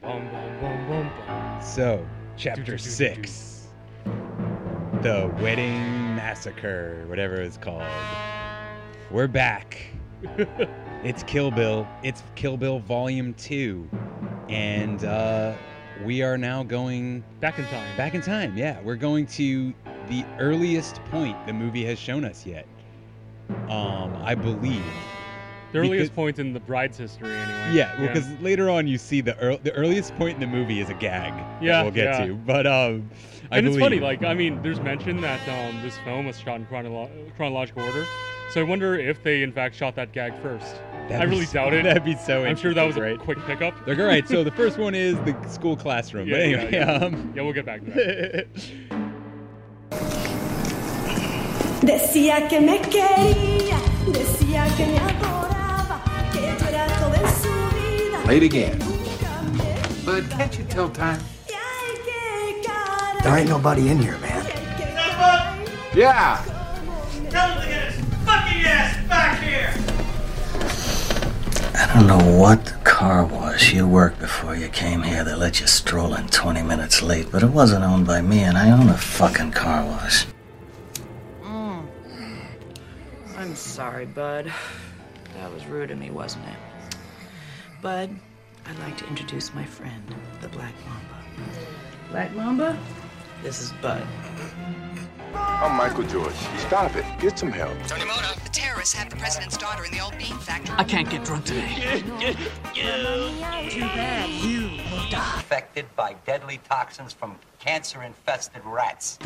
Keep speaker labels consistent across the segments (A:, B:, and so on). A: Bum, bum, bum, bum, bum.
B: So,
A: Do, do,
B: chapter
A: do, do,
B: six The Wedding Massacre, whatever it's called. We're back. it's Kill Bill. It's Kill Bill Volume 2. And uh, we are now going
A: Back in time.
B: back in time. Yeah, we're going to the earliest point the movie has shown us yet. Um, I believe.
A: the earliest
B: because-
A: point in the bride's history, anyway.
B: Yeah, because later on you see the ear the earliest point in the movie is a gag. that
A: Yeah,
B: we'll get
A: yeah.
B: to. But um, I
A: and it's funny.
B: believe-
A: Like, I mean, there's mention that um, this film was shot in chronolo- chronological order, so I wonder if they in fact shot that gag first.
B: That'd
A: I
B: be
A: really
B: so-
A: doubt it.
B: That'd be so.
A: I'm sure that was a
B: interesting, right.
A: quick pickup.
B: Like, all right, so the first one is the school classroom.
A: Yeah,
B: but anyway,
A: yeah, yeah.
B: um,
A: Yeah, we'll get back to that.
C: Decía que me quería, decía que me adoraba, que yo era todo en su vida.
D: Play it again.
C: Nunca me
D: Bud, can't you tell time?
C: Y ay, qué cara,
E: There ain't nobody in here, man.
C: qué- qué cara,
D: Yeah.
C: cómo
F: Nelson,
C: me
F: get his fucking ass back here!
E: I don't know what the car was you worked before you came here. They let you stroll in 20 minutes late, but it wasn't owned by me, and I own a fucking car wash.
G: I'm sorry, Bud. That was rude of me, wasn't it? Bud, I'd like to introduce my friend, the Black Mamba. Black Mamba? This is Bud.
D: I'm Michael George. Stop it. Get some help.
H: The terrorists have the president's daughter in the old bean factory.
G: I can't get drunk today.
I: infected by deadly toxins from cancer infested rats.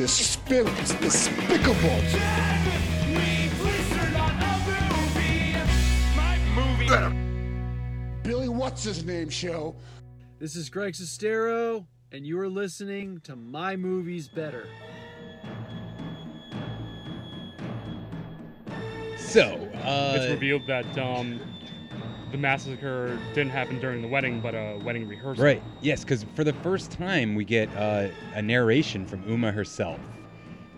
J: This is Greg Sestero, and you are listening to My Movies Better.
B: so, uh,
A: it's revealed that um, the massacre didn't happen during the wedding, but a wedding rehearsal.
B: right? Yes, because for the first time we get uh, a narration from Uma herself,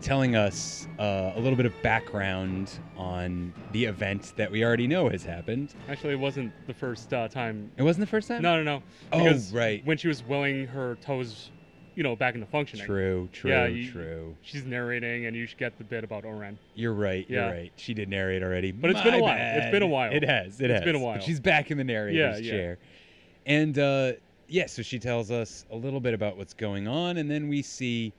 B: telling us uh, a little bit of background on the event that we already know has happened.
A: Actually, it wasn't the first uh, time.
B: It wasn't the first time.
A: No, no, no.
B: Oh,
A: Because
B: right.
A: When she was willing her toes, you know, back into functioning.
B: True, true,
A: Yeah, you-
B: true.
A: She's narrating, and you should get the bit about Oren.
B: You're right.
A: Yeah.
B: You're right. She did narrate already, but
A: it's been a while. It's been a while.
B: It has. It
A: It's
B: has
A: been a
B: But
A: while.
B: she's back in the narrator's
A: yeah.
B: chair, and uh, yeah. So she tells us a little bit about what's going on, and then we see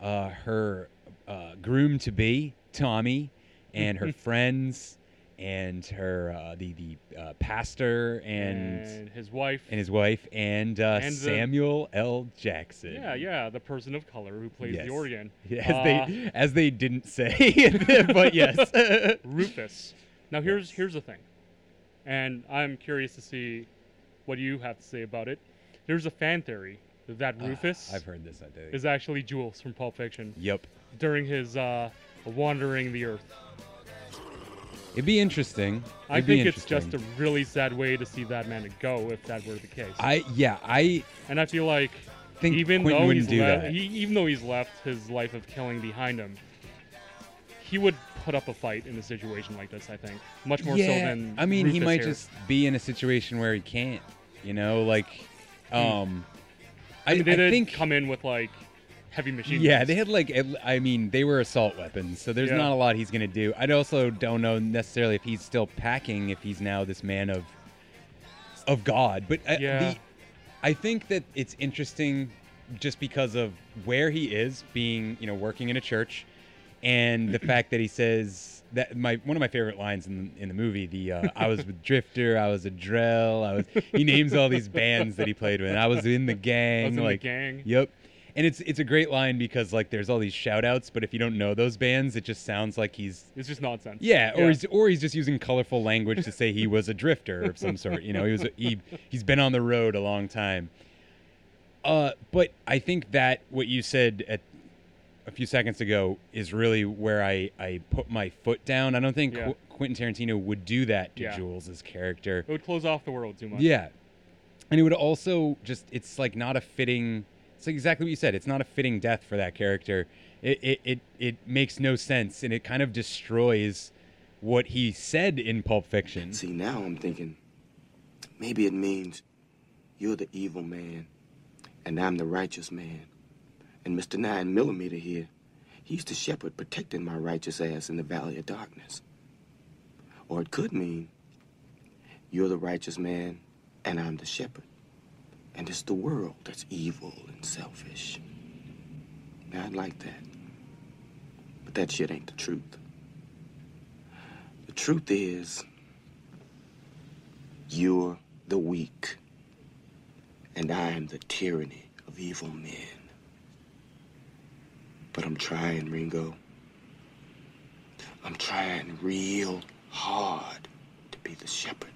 B: uh, her uh, groom to be Tommy and her friends and her uh, the the uh, pastor and. and
A: his wife.
B: his wife and, uh,
A: And the-
B: Samuel L. Jackson.
A: yeah, yeah, the person of color who plays
B: Yes.
A: the organ.
B: As
A: Uh,
B: they as they didn't say, but yes.
A: Rufus. Now here's here's the thing, and I'm curious to see what you have to say about it. There's a fan theory that
B: Ah,
A: Rufus
B: I've heard this. I think.
A: is actually Jules from Pulp Fiction
B: yep.
A: during his uh, wandering the earth.
B: It'd be interesting. It'd
A: I
B: be
A: think it's just a
B: interesting.
A: really sad way to see that man go if that were the case.
B: I yeah. I
A: and I feel like
B: think
A: even
B: Quentin
A: though
B: wouldn't
A: he's
B: do
A: left,
B: that.
A: he, even though he's left his life of killing behind him, he would put up a fight in a situation like this. I think much more
B: yeah.
A: so than
B: I mean, he
A: Rufus
B: might
A: here.
B: just be in a situation where he can't. You know, like, um,
A: Hmm.
B: I,
A: I mean, they
B: I
A: did
B: think.
A: come in with like heavy machine.
B: yeah,
A: guns.
B: they had like, at- I mean, they were assault weapons, so there's
A: Yeah.
B: not a lot he's gonna do. I also don't know necessarily if he's still packing, if he's now this man of, of God. But I,
A: Yeah.
B: the, I think that it's interesting, just because of where he is, being you know working in a church, and the fact that he says that my one of my favorite lines in in the movie the uh, I was with Drifter, I was a Drell, I was he names all these bands that he played with. I was in the gang,
A: in the
B: like
A: gang.
B: Yep. And it's it's a great line because like there's all these shout outs, but if you don't know those bands, it just sounds like he's
A: It's just nonsense.
B: yeah, or he's or he's just using colorful language to say he was a drifter of some sort. You know, he was a, he he's been on the road a long time. Uh, but I think that what you said at a few seconds ago is really where I I put my foot down. I don't think
A: Yeah.
B: Qu- Quentin Tarantino would do that to
A: Yeah.
B: Jules' character.
A: it would close off the world too much.
B: Yeah. And it would also just it's like not a fitting it's like exactly what you said. It's not a fitting death for that character. It it it, it makes no sense and it kind of destroys what he said in Pulp Fiction.
F: See, now I'm thinking maybe it means you're the evil man
K: and I'm the righteous man. And Mr. Nine Millimeter here, he's the shepherd protecting my righteous ass in the valley of darkness. Or it could mean you're the righteous man and I'm the shepherd. And it's the world that's evil and selfish. Now, I'd like that. But that shit ain't the truth. The truth is, you're the weak, and I am the tyranny of evil men. But I'm trying, Ringo. I'm trying real hard to be the shepherd.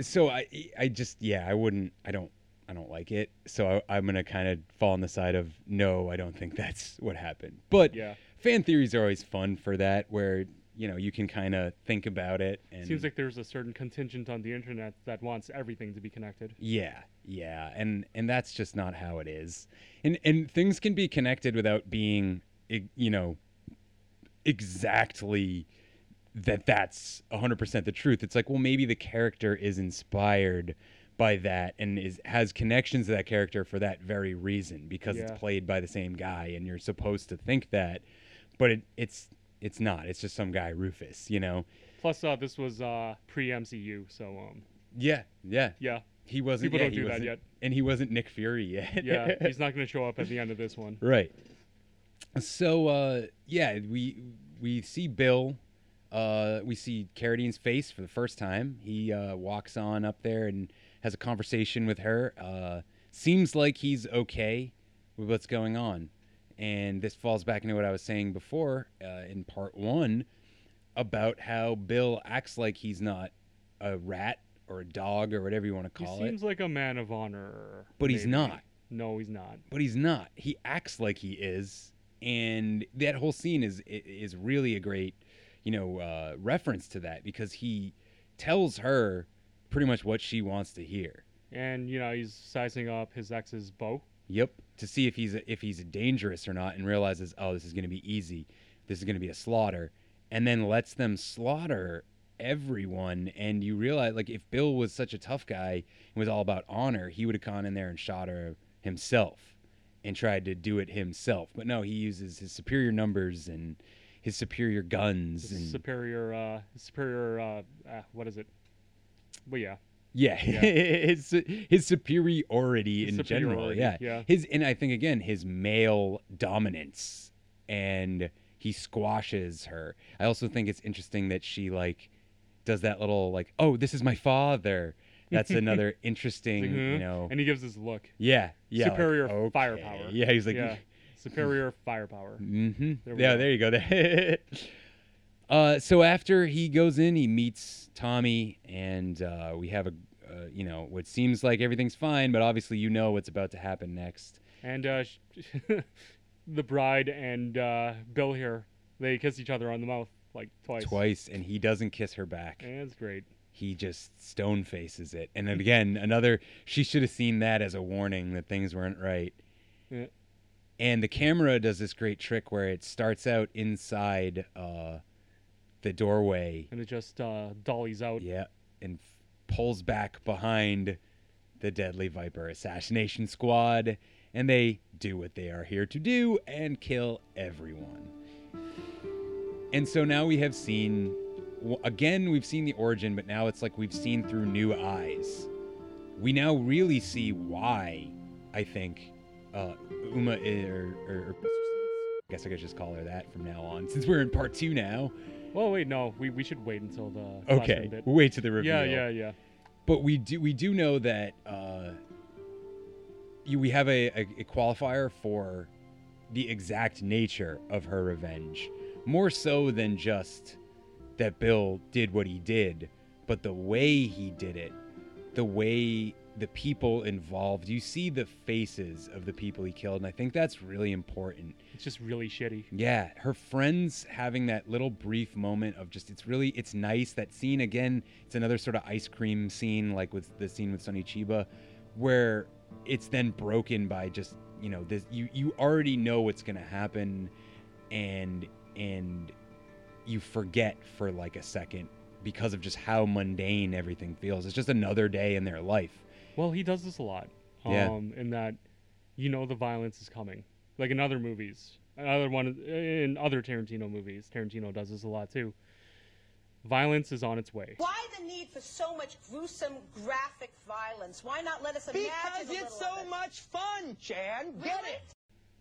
B: so I I just yeah I wouldn't I don't I don't like it so I, I'm gonna kind of fall on the side of no I don't think that's what happened but
A: Yeah.
B: fan theories are always fun for that where you know you can kind of think about it and
A: Seems like there's a certain contingent on the internet that wants everything to be connected.
B: yeah yeah and and that's just not how it is and and things can be connected without being e- you know exactly that that's 100% the truth it's like well maybe the character is inspired by that and is has connections to that character for that very reason because
A: Yeah.
B: it's played by the same guy and you're supposed to think that but it, it's it's not it's just some guy rufus you know
A: Plus, uh, this was uh, pre MCU, so um,
B: yeah yeah
A: yeah,
B: he wasn't
A: People
B: yeah,
A: don't
B: he
A: do that
B: wasn't-
A: yet.
B: and he wasn't nick fury yet
A: yeah, he's not going to show up at the end of this one.
B: Right. So uh, yeah, we we see Bill. Uh, we see Carradine's face for the first time. He uh, walks on up there and has a conversation with her. Uh, seems like he's okay with what's going on, and this falls back into what I was saying before uh, in part one about how Bill acts like he's not a rat or a dog or whatever you want to
A: He
B: call it.
A: seems like a man of honor,
B: But he's
A: maybe.
B: not.
A: No, he's not.
B: but he's not. He acts like he is, and that whole scene is i- is really a great, you know, uh, reference to that because he tells her pretty much what she wants to hear.
A: And you know, he's sizing up his ex's bow.
B: Yep, to see if he's if he's dangerous or not, and realizes, oh, this is going to be easy, this is going to be a slaughter, and then lets them slaughter everyone. And you realize, like, if Bill was such a tough guy and was all about honor, he would have gone in there and shot her himself, and tried to do it himself. But no, he uses his superior numbers and his superior guns and
A: superior uh superior uh, uh what is it well yeah
B: Yeah,
A: Yeah.
B: his his superiority
A: His
B: in general.
A: superiority,
B: Yeah.
A: yeah.
B: his and I think again his male dominance, and he squashes her. I also think it's interesting that she like does that little like oh this is my father. That's another interesting you
A: Mhm.
B: know.
A: and he gives his look
B: Yeah, yeah, like,
A: superior
B: okay.
A: firepower
B: Yeah, he's like,
A: superior firepower
B: Mm-hmm.
A: There we
B: yeah,
A: go.
B: there you go. uh, so after he goes in, he meets Tommy, and uh, we have a, uh, you know, what seems like everything's fine, but obviously you know what's about to happen next.
A: and uh sh- the bride and uh bill here they kiss each other on the mouth like twice
B: Twice, and he doesn't kiss her back.
A: and it's great
B: He just stone faces it. And then again, another, she should have seen that as a warning that things weren't right.
A: yeah.
B: and the camera does this great trick where it starts out inside uh, the doorway
A: and it just uh dollies out
B: yeah and f- pulls back behind the deadly viper assassination squad and they do what they are here to do and kill everyone and so now we have seen w- again we've seen the origin but now it's like we've seen through new eyes we now really see why i think uh, uma er, i- or, or, or i guess i could just call her that from now on since we're in part two now
A: well Oh, wait no we, we should wait until the
B: okay
A: classroom bit.
B: we'll wait to the reveal
A: yeah yeah yeah
B: but we do we do know that uh, you, we have a, a, a qualifier for the exact nature of her revenge, more so than just that Bill did what he did, but the way he did it, the way the people involved. You see the faces of the people he killed, and I think that's really important.
A: it's just really shitty
B: Yeah, her friends having that little brief moment of just it's really it's nice that scene again. It's another sort of ice cream scene like with the scene with Sonny Chiba where it's then broken by just, you know, this you you already know what's going to happen and and you forget for like a second because of just how mundane everything feels. It's just another day in their life.
A: Well, he does this a lot. Um,
B: Yeah.
A: In that you know the violence is coming. Like in other movies, another one in other Tarantino movies, Tarantino does this a lot too. Violence is on its way.
L: Why the need for so much gruesome, graphic violence? Why not let us imagine
F: Because
L: a little
F: it's so
L: of it?
F: much fun, Jan. Get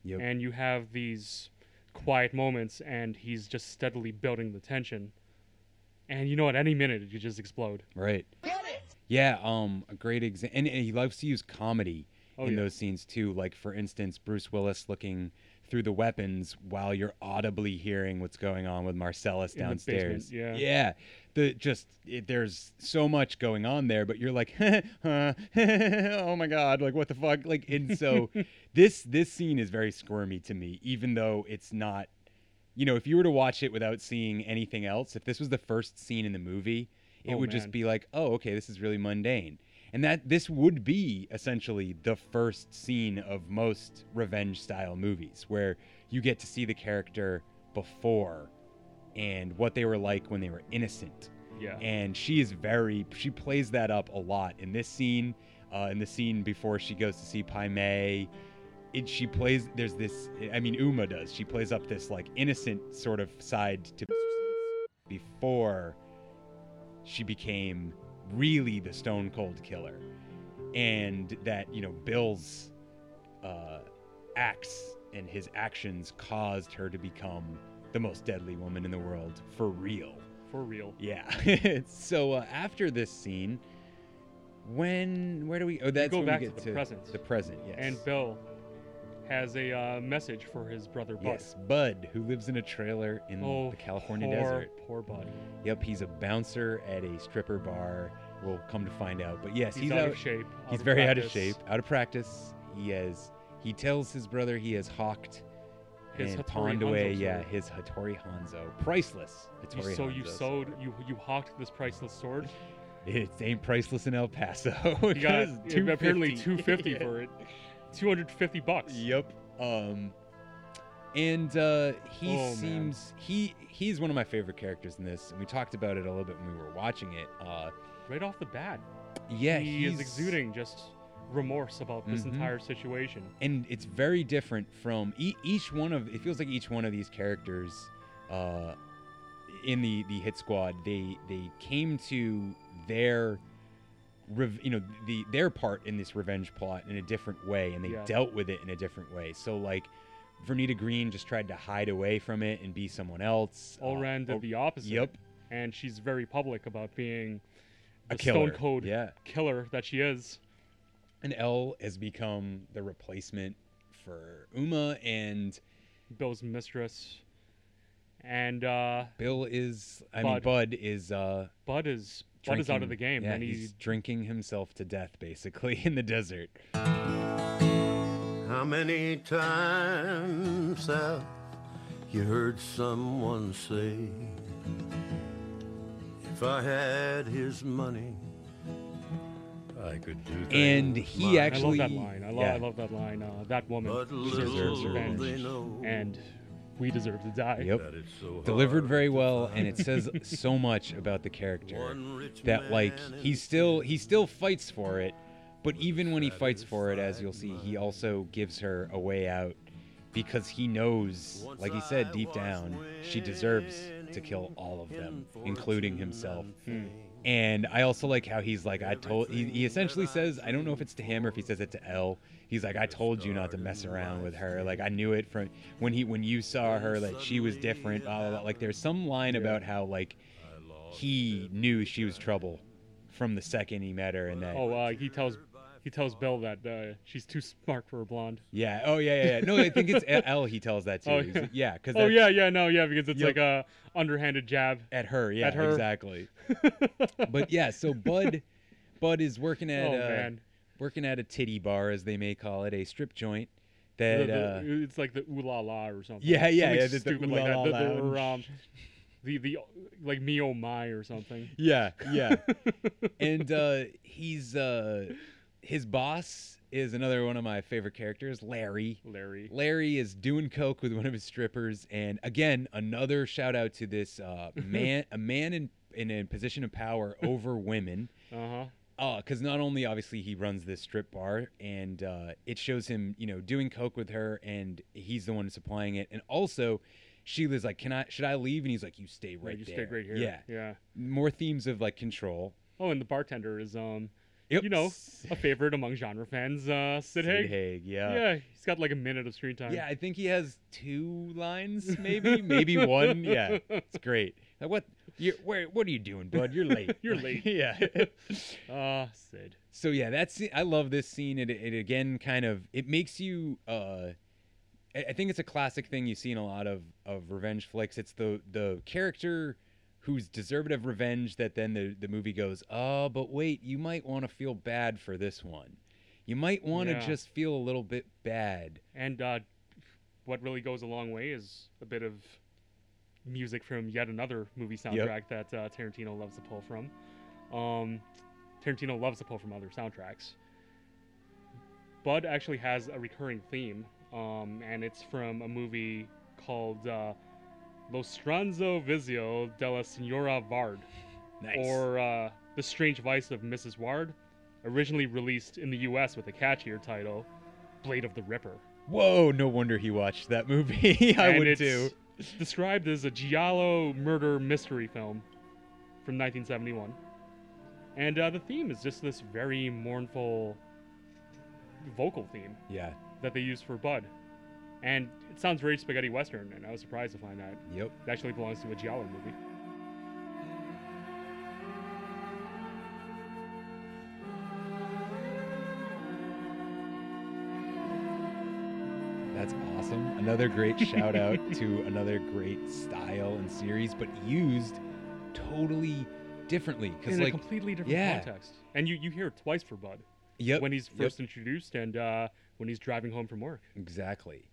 F: it?
A: And you have these quiet moments, and he's just steadily building the tension. And you know, at any minute, it could just explode.
B: Right. Yeah, um, a great example. And, and he loves to use comedy
A: Oh,
B: in
A: yeah.
B: those scenes too. Like for instance, Bruce Willis looking through the weapons while you're audibly hearing what's going on with Marcellus
A: In the basement,
B: downstairs.
A: yeah.
B: Yeah. The just it, there's so much going on there, but you're like, huh, oh my god, like what the fuck? Like and so this this scene is very squirmy to me, even though it's not you know, if you were to watch it without seeing anything else, if this was the first scene in the movie, it
A: Oh,
B: would
A: man.
B: just be like, oh, okay, this is really mundane. And that this would be essentially the first scene of most revenge style movies where you get to see the character before and what they were like when they were innocent.
A: Yeah.
B: And she is very, she plays that up a lot in this scene, uh, in the scene before she goes to see Pai Mei. It, she plays, there's this, I mean, Uma does. She plays up this like innocent sort of side to before she became really the stone cold killer and that you know bill's uh, acts and his actions caused her to become the most deadly woman in the world for real
A: For real.
B: yeah so uh, after this scene when where do we oh that's
A: go
B: when
A: back
B: we
A: to
B: get
A: the present.
B: the present yes
A: And Bill has a uh, message for his brother Bud.
B: yes bud who lives in a trailer in
A: Oh,
B: the california
A: poor,
B: desert
A: Poor Bud.
B: Yep, he's a bouncer at a stripper bar. We'll come to find out. But yes,
A: He's
B: he's,
A: out of shape, out
B: He's
A: of
B: very out of
A: practice.
B: shape, out of practice. He has. He tells his brother he has hawked
A: His
B: and
A: Hattori
B: pawned
A: Hanzo
B: away. Yeah,
A: sword.
B: his Hattori Hanzo, priceless.
A: You,
B: Hattori
A: so you
B: Hanzo.
A: sewed, you you hawked this priceless sword.
B: It ain't priceless in El Paso.
A: You
B: It
A: got
B: costs
A: yeah, apparently two
B: $2.50.
A: fifty for it. Two hundred fifty bucks.
B: Yep. Um, and uh,
A: Oh,
B: he
A: man.
B: seems he he's one of my favorite characters in this, and we talked about it a little bit when we were watching it. Uh,
A: Right off the bat.
B: yeah,
A: he is
B: he's-
A: exuding just remorse about this
B: Mhm.
A: entire situation.
B: and it's very different from e- each one of it feels like each one of these characters uh in the the hit squad they they came to their rev- you know the their part in this revenge plot in a different way and they
A: Yeah.
B: dealt with it in a different way so like Vernita Green just tried to hide away from it and be someone else. Uh,
A: Olran did
B: O-
A: the opposite.
B: Yep.
A: And she's very public about being
B: A
A: the stone
B: killer,
A: cold
B: yeah.
A: killer that she is.
B: And L has become the replacement for Uma and
A: Bill's mistress. And uh
B: Bill is I mean
A: Bud.
B: Bud is uh
A: Bud is Bud is out of the
B: drinking-
A: game.
B: Yeah,
A: and he,
B: he's drinking himself to death, basically, in the desert.
M: How many times have you heard someone say, If I had his money, I could do things
B: And he
M: my-
B: actually-
A: I love that line. I love,
B: yeah.
A: I love that line. Uh, that woman
M: But
A: she
M: little
A: deserves
M: they
A: revenge,
M: know
A: and we deserve to die.
B: Yep. Delivered very well, and it says so much about the character that, like, he still he still fights for it, but even when he fights for it, as you'll see, he also gives her a way out because he knows, like he said, deep down, she deserves to kill all of them, including himself. Hmm. And I also like how he's like, I told. He, he essentially says, I don't know if it's to him or if he says it to L. He's like, I told you not to mess around with her. Like I knew it from when he when you saw her that she was different. Blah, blah, blah. Like there's some line about how like he knew she was trouble from the second he met her, and that
A: Oh, uh, he tells he tells Bill that uh, she's too smart for a blonde.
B: yeah, oh yeah, yeah, yeah. No, I think it's L. He tells that too.
A: Oh,
B: He's like, yeah, because
A: oh yeah, yeah, no, yeah, because it's
B: Yep.
A: like a underhanded jab
B: at her. Yeah,
A: at her.
B: exactly. but yeah, so Bud, Bud is working at
A: Oh,
B: uh,
A: man.
B: working at a titty bar, as they may call it, a strip joint.
A: The-
B: That
A: the-
B: uh,
A: it's like the ooh la la or something.
B: Yeah, yeah,
A: Something
B: yeah, the- the
A: stupid
B: ooh
A: like
B: la
A: that.
B: la
A: The- the- or, um,
B: lounge.
A: the the like me oh my or something.
B: Yeah, yeah. and uh, he's uh, his boss is another one of my favorite characters, Larry.
A: Larry.
B: Larry is doing coke with one of his strippers, and again, another shout out to this uh, man, a man in in a position of power over women.
A: Uh huh.
B: because not only obviously he runs this strip bar, and uh, it shows him, you know, doing coke with her, and he's the one supplying it, and also Sheila's like, "Can I? Should I leave?" And he's like, "You stay right
A: you
B: there.
A: stay right here.
B: Yeah,
A: Yeah.
B: More themes of like control.
A: Oh, and the bartender is um, you know, a favorite among genre fans, uh, Sid,
B: Sid
A: Haig.
B: Haig, yeah.
A: Yeah, he's got like a minute of screen time.
B: Yeah, I think he has two lines, maybe, maybe one. Yeah, it's great. Like, what? You're, where? What are you doing, bud? You're late.
A: You're late.
B: yeah.
A: Ah, Sid.
B: So yeah, that's I love this scene. It, it again kind of it makes you. Uh, I I think it's a classic thing you see in a lot of of revenge flicks. It's the the character who's deserving of revenge that then the the movie goes, oh, but wait, you might want to feel bad for this one. You might want to
A: Yeah.
B: just feel a little bit bad.
A: And uh, what really goes a long way is a bit of music from yet another movie soundtrack that uh, Tarantino loves to pull from. Um, Tarantino loves to pull from other soundtracks. Bud actually has a recurring theme, um, and it's from a movie called uh, Lo Stranzo Vizio della Signora Vard,
B: Nice.
A: or uh, The Strange Vice of Mrs. Ward, originally released in the U.S. with a catchier title, Blade of the Ripper.
B: Whoa, no wonder he watched that movie. I
A: And
B: would
A: it's
B: too.
A: Described as a giallo murder mystery film from 1971, and uh, the theme is just this very mournful vocal theme
B: Yeah.
A: that they use for Bud, and it sounds very spaghetti western, and I was surprised to find that
B: Yep.
A: it actually belongs to a giallo movie.
B: That's awesome. Another great shout out to another great style and series, but used totally differently. Because
A: in
B: like
A: a completely different
B: yeah,
A: context. And you, you hear it twice for Bud.
B: Yep,
A: When he's
B: yep.
A: first introduced and uh, when he's driving home from work.
B: Exactly.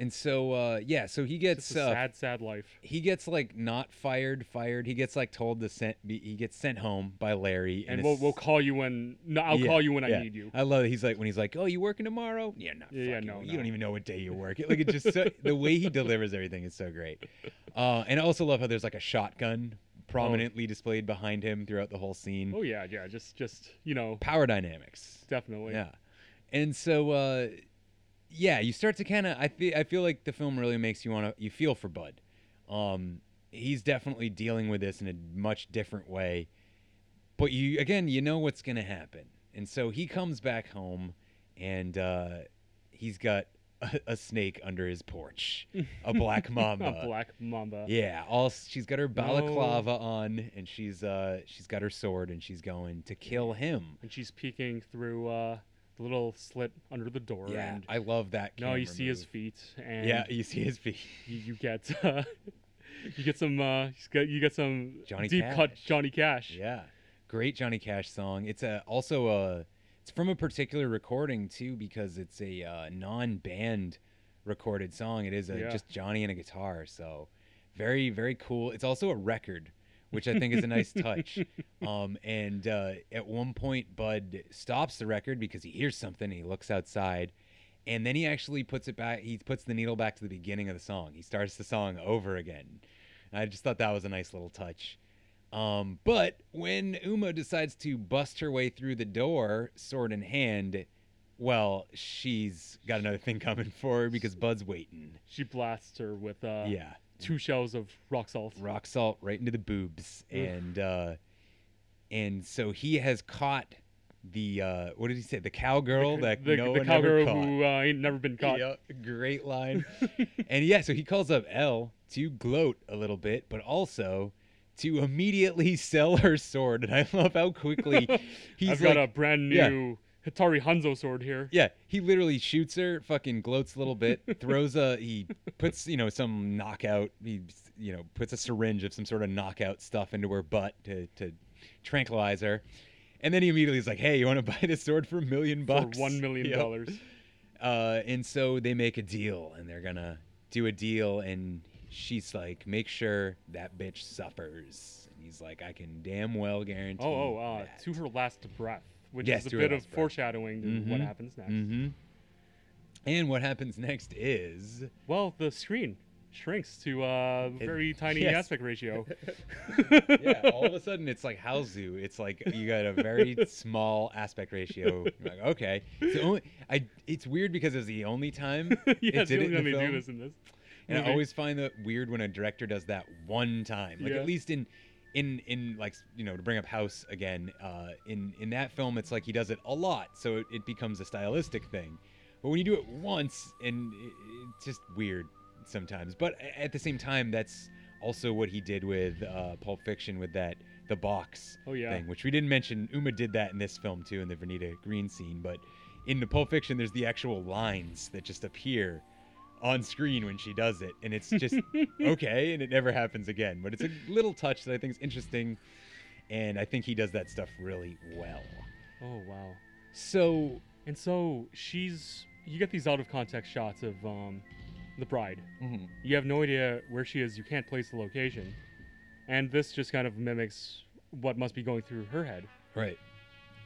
B: And so uh, yeah, so he gets
A: It's a
B: uh,
A: sad, sad life.
B: he gets like not fired, fired. He gets like told to sent. be- He gets sent home by Larry.
A: And
B: it's-
A: we'll, we'll call you when. No, I'll
B: Yeah,
A: call you when I
B: yeah.
A: need you.
B: I love it. He's like when he's like, "Oh, you working tomorrow? Yeah, not
A: Yeah, yeah,
B: fucking.
A: no,
B: you
A: no.
B: don't even know what day you work. Like it just so, the way he delivers everything is so great. Uh, and I also love how there's like a shotgun prominently displayed behind him throughout the whole scene.
A: Oh yeah, yeah. Just just you know,
B: Power dynamics.
A: definitely.
B: Yeah. And so uh yeah, you start to kind of I feel I feel like the film really makes you want to you feel for Bud. Um he's definitely dealing with this in a much different way. But you again, you know what's going to happen. And so he comes back home and uh he's got a, a snake under his porch. A black mamba.
A: A black mamba.
B: Uh, Yeah, all she's got her balaclava on and she's uh she's got her sword and she's going to kill him.
A: And she's peeking through uh, the little slit under the door.
B: Yeah,
A: and
B: I love that.
A: No, you
B: camera
A: see his
B: move.
A: feet. And
B: yeah, you see his feet.
A: You, you get. Uh, You get some, uh, you get- you get some
B: Johnny
A: deep cut
B: Cash.
A: Johnny Cash.
B: Yeah, great Johnny Cash song. It's a also a it's from a particular recording too because it's a uh, non-band recorded song. It is a,
A: Yeah.
B: just Johnny and a guitar, so very very cool. It's also a record, which I think is a nice touch. Um, and uh, at one point, Bud stops the record because he hears something. He looks outside. And then he actually puts it back. He puts the needle back to the beginning of the song. He starts the song over again. And I just thought that was a nice little touch. Um, but when Uma decides to bust her way through the door, sword in hand, well, she's got another thing coming for her because Bud's waiting.
A: She blasts her with uh,
B: Yeah.
A: two shells of rock salt.
B: Rock salt right into the boobs,
A: Oof.
B: and uh, and so he has caught the uh, what did he say? The cowgirl that
A: the,
B: no
A: the
B: one ever
A: cowgirl
B: caught.
A: who uh, ain't never been caught.
B: Yeah, great line. and yeah, so he calls up Elle to gloat a little bit, but also to immediately sell her sword. And I love how quickly he's
A: I've got
B: like-
A: a brand
B: Yeah.
A: new Hitari Hanzo sword here.
B: Yeah, he literally shoots her, fucking gloats a little bit, throws a he puts, you know, some knockout, he you know, puts a syringe of some sort of knockout stuff into her butt to to tranquilize her. And then he immediately is like, "Hey, you want to buy this sword for a million bucks?
A: $1 million
B: Yep.
A: dollars.
B: Uh, and so they make a deal, and they're gonna do a deal, and she's like, "Make sure that bitch suffers." And he's like, "I can damn well guarantee."
A: Oh, oh, uh, to her last breath, which
B: Yes,
A: is a
B: to her
A: bit of
B: last breath.
A: foreshadowing to what
B: Mhm.
A: happens next.
B: Mm-hmm. And what happens next is
A: Well, the screen shrinks to a very tiny
B: yes.
A: aspect ratio.
B: yeah, all of a sudden it's like Zoo. It's like you got a very small aspect ratio. You're like, okay, it's the only. I. It's weird because it's the only time
A: Yeah,
B: it
A: it's
B: did
A: the
B: it in
A: only time they do
B: the film.
A: this in this
B: And
A: movie.
B: I always find that weird when a director does that one time. Like
A: Yeah.
B: at least in, in in like you know to bring up House again. Uh, in in that film, it's like he does it a lot, so it, it becomes a stylistic thing. But when you do it once, and it, it's just weird sometimes. But a- at the same time, that's also what he did with uh, Pulp Fiction with that the box
A: Oh, yeah.
B: thing, which we didn't mention. Uma did that in this film too, in the Vernita Green scene. But in the Pulp Fiction, there's the actual lines that just appear on screen when she does it, and it's just okay, and it never happens again. But it's a little touch that I think is interesting, and I think he does that stuff really well.
A: Oh wow.
B: So
A: and so she's you get these out of context shots of um the bride.
B: Mhm.
A: You have no idea where she is. You can't place the location, and this just kind of mimics what must be going through her head.
B: Right.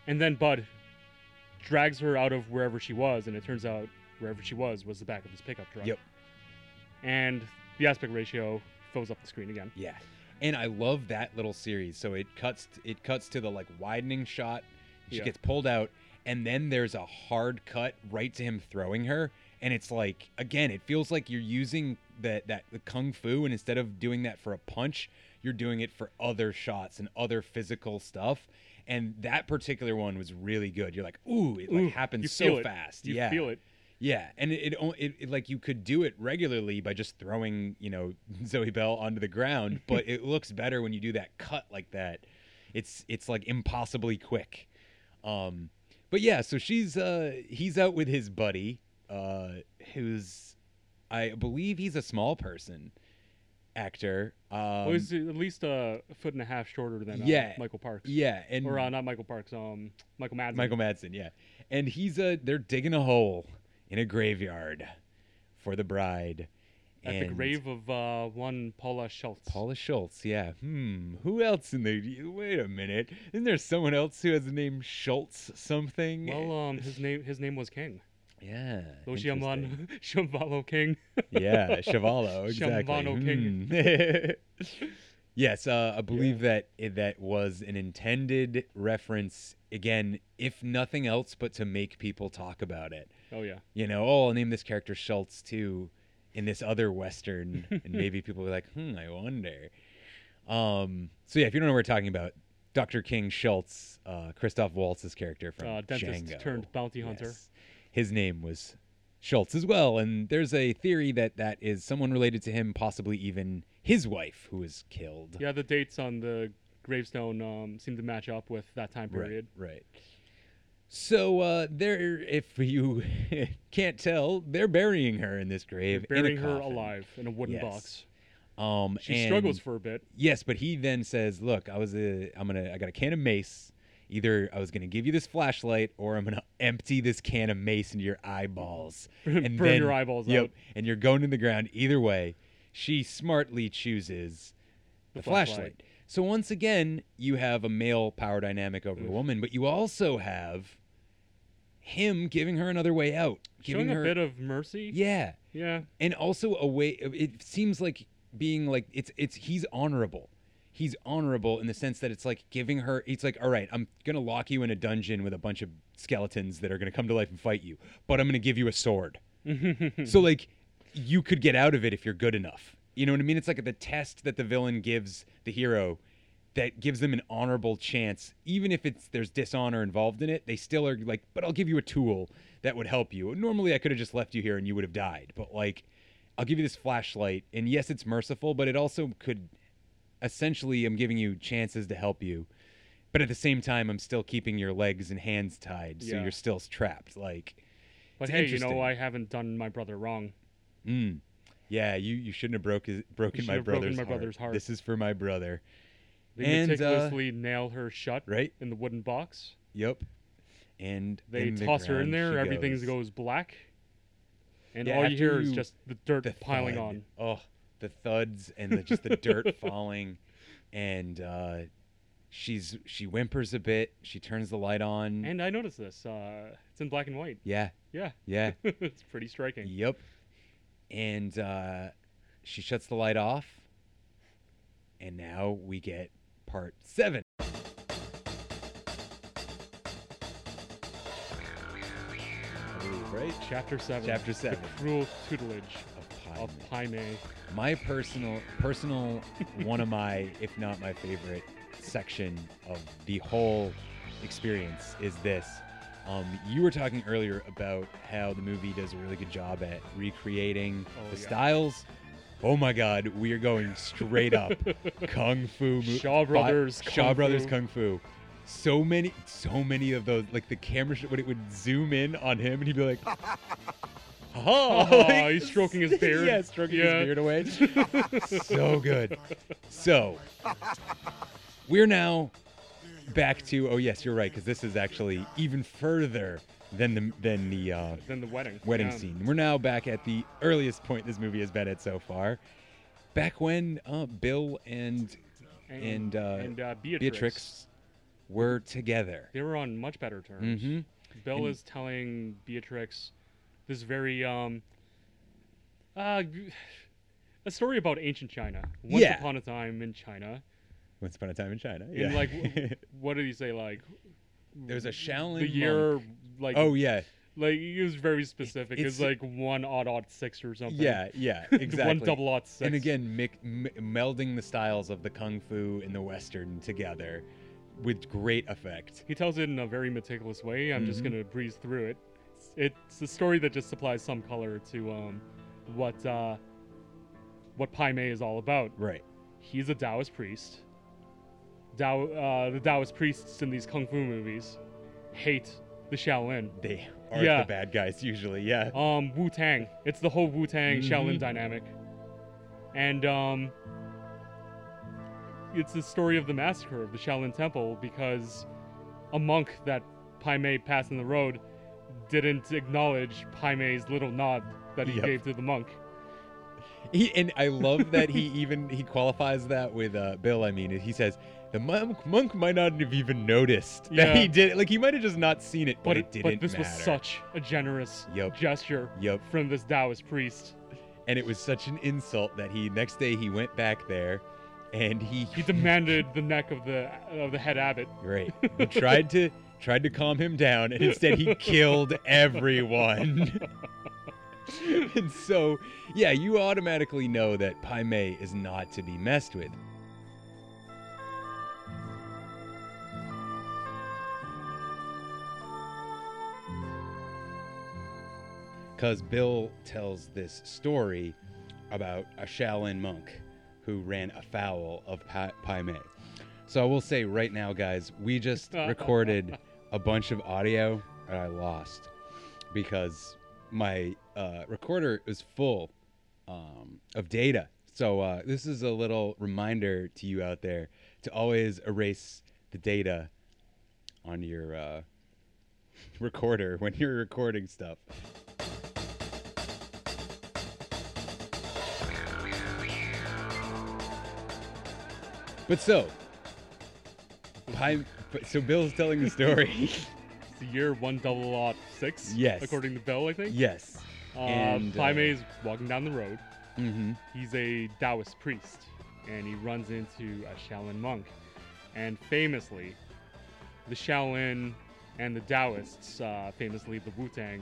A: And then Bud drags her out of wherever she was, and it turns out wherever she was was the back of his pickup truck.
B: Yep.
A: And the aspect ratio fills up the screen again.
B: Yeah, and I love that little series. So it cuts it cuts to the like widening shot. She
A: Yeah.
B: gets pulled out, and then there's a hard cut right to him throwing her, and it's like again, it feels like you're using that that the kung fu, and instead of doing that for a punch, you're doing it for other shots and other physical stuff. And that particular one was really good. You're like, ooh, it like
A: Ooh,
B: happens
A: you
B: so
A: feel it.
B: fast.
A: You
B: yeah,
A: feel it.
B: yeah, and it, it, o- it, it like you could do it regularly by just throwing you know Zoe Bell onto the ground, but it looks better when you do that cut like that. It's it's like impossibly quick. Um, but yeah, so she's uh he's out with his buddy, uh, who's I believe he's a small person actor. Um,
A: well, he's at least a foot and a half shorter than uh,
B: Yeah.
A: Michael Parks.
B: Yeah, and-
A: or uh, not Michael Parks. Um, Michael Madsen.
B: Michael Madsen, yeah. And he's a they're digging a hole in a graveyard for the bride.
A: at the
B: and-
A: grave of uh, one Paula Schultz.
B: Paula Schultz, yeah. Hmm. Who else in the? Wait a minute. Isn't there someone else who has the name Schultz something?
A: Well, um, his name his name was King.
B: yeah.
A: Loshiamon Shambalo King.
B: Yeah, Shavalo, exactly.
A: Shambano King.
B: Hmm. yes, uh, I believe that it, that was an intended reference. Again, if nothing else, but to make people talk about it.
A: Oh yeah.
B: You know, oh, I'll name this character Schultz too, in this other western, and maybe people will be like, hmm, I wonder. Um, so yeah, if you don't know what we're talking about, Dr. King Schultz, uh, Christoph Waltz's character from
A: Uh, dentist
B: Django.
A: turned bounty hunter.
B: Yes. His name was Schultz as well, and there's a theory that that is someone related to him, possibly even his wife, who was killed.
A: Yeah, the dates on the gravestone um, seem to match up with that time
B: Right,
A: period.
B: Right. So uh, there, if you can't tell, they're burying her in this grave, in a
A: Burying her
B: coffin.
A: alive in a wooden
B: Yes.
A: box.
B: Um,
A: She struggles
B: and-
A: for a bit.
B: Yes, but he then says, "Look, I was a, I'm gonna, I got a can of mace. Either I was gonna give you this flashlight, or I'm gonna empty this can of mace into your eyeballs and
A: Burn
B: then-
A: your eyeballs
B: yep,
A: out.
B: and you're going in the ground either way." She smartly chooses the,
A: The
B: flashlight.
A: flashlight.
B: So once again, you have a male power dynamic over a woman, but you also have him giving her another way out, giving
A: Showing a
B: her
A: bit of mercy.
B: yeah
A: Yeah.
B: and also a way it seems like being like it's it's he's honorable he's honorable in the sense that it's like giving her it's like all right i'm gonna lock you in a dungeon with a bunch of skeletons that are gonna come to life and fight you but i'm gonna give you a sword so like you could get out of it if you're good enough you know what i mean it's like the test that the villain gives the hero that gives them an honorable chance even if it's there's dishonor involved in it they still are like but i'll give you a tool that would help you normally i could have just left you here and you would have died but like i'll give you this flashlight and yes it's merciful but it also could essentially i'm giving you chances to help you but at the same time i'm still keeping your legs and hands tied so
A: Yeah.
B: you're still trapped like
A: But
B: it's
A: hey, you know
B: interesting.
A: I haven't done my brother wrong.
B: Mm. Yeah, you, you shouldn't have broke his, broken
A: shouldn't
B: my
A: have broken
B: brother's
A: my
B: heart.
A: brother's heart.
B: This is for my brother.
A: They
B: and uh,
A: meticulously nail her shut
B: right?
A: in the wooden box.
B: yep, and
A: They
B: in the
A: toss her in
B: ground
A: there.
B: she
A: Everything goes.
B: goes.
A: black, and
B: Yeah,
A: all
B: after
A: you hear is
B: you-
A: just the dirt
B: the
A: piling
B: thud.
A: on.
B: Oh, the thuds and the, just the dirt falling, and uh, she's she whimpers a bit. She turns the light on.
A: And I noticed this. Uh, it's in black and white.
B: yeah,
A: Yeah.
B: yeah,
A: it's pretty striking.
B: yep. And uh, she shuts the light off, and now we get part seven. Right?
A: Chapter seven.
B: Chapter seven.
A: The cruel tutelage of Paime.
B: My personal, personal, one of my, if not my favorite section of the whole experience is this. Um, you were talking earlier about how the movie does a really good job at recreating
A: Oh,
B: the
A: yeah.
B: styles. Oh my God, we are going straight up kung fu. mo-
A: Shaw
B: fi-
A: Brothers
B: Shaw
A: Kung
B: Brothers
A: Fu.
B: kung fu. So many, so many of those. Like the camera sh- when it would zoom in on him, and he'd be like, "Oh,
A: Aw, he's stroking his beard.
B: yeah, stroking
A: Yeah.
B: his beard away. so good. So we're now back to. Oh yes, you're right, because this is actually even further than the than the uh,
A: Than the wedding.
B: wedding
A: Yeah.
B: scene. We're now back at the earliest point this movie has been at so far. Back when uh, Bill and
A: And-
B: and, uh,
A: and, uh, Beatrix.
B: were together.
A: They were on much better terms.
B: Mhm.
A: Bill
B: And-
A: is telling Beatrix this very um uh g- a story about ancient China. Once
B: Yeah.
A: upon a time in China.
B: Once upon a time in China.
A: In
B: Yeah.
A: like w- what did he say like
B: There was a Shaolin
A: The year
B: monk.
A: like
B: Oh, yeah.
A: Like it was very specific. It was
B: It's-
A: like one odd odd six or something.
B: Yeah, yeah, exactly.
A: one double odd six.
B: And again, mic- m- melding the styles of the kung fu and the western together with great effect.
A: He tells it in a very meticulous way. I'm just
B: Mhm.
A: gonna breeze through it. It's- It's a story that just supplies some color to um, what uh, what Pai Mei is all about.
B: Right.
A: He's a Taoist priest. Tao, uh, the Taoist priests in these kung fu movies hate the Shaolin.
B: They Are the bad guys usually? Yeah.
A: um, Wu Tang. It's the whole Wu Tang
B: Mhm.
A: Shaolin dynamic, and um, it's the story of the massacre of the Shaolin Temple because a monk that Pai Mei passed in the road didn't acknowledge Pai Mei's little nod that he
B: Yep.
A: gave to the monk.
B: He, and I love that he even he qualifies that with uh, Bill. I mean, he says the monk, monk might not have even noticed that
A: Yeah.
B: he did it. Like he might have just not seen it, but,
A: But
B: it
A: it-
B: didn't
A: but this
B: matter.
A: was such a generous
B: Yup.
A: gesture
B: Yup.
A: from this Taoist priest.
B: and it was such an insult that he next day he went back there, and he
A: He demanded the neck of the of the head abbot.
B: Right. He tried to tried to calm him down, and instead he killed everyone. and so, yeah, you automatically know that Pai Mei is not to be messed with. Because Bill tells this story about a Shaolin monk who ran afoul of Pai, Pai Mei. So I will say right now, guys, we just recorded a bunch of audio that I lost because my uh, recorder is full um, of data. So uh, this is a little reminder to you out there to always erase the data on your uh, recorder when you're recording stuff. But so, Pi- so Bill's telling the story.
A: It's the year one double lot six.
B: Yes.
A: According to Bill, I think.
B: Yes.
A: Uh,
B: And,
A: Pai
B: uh,
A: Mei is walking down the road.
B: Mhm.
A: He's a Taoist priest, and he runs into a Shaolin monk. And famously, the Shaolin and the Taoists, uh, famously the Wu Tang,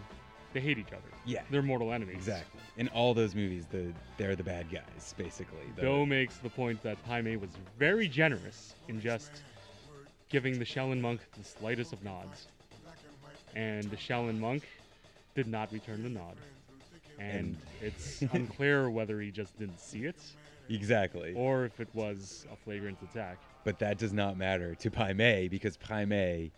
A: they hate each other.
B: Yeah.
A: They're mortal enemies.
B: Exactly. In all those movies, the they're the bad guys, basically. The-
A: Bill makes the point that Pai Mei was very generous in just giving the Shaolin monk the slightest of nods. And the Shaolin monk did not return the nod. And it's unclear whether he just didn't see it
B: exactly.
A: or if it was a flagrant attack.
B: But that does not matter to Pai Mei because Pai Mei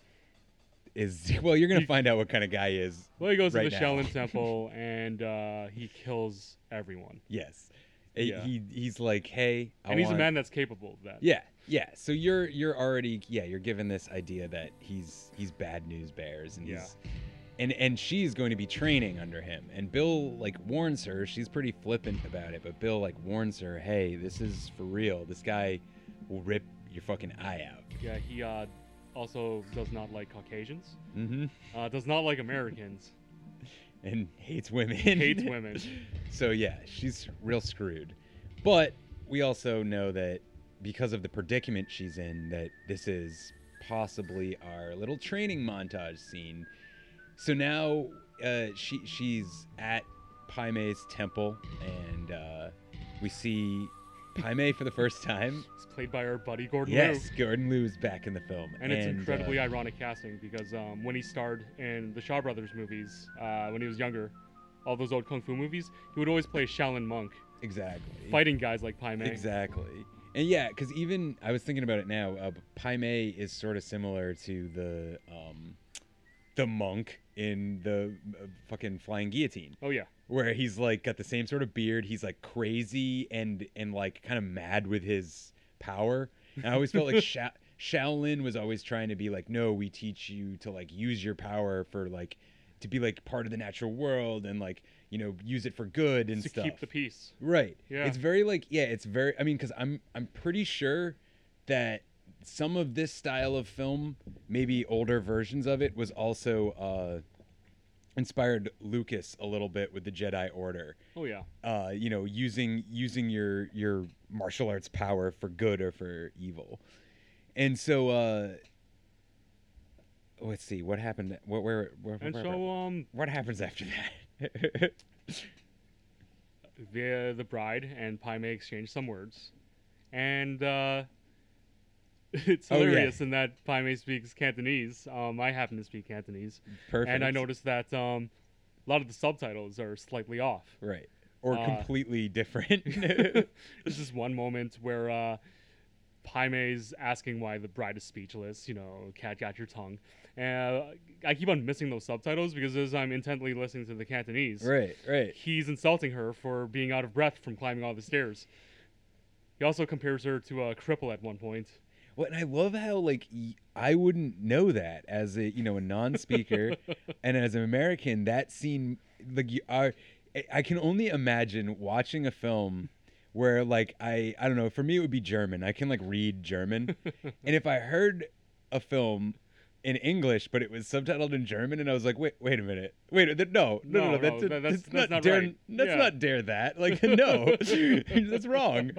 B: is well. You're gonna find out what kind of guy he is.
A: Well, he goes
B: right
A: to the
B: now.
A: Shaolin temple and uh, he kills everyone.
B: yes. It-
A: Yeah.
B: He he's like, hey, I
A: and he's
B: want-
A: a man that's capable of that.
B: Yeah, yeah. So you're you're already yeah you're given this idea that he's he's bad news bears and
A: Yeah.
B: he's and and she's going to be training under him and Bill like warns her she's pretty flippant about it but Bill like warns her hey this is for real this guy will rip your fucking eye out
A: Yeah, he uh, also does not like Caucasians,
B: Mhm.
A: uh, does not like Americans.
B: and hates women
A: Hates women.
B: so yeah she's real screwed But we also know that because of the predicament she's in, that this is possibly our little training montage scene. So now uh, she she's at Paime's temple, and uh, we see Paime for the first time.
A: It's played by our buddy Gordon.
B: yes,
A: Liu.
B: Gordon Liu's back in the film,
A: And it's incredibly
B: uh,
A: ironic casting because um, when he starred in the Shaw Brothers movies uh, when he was younger, all those old kung fu movies, he would always play Shaolin monk,
B: exactly
A: fighting guys like Pai Mei.
B: Exactly. And yeah, because even I was thinking about it now. Uh, Pai Mei is sort of similar to the um, the monk in the uh, fucking flying guillotine.
A: Oh, yeah.
B: where he's like got the same sort of beard. He's like crazy and and like kind of mad with his power. And I always felt like Sha- Shaolin was always trying to be like, no, we teach you to like use your power for like to be like part of the natural world and like you know use it for good and
A: To
B: stuff.
A: keep the peace.
B: Right.
A: Yeah.
B: It's very like yeah, it's very I mean cuz I'm I'm pretty sure that some of this style of film, maybe older versions of it was also uh inspired Lucas a little bit with the Jedi Order.
A: Oh, yeah.
B: Uh you know, using using your your martial arts power for good or for evil. And so uh let's see what happened what where where,
A: And
B: where-
A: so, um,
B: what happens after that?
A: the the bride and Pai Mei exchange some words, and uh, it's
B: Oh, yeah.
A: hilarious in that Pai Mei speaks Cantonese. Um, I happen to speak Cantonese, and I
B: Perfect.
A: noticed that um, a lot of the subtitles are slightly off.
B: right. Or
A: Uh,
B: completely different.
A: There's this one moment where uh, Pai Mei's asking why the bride is speechless. You know, cat got your tongue. And I keep on missing those subtitles because as I'm intently listening to the Cantonese,
B: Right, right.
A: he's insulting her for being out of breath from climbing all the stairs. He also compares her to a cripple at one point.
B: Well, and I love how like y- I wouldn't know that as a you know a non-speaker, and as an American, that scene like you are. I- I can only imagine watching a film where like I I don't know. For me, it would be German. I can like read German, and if I heard a film in English but it was subtitled in German, and I was like, wait wait a minute, wait th- no no no,
A: No, no,
B: that's,
A: that- that's-
B: that's,
A: that's
B: not
A: not
B: dare,
A: right.
B: that's
A: Yeah.
B: not dare that like no that's wrong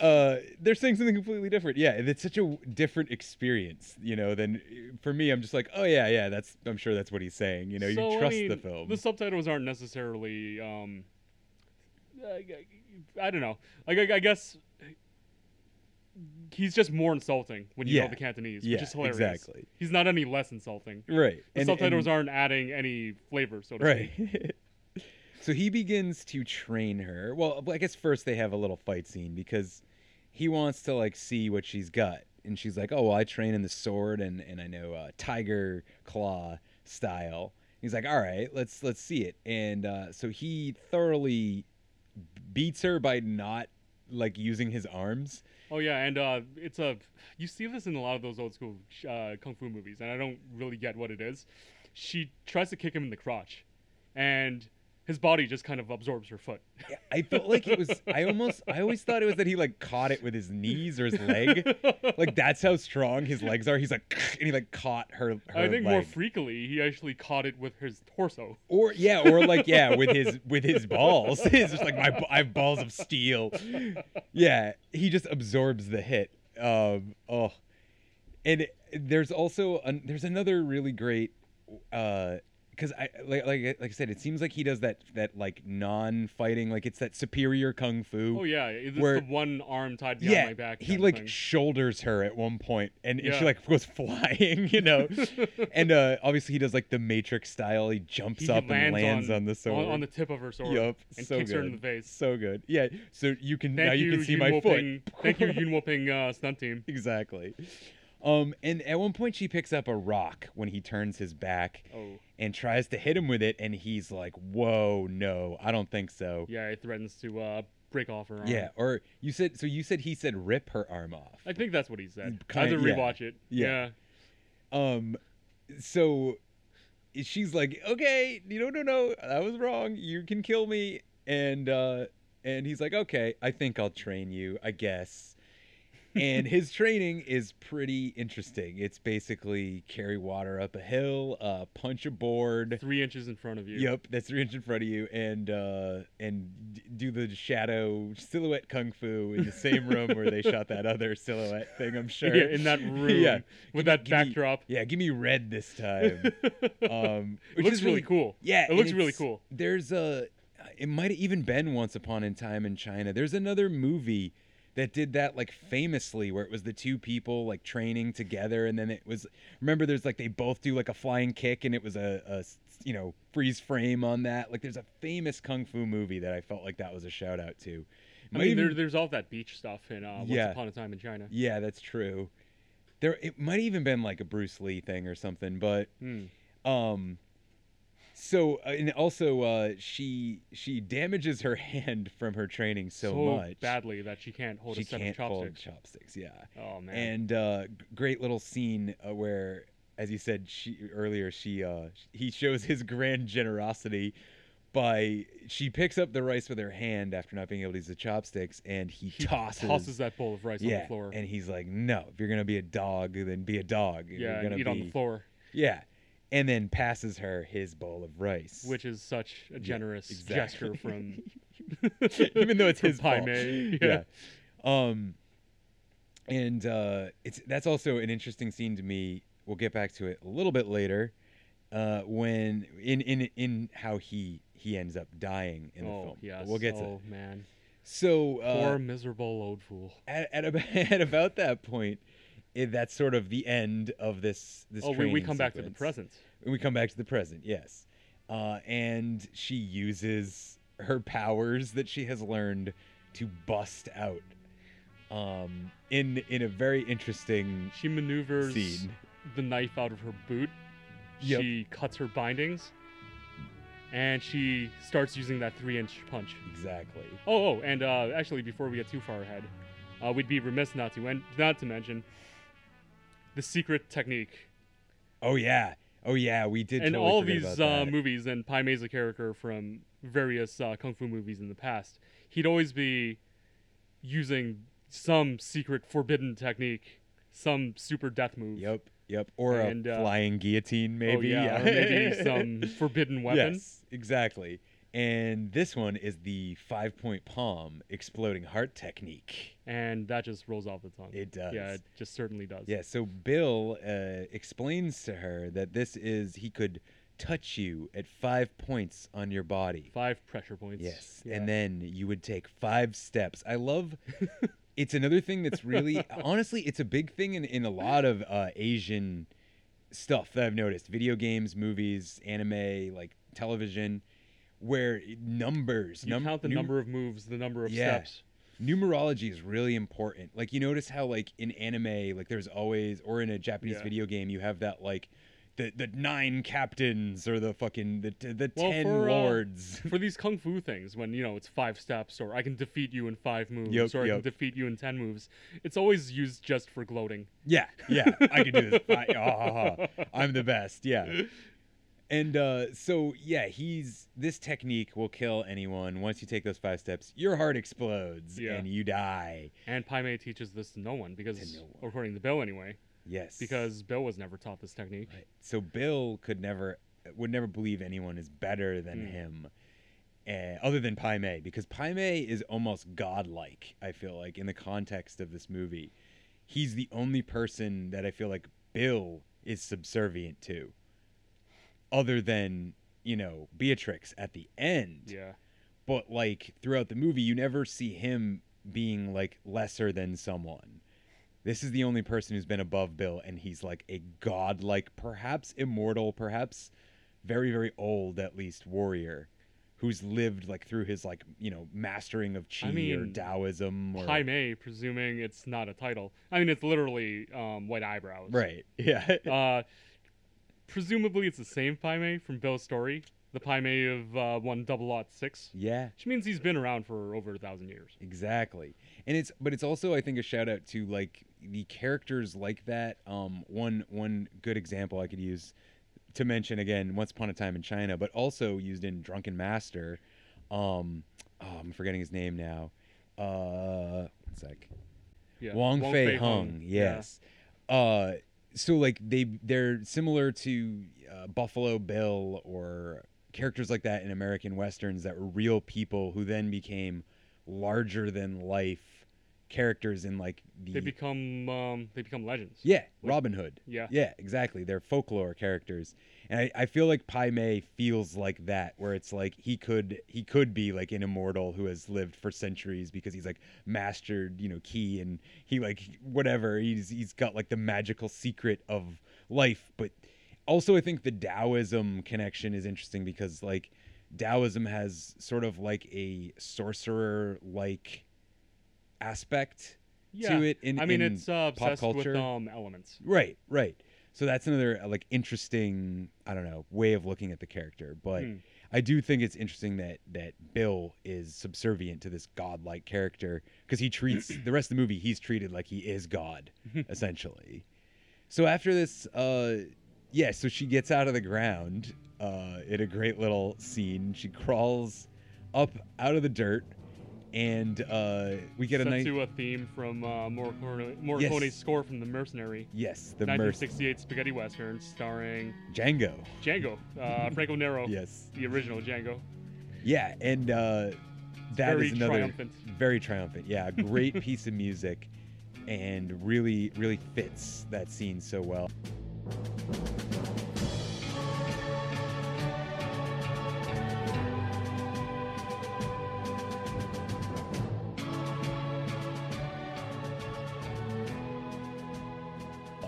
B: uh, they're saying something completely different. Yeah, and it's such a w- different experience, you know. Than uh, for me, I'm just like, oh yeah, yeah. That's I'm sure that's what he's saying. You know,
A: So,
B: you
A: I
B: trust the
A: mean,
B: film.
A: The subtitles aren't necessarily. Um, I, I- I don't know. Like I, I guess he's just more insulting when you
B: Yeah.
A: know the Cantonese,
B: Yeah,
A: which is hilarious.
B: exactly.
A: He's not any less insulting.
B: Right,
A: The
B: and-
A: subtitles
B: and-
A: aren't adding any flavor, so to
B: right.
A: speak.
B: so he begins to train her. Well, I guess first they have a little fight scene because he wants to like see what she's got, and she's like, oh, well, I train in the sword and and I know uh, tiger claw style. He's like, all right, let's let's see it. And uh, so he thoroughly beats her by not like using his arms.
A: Oh yeah, and uh, it's a you see this in a lot of those old school uh, kung fu movies, and I don't really get what it is. She tries to kick him in the crotch, and his body just kind of absorbs her foot.
B: I felt like it was. I almost. I always thought it was that he like caught it with his knees or his leg. Like that's how strong his legs are. He's like, and he like caught her. her
A: I think more
B: leg.
A: freakily, he actually caught it with his torso.
B: Or yeah, or like yeah, with his with his balls. It's just like my b- I have balls of steel. Yeah, he just absorbs the hit. Um, oh, and it- there's also an, there's another really great because I like like like I said, it seems like he does that that like non-fighting, like it's that superior kung fu.
A: Oh yeah, it's
B: where-
A: the one arm tied behind
B: yeah,
A: my back.
B: he
A: kind of
B: like
A: thing.
B: shoulders her at one point, and, and she
A: Yeah.
B: like goes flying, you know. and uh, obviously, he does like the Matrix style. He jumps
A: He
B: up and lands on, the sword,
A: on, on the tip of her sword,
B: Yup,
A: and
B: so
A: kicks
B: good.
A: her in the face.
B: So good, yeah. So you can
A: Thank
B: now you,
A: you,
B: can see
A: Yun
B: my
A: Whooping-
B: foot.
A: thank you, Yun Whooping uh, stunt team.
B: Exactly. Um, and at one point, she picks up a rock when he turns his back
A: Oh.
B: and tries to hit him with it, and he's like, "Whoa, no, I don't think so."
A: Yeah, it threatens to uh, break off her arm.
B: Yeah, or you said so. You said he said rip her arm off.
A: I think that's what he said. I had
B: Mm, Kinda-
A: to
B: yeah.
A: rewatch it. Yeah.
B: Um, so she's like, okay, you know, no, no, I was wrong. You can kill me. And, uh, and he's like, okay, I think I'll train you, I guess. and his training is pretty interesting. It's basically carry water up a hill, uh, punch a board
A: three inches in front of you.
B: Yep, that's three inches in front of you, and uh, and d- do the shadow silhouette kung fu in the same room where they shot that other silhouette thing. I'm sure.
A: Yeah, in that room with that
B: give me-
A: backdrop.
B: yeah, give me red this time. Um,
A: It
B: which
A: looks
B: is
A: really cool.
B: Yeah,
A: It
B: and
A: looks really
B: it's-
A: cool.
B: There's a. It might have even been Once Upon in Time in China. There's another movie that did that like famously where it was the two people like training together and then it was remember there's like they both do like a flying kick and it was a, a you know freeze frame on that like there's a famous kung fu movie that i felt like that was a shout out to
A: I
B: Might
A: mean, there,
B: even-
A: there's all that beach stuff in uh, Once
B: Yeah.
A: Upon a Time in China.
B: yeah, that's true. There, it might even been like a Bruce Lee thing or something, but
A: Hmm.
B: um, so uh, and also uh, she she damages her hand from her training so, much
A: badly that she can't hold
B: she
A: a set
B: can't
A: of chopsticks.
B: hold chopsticks. Yeah.
A: Oh man.
B: And uh, g- great little scene uh, where, as you said she, earlier, she uh, sh- he shows his grand generosity by she picks up the rice with her hand after not being able to use the chopsticks, and he, tosses
A: tosses that bowl of rice on the
B: yeah,
A: floor.
B: And he's like, "No, if you're gonna be a dog, then be a dog. If
A: yeah,
B: you're
A: and
B: gonna
A: eat on
B: be-"
A: the floor,
B: Yeah." And then passes her his bowl of rice.
A: which is such a
B: Yeah,
A: generous gesture
B: exactly.
A: from.
B: even though it's
A: from
B: his
A: Pai
B: fault.
A: Mei.
B: Yeah. Um, and uh, it's that's also an interesting scene to me. We'll get back to it a little bit later. Uh, when in in in how he he ends up dying in the
A: oh
B: film. But
A: yes.
B: We'll get to.
A: oh
B: it.
A: man.
B: So uh,
A: Poor miserable old fool.
B: at, at, ab- at about that point, it, that's sort of the end of this. this
A: Oh, we- we
B: training
A: come back to the
B: sequence.
A: present.
B: We come back to the present, yes. Uh, and she uses her powers that she has learned to bust out. Um, in in a very interesting
A: She maneuvers
B: scene.
A: the knife out of her boot.
B: Yep.
A: She cuts her bindings, and she starts using that three-inch punch.
B: Exactly.
A: Oh, oh, and uh, actually, before we get too far ahead, uh, we'd be remiss not to and not to mention the secret technique.
B: Oh yeah, oh yeah, we did.
A: and
B: totally
A: all
B: forget
A: these
B: about
A: uh,
B: that.
A: movies and Pai Mei's a character from various uh, kung fu movies in the past. He'd always be using some secret forbidden technique, some super death move.
B: Yep, yep. Or a
A: and, uh,
B: flying guillotine, maybe.
A: yeah, or maybe some forbidden weapon.
B: Yes, exactly. And this one is the five point palm exploding heart technique.
A: And that just rolls off the tongue.
B: It does.
A: Yeah, it just certainly does.
B: Yeah, so Bill uh, explains to her that this is he could touch you at five points on your body.
A: Five pressure points.
B: Yes. And then you would take five steps. I love it's another thing that's really honestly, it's a big thing in, in a lot of uh, Asian stuff that I've noticed. Video games, movies, anime, like television, where numbers
A: You
B: num-
A: count the
B: num-
A: number of moves, the number of
B: yeah.
A: steps.
B: Numerology is really important. Like you notice how like in anime, like there's always or in a Japanese
A: Yeah.
B: video game, you have that like the the nine captains or the fucking the t- the
A: Well,
B: ten
A: for, uh,
B: lords.
A: for these kung fu things, when you know it's five steps, or I can defeat you in five moves,
B: Yup,
A: or I
B: yup.
A: can defeat you in ten moves, it's always used just for gloating.
B: Yeah, yeah, I can do this. I, ah, ah, ah, I'm the best. Yeah. And uh, so yeah, he's this technique will kill anyone. Once you take those five steps, your heart explodes
A: Yeah.
B: and you die.
A: And Pai Mei teaches this to no one because,
B: no one.
A: according to Bill, anyway,
B: Yes.
A: because Bill was never taught this technique.
B: so Bill could never would never believe anyone is better than
A: Mm.
B: him, eh, other than Pai Mei, because Pai Mei is almost godlike. I feel like in the context of this movie, he's the only person that I feel like Bill is subservient to, other than you know Beatrix at the end.
A: Yeah,
B: But like throughout the movie, you never see him being like lesser than someone. This is the only person who's been above Bill, and he's like a godlike, perhaps immortal, perhaps very, very old at least warrior who's lived like through his like you know mastering of chi
A: I
B: or
A: mean,
B: Taoism or
A: Pai Mei, presuming it's not a title. I mean, it's literally um, white eyebrows.
B: right, yeah,
A: uh, presumably, it's the same Pai Mei from Bill's story, the Pai Mei of uh, one double lot six,
B: yeah.
A: which means he's been around for over a thousand years.
B: Exactly. And it's but it's also I think a shout out to like the characters like that. Um one one good example I could use to mention again Once Upon a Time in China, but also used in Drunken Master. Um oh, I'm forgetting his name now. Uh one sec.
A: Yeah.
B: Wong,
A: Wong
B: Fei
A: Fei
B: Hung.
A: Hung, yeah.
B: Yes. Uh, so like they they're similar to uh, Buffalo Bill or characters like that in American westerns that were real people who then became larger than life characters in like the
A: They become um, they become legends.
B: yeah, Robin Hood.
A: Yeah.
B: Yeah, exactly. They're folklore characters. And I, I feel like Pai Mei feels like that, where it's like he could he could be like an immortal who has lived for centuries because he's like mastered, you know, key and he like whatever. He's he's got like the magical secret of life. But also I think the Taoism connection is interesting because like Taoism has sort of like a sorcerer like aspect
A: Yeah.
B: to it in
A: I mean,
B: in
A: it's uh,
B: pop
A: obsessed
B: culture.
A: with um, elements.
B: Right, right. So that's another uh, like interesting, I don't know, way of looking at the character. But
A: Hmm.
B: I do think it's interesting that that Bill is subservient to this godlike character because he treats the rest of the movie he's treated like he is God, essentially. So after this, uh, yeah, so she gets out of the ground uh, in a great little scene. She crawls up out of the dirt, and uh, we get a
A: Set
B: nice.
A: to a theme from uh, Morricone, Morricone's
B: Yes.
A: score from The Mercenary.
B: Yes, The Merc-
A: 1968 spaghetti western starring
B: Django.
A: Django, uh, Franco Nero.
B: Yes.
A: the original Django.
B: Yeah, and uh, that
A: very
B: is another
A: triumphant.
B: very triumphant. Yeah, a great piece of music, and really, really fits that scene so well.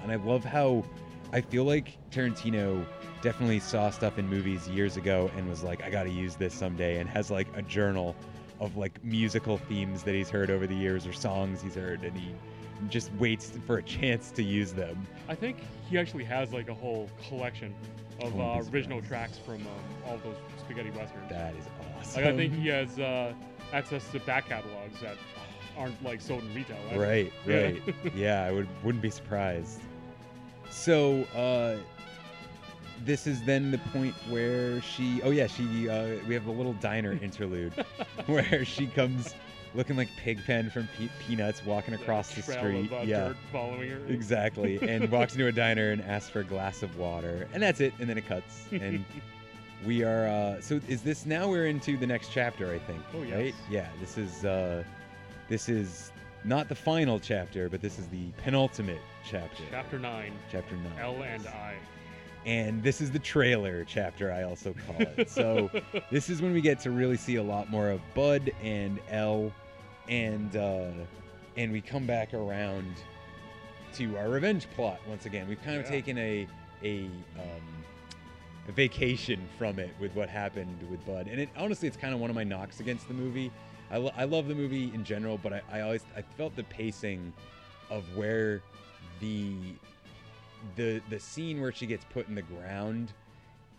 B: And I love how I feel like Tarantino definitely saw stuff in movies years ago and was like, I got to use this someday, and has like a journal of like musical themes that he's heard over the years or songs he's heard, and he just waits for a chance to use them.
A: I think he actually has like a whole collection of
B: Wouldn't
A: uh,
B: be
A: original tracks from um, all those spaghetti westerns.
B: That is awesome.
A: Like, I think he has uh, access to back catalogs that aren't like sold in retail. I-
B: Right,
A: Yeah.
B: right. yeah, I would wouldn't be surprised. So, uh this is then the point where she oh yeah, she uh we have a little diner interlude where she comes looking like Pigpen from Pe- Peanuts walking across the
A: trail
B: street.
A: of, uh,
B: yeah.
A: dirt following her.
B: Exactly. And walks into a diner and asks for a glass of water. And that's it and then it cuts and we are uh so is this now we're into the next chapter, I think,
A: Oh, yes.
B: right? Yeah, this is uh this is not the final chapter, but this is the penultimate chapter.
A: Chapter nine.
B: Chapter nine.
A: L and I.
B: And this is the trailer chapter, I also call it. So this is when we get to really see a lot more of Bud and L, and uh, and we come back around to our revenge plot once again. We've kind of
A: Yeah.
B: taken a a, um, a vacation from it with what happened with Bud, and it honestly, it's kind of one of my knocks against the movie. I, lo- I love the movie in general, but I, I always I felt the pacing of where the the the scene where she gets put in the ground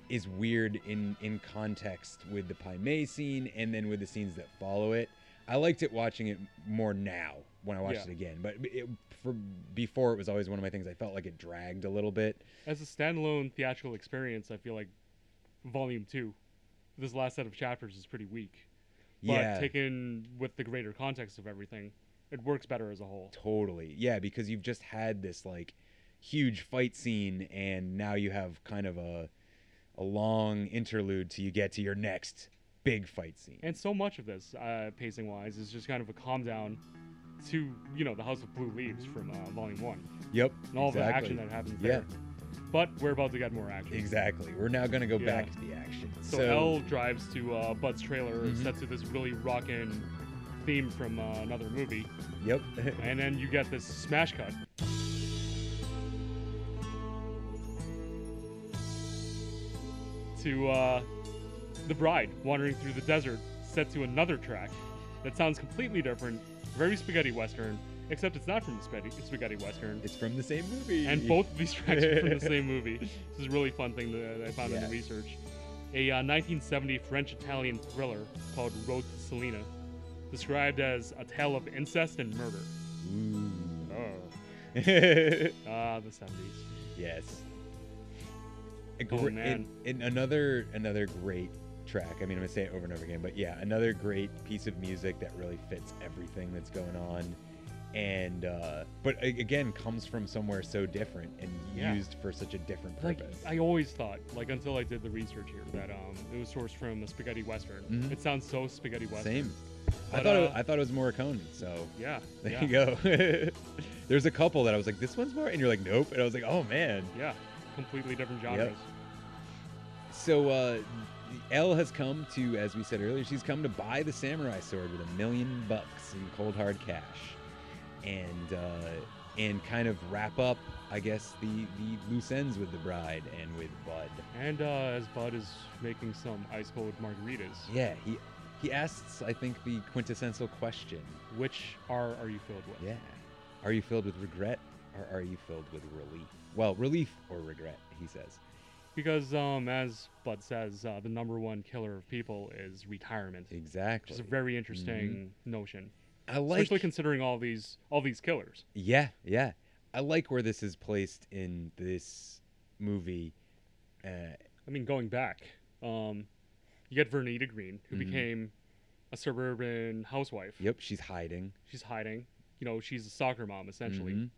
B: is weird in in context with the Pai Mei scene and then with the scenes that follow it. I liked it watching it more now when I watched
A: Yeah.
B: it again, but it, for before it was always one of my things. I felt like it dragged a little bit.
A: As a standalone theatrical experience, I feel like Volume Two, this last set of chapters is pretty weak. But
B: Yeah.
A: taken with the greater context of everything, it works better as a whole.
B: Totally, yeah, because you've just had this like huge fight scene, and now you have kind of a a long interlude till you get to your next big fight scene.
A: And so much of this, uh, pacing wise, is just kind of a calm down to, you know, the House of Blue Leaves from uh, Volume 1.
B: Yep,
A: And all the
B: exactly.
A: action that happens
B: Yeah.
A: there. But we're about to get more action.
B: Exactly. We're now going to go
A: Yeah.
B: back to the action.
A: So, L drives to uh, Bud's trailer,
B: Mhm.
A: set to this really rockin' theme from uh, another movie.
B: Yep.
A: and then you get this smash cut. To uh, the bride wandering through the desert, set to another track that sounds completely different, very spaghetti western, except it's not from the spaghetti, spaghetti western.
B: It's from the same movie.
A: And both of these tracks are from the same movie. This is a really fun thing that I found in the
B: Yeah.
A: research. A uh, 1970 French Italian thriller called Road to Selena, described as a tale of incest and murder. Oh. ah, the 70s.
B: yes. A
A: Oh,
B: gr-
A: man.
B: And, and another another great track. I mean, I'm gonna say it over and over again, but yeah, another great piece of music that really fits everything that's going on. and uh, but a- again comes from somewhere so different and
A: Yeah.
B: used for such a different
A: Like
B: purpose.
A: I always thought, like until I did the research here, that um it was sourced from a spaghetti western.
B: Mhm.
A: It sounds so spaghetti western.
B: Same. I
A: But,
B: thought it,
A: uh,
B: I thought it was Morricone. So
A: Yeah,
B: there
A: yeah.
B: you go. There's a couple that I was like, this one's more, and you're like, nope, and I was like, oh man.
A: yeah, completely different genres.
B: So uh, Elle has come to, as we said earlier, she's come to buy the samurai sword with a million bucks in cold hard cash, and uh, and kind of wrap up, I guess, the the loose ends with the bride and with Bud.
A: And uh, as Bud is making some ice cold margaritas,
B: Yeah, he he asks, I think, the quintessential question:
A: Which R are you filled with?
B: Yeah, are you filled with regret or are you filled with relief? Well, relief or regret, he says.
A: because um as Bud says, uh, the number one killer of people is retirement.
B: Exactly.
A: Which is a very interesting notion.
B: I like-
A: especially considering all these all these killers.
B: Yeah, yeah. I like where this is placed in this movie. Uh,
A: I mean, going back, um, you get Vernita Green, who
B: Mhm.
A: became a suburban housewife.
B: yep, she's hiding.
A: She's hiding. You know, she's a soccer mom essentially,
B: Mhm.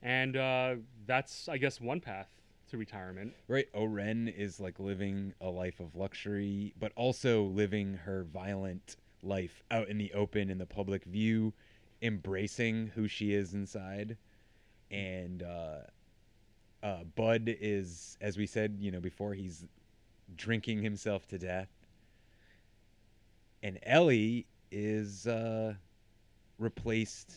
A: and uh, that's, I guess, one path to retirement.
B: Right, Oren is like living a life of luxury, but also living her violent life out in the open, in the public view, embracing who she is inside. And uh, uh, Bud is, as we said, you know, before, he's drinking himself to death. And Ellie is uh, replaced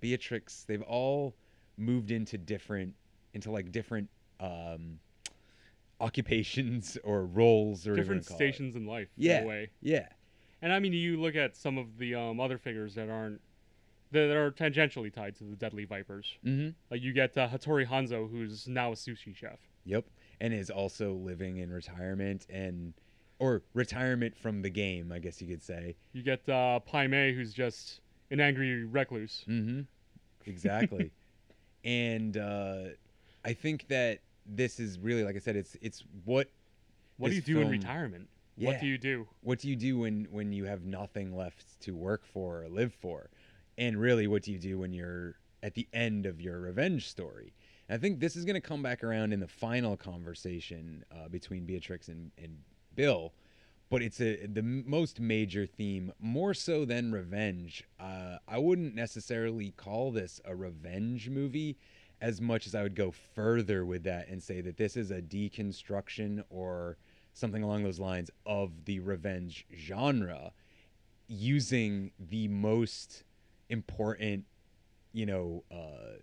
B: Beatrix. They've all moved into different, into like different um, occupations or roles or whatever you
A: Different
B: wanna call it.
A: stations in life, in a
B: Yeah,
A: way.
B: yeah.
A: And I mean, you look at some of the um, other figures that aren't that are tangentially tied to the Deadly Vipers.
B: Mhm.
A: Like you get uh, Hattori Hanzo, who's now a sushi chef.
B: Yep. And is also living in retirement and or retirement from the game, I guess you could say.
A: You get uh, Pai Mei, who's just an angry recluse.
B: Mm-hmm. Exactly. and uh, I think that this is really, like I said, it's it's what.
A: What do
B: this
A: you do in
B: film-
A: retirement? What
B: Yeah.
A: do you do?
B: What do you do when when you have nothing left to work for or live for? And really, what do you do when you're at the end of your revenge story? And I think this is going to come back around in the final conversation uh, between Beatrix and, and Bill, but it's a the most major theme, more so than revenge. Uh, I wouldn't necessarily call this a revenge movie as much as I would go further with that and say that this is a deconstruction or something along those lines of the revenge genre using the most important, you know, uh,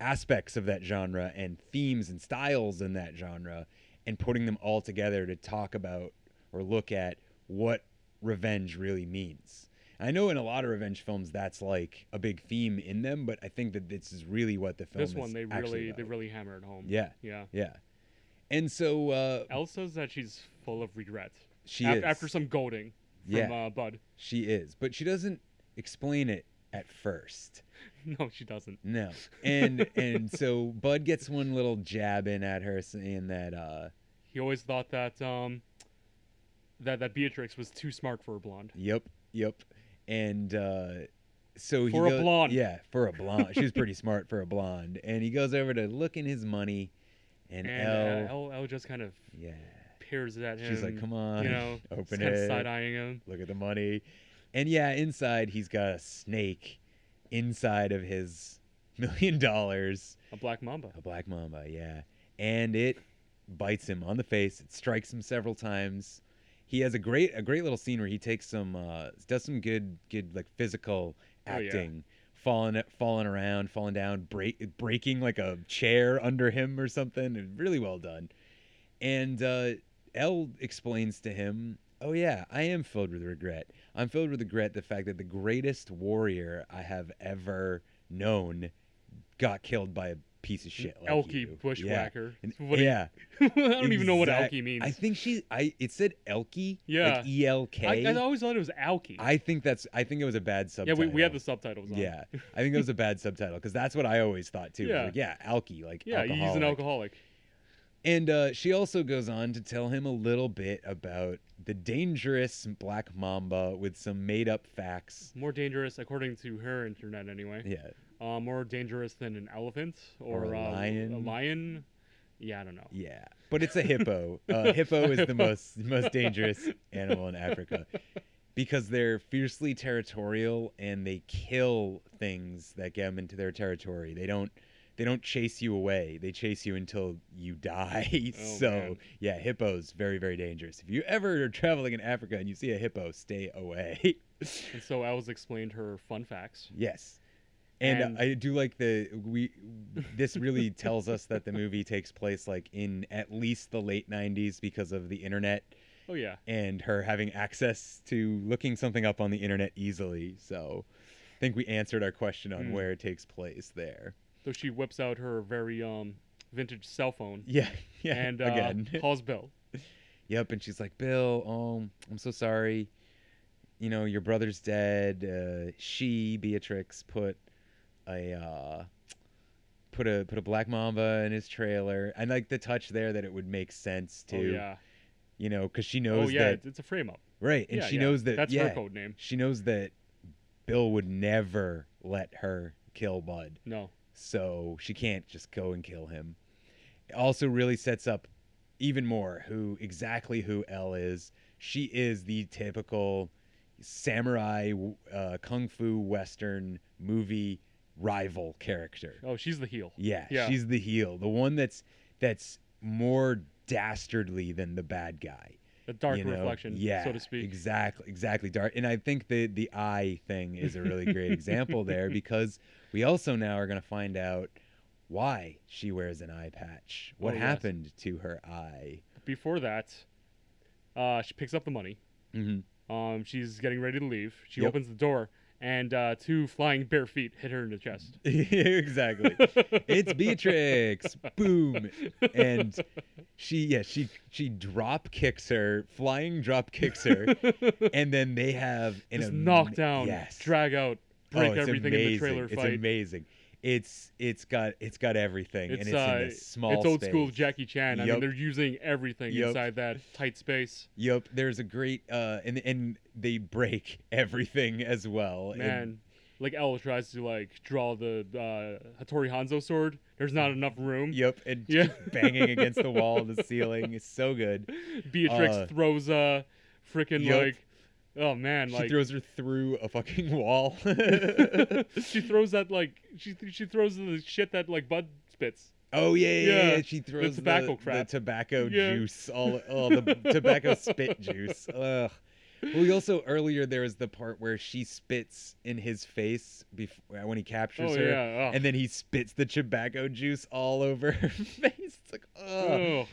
B: aspects of that genre and themes and styles in that genre and putting them all together to talk about or look at what revenge really means. I know in a lot of revenge films that's like a big theme in them, but I think that this is really what the film
A: This
B: is
A: one they
B: actually
A: really
B: about.
A: they really hammer it home.
B: Yeah.
A: yeah.
B: Yeah. And so uh
A: Elle says that she's full of regret.
B: She
A: Af-
B: is.
A: after some goading from
B: Yeah.
A: uh, Bud.
B: she is, but she doesn't explain it at first.
A: No, she doesn't.
B: No. And and so Bud gets one little jab in at her saying that uh
A: He always thought that um that that Beatrix was too smart for a blonde.
B: Yep, yep. And uh, so he
A: For a
B: go-
A: blonde.
B: yeah, for a blonde. she was pretty smart for a blonde. And he goes over to look in his money, and,
A: And uh, oh.
B: L,
A: Elle, Elle just kind of
B: yeah,
A: peers at him.
B: she's like, "Come on,
A: you know,
B: open
A: kind
B: it,
A: of side eyeing him.
B: Look at the money." And yeah, inside he's got a snake inside of his million dollars,
A: A black mamba.
B: a black mamba. Yeah, and it bites him on the face. It strikes him several times. He has a great a great little scene where he takes some uh, does some good good like physical
A: Oh, yeah.
B: acting, falling falling around, falling down, break, breaking like a chair under him or something. and Really well done. And uh, Elle explains to him, "Oh yeah, I am filled with regret. I'm filled with regret the fact that the greatest warrior I have ever known got killed by a piece of shit like
A: Elky
B: you." Yeah.
A: bushwhacker.
B: And-
A: What do you-
B: yeah.
A: I don't even know what
B: Exact-
A: Alki means.
B: I think she. I it said Elky.
A: Yeah.
B: Like E L K.
A: I, I always thought it was Alki.
B: I think that's. I think it was a bad
A: yeah,
B: subtitle.
A: we, we had the subtitles on.
B: Yeah, I think it was a bad subtitle because that's what I always thought too. It was
A: Yeah.
B: Like, yeah, Alky. Like
A: Yeah, he's an
B: alcoholic.
A: alcoholic.
B: And uh, she also goes on to tell him a little bit about the dangerous black mamba with some made up facts.
A: More dangerous, according to her internet anyway.
B: Yeah.
A: Uh, more dangerous than an elephant
B: Or
A: or,
B: a
A: uh,
B: lion.
A: A lion. Yeah, I don't know.
B: Yeah. But it's a hippo. uh, hippo is the most most dangerous animal in Africa because they're fiercely territorial and they kill things that get them into their territory. They don't they don't chase you away. They chase you until you die.
A: Oh,
B: so
A: man.
B: yeah, hippos very very dangerous. If you ever are traveling in Africa and you see a hippo, stay away.
A: And so Alice explained her fun facts.
B: Yes. And,
A: And-
B: I do like the we this really tells us that the movie takes place like in at least the late 90s because of the internet
A: Oh yeah.
B: and her having access to looking something up on the internet easily. So I think we answered our question on
A: Hmm.
B: where it takes place there.
A: So she whips out her very um vintage cell phone.
B: Yeah, yeah,
A: And uh,
B: again.
A: calls Bill. Oh,
B: Yep, and she's like, "Bill, um, I'm so sorry. You know, your brother's dead. Uh, she, Beatrix, put a uh, put a put a black mamba in his trailer, and like the touch there that it would make sense
A: Oh,
B: to,
A: yeah.
B: you know, because she knows
A: oh yeah,
B: that
A: it's- it's a frame up.
B: right, and
A: Yeah,
B: she
A: yeah.
B: knows that
A: That's
B: yeah,
A: her code name.
B: She knows that Bill would never let her kill Bud.
A: No.
B: So she can't just go and kill him. It also really sets up even more who exactly who Elle is. She is the typical samurai uh, kung fu western movie rival character.
A: Oh, she's the heel.
B: Yeah,
A: Yeah.
B: she's the heel, the one that's that's more dastardly than the bad guy.
A: The dark
B: you know?
A: reflection, so
B: yeah,
A: to speak.
B: Exactly, exactly. Dark, and I think the the eye thing is a really great example there because we also now are going to find out why she wears an eye patch. What
A: Oh, yes.
B: happened to her eye?
A: Before that, uh, she picks up the money.
B: Mhm.
A: Um, she's getting ready to leave. She
B: Yep.
A: opens the door, and uh, two flying bare feet hit her in the chest.
B: exactly. it's Beatrix. Boom. And she yeah, she she drop kicks her, flying drop kicks her, and then they have an
A: Just
B: ama-
A: knock down, drag out, break
B: Oh, it's
A: everything in the trailer
B: amazing.
A: fight.
B: It's amazing. It's it's got it's got everything
A: It's,
B: and it's
A: uh,
B: in a small
A: it's old school
B: space.
A: Jackie Chan. I mean,
B: Yup.
A: they're using everything
B: Yup.
A: inside that tight space.
B: Yep, there's a great uh and and they break everything as well. and-
A: Man, like Elle tries to like draw the uh, Hattori Hanzo sword. There's not enough room.
B: Yep, and
A: yeah.
B: banging against the wall, the ceiling is so good.
A: Beatrix
B: Uh,
A: throws uh, freaking
B: yup.
A: like, oh man,
B: she
A: like
B: throws her through a fucking wall.
A: she throws that like she th- she throws the shit that like Bud spits.
B: Oh yeah, yeah, yeah, yeah. She throws
A: the tobacco crap.
B: tobacco
A: Yeah.
B: juice, all oh, the tobacco spit juice. Ugh. Well, we also earlier there was the part where she spits in his face before when he captures
A: Oh,
B: her,
A: yeah, ugh.
B: and then he spits the tobacco juice all over her face. It's like, ugh.
A: Oh. Ugh.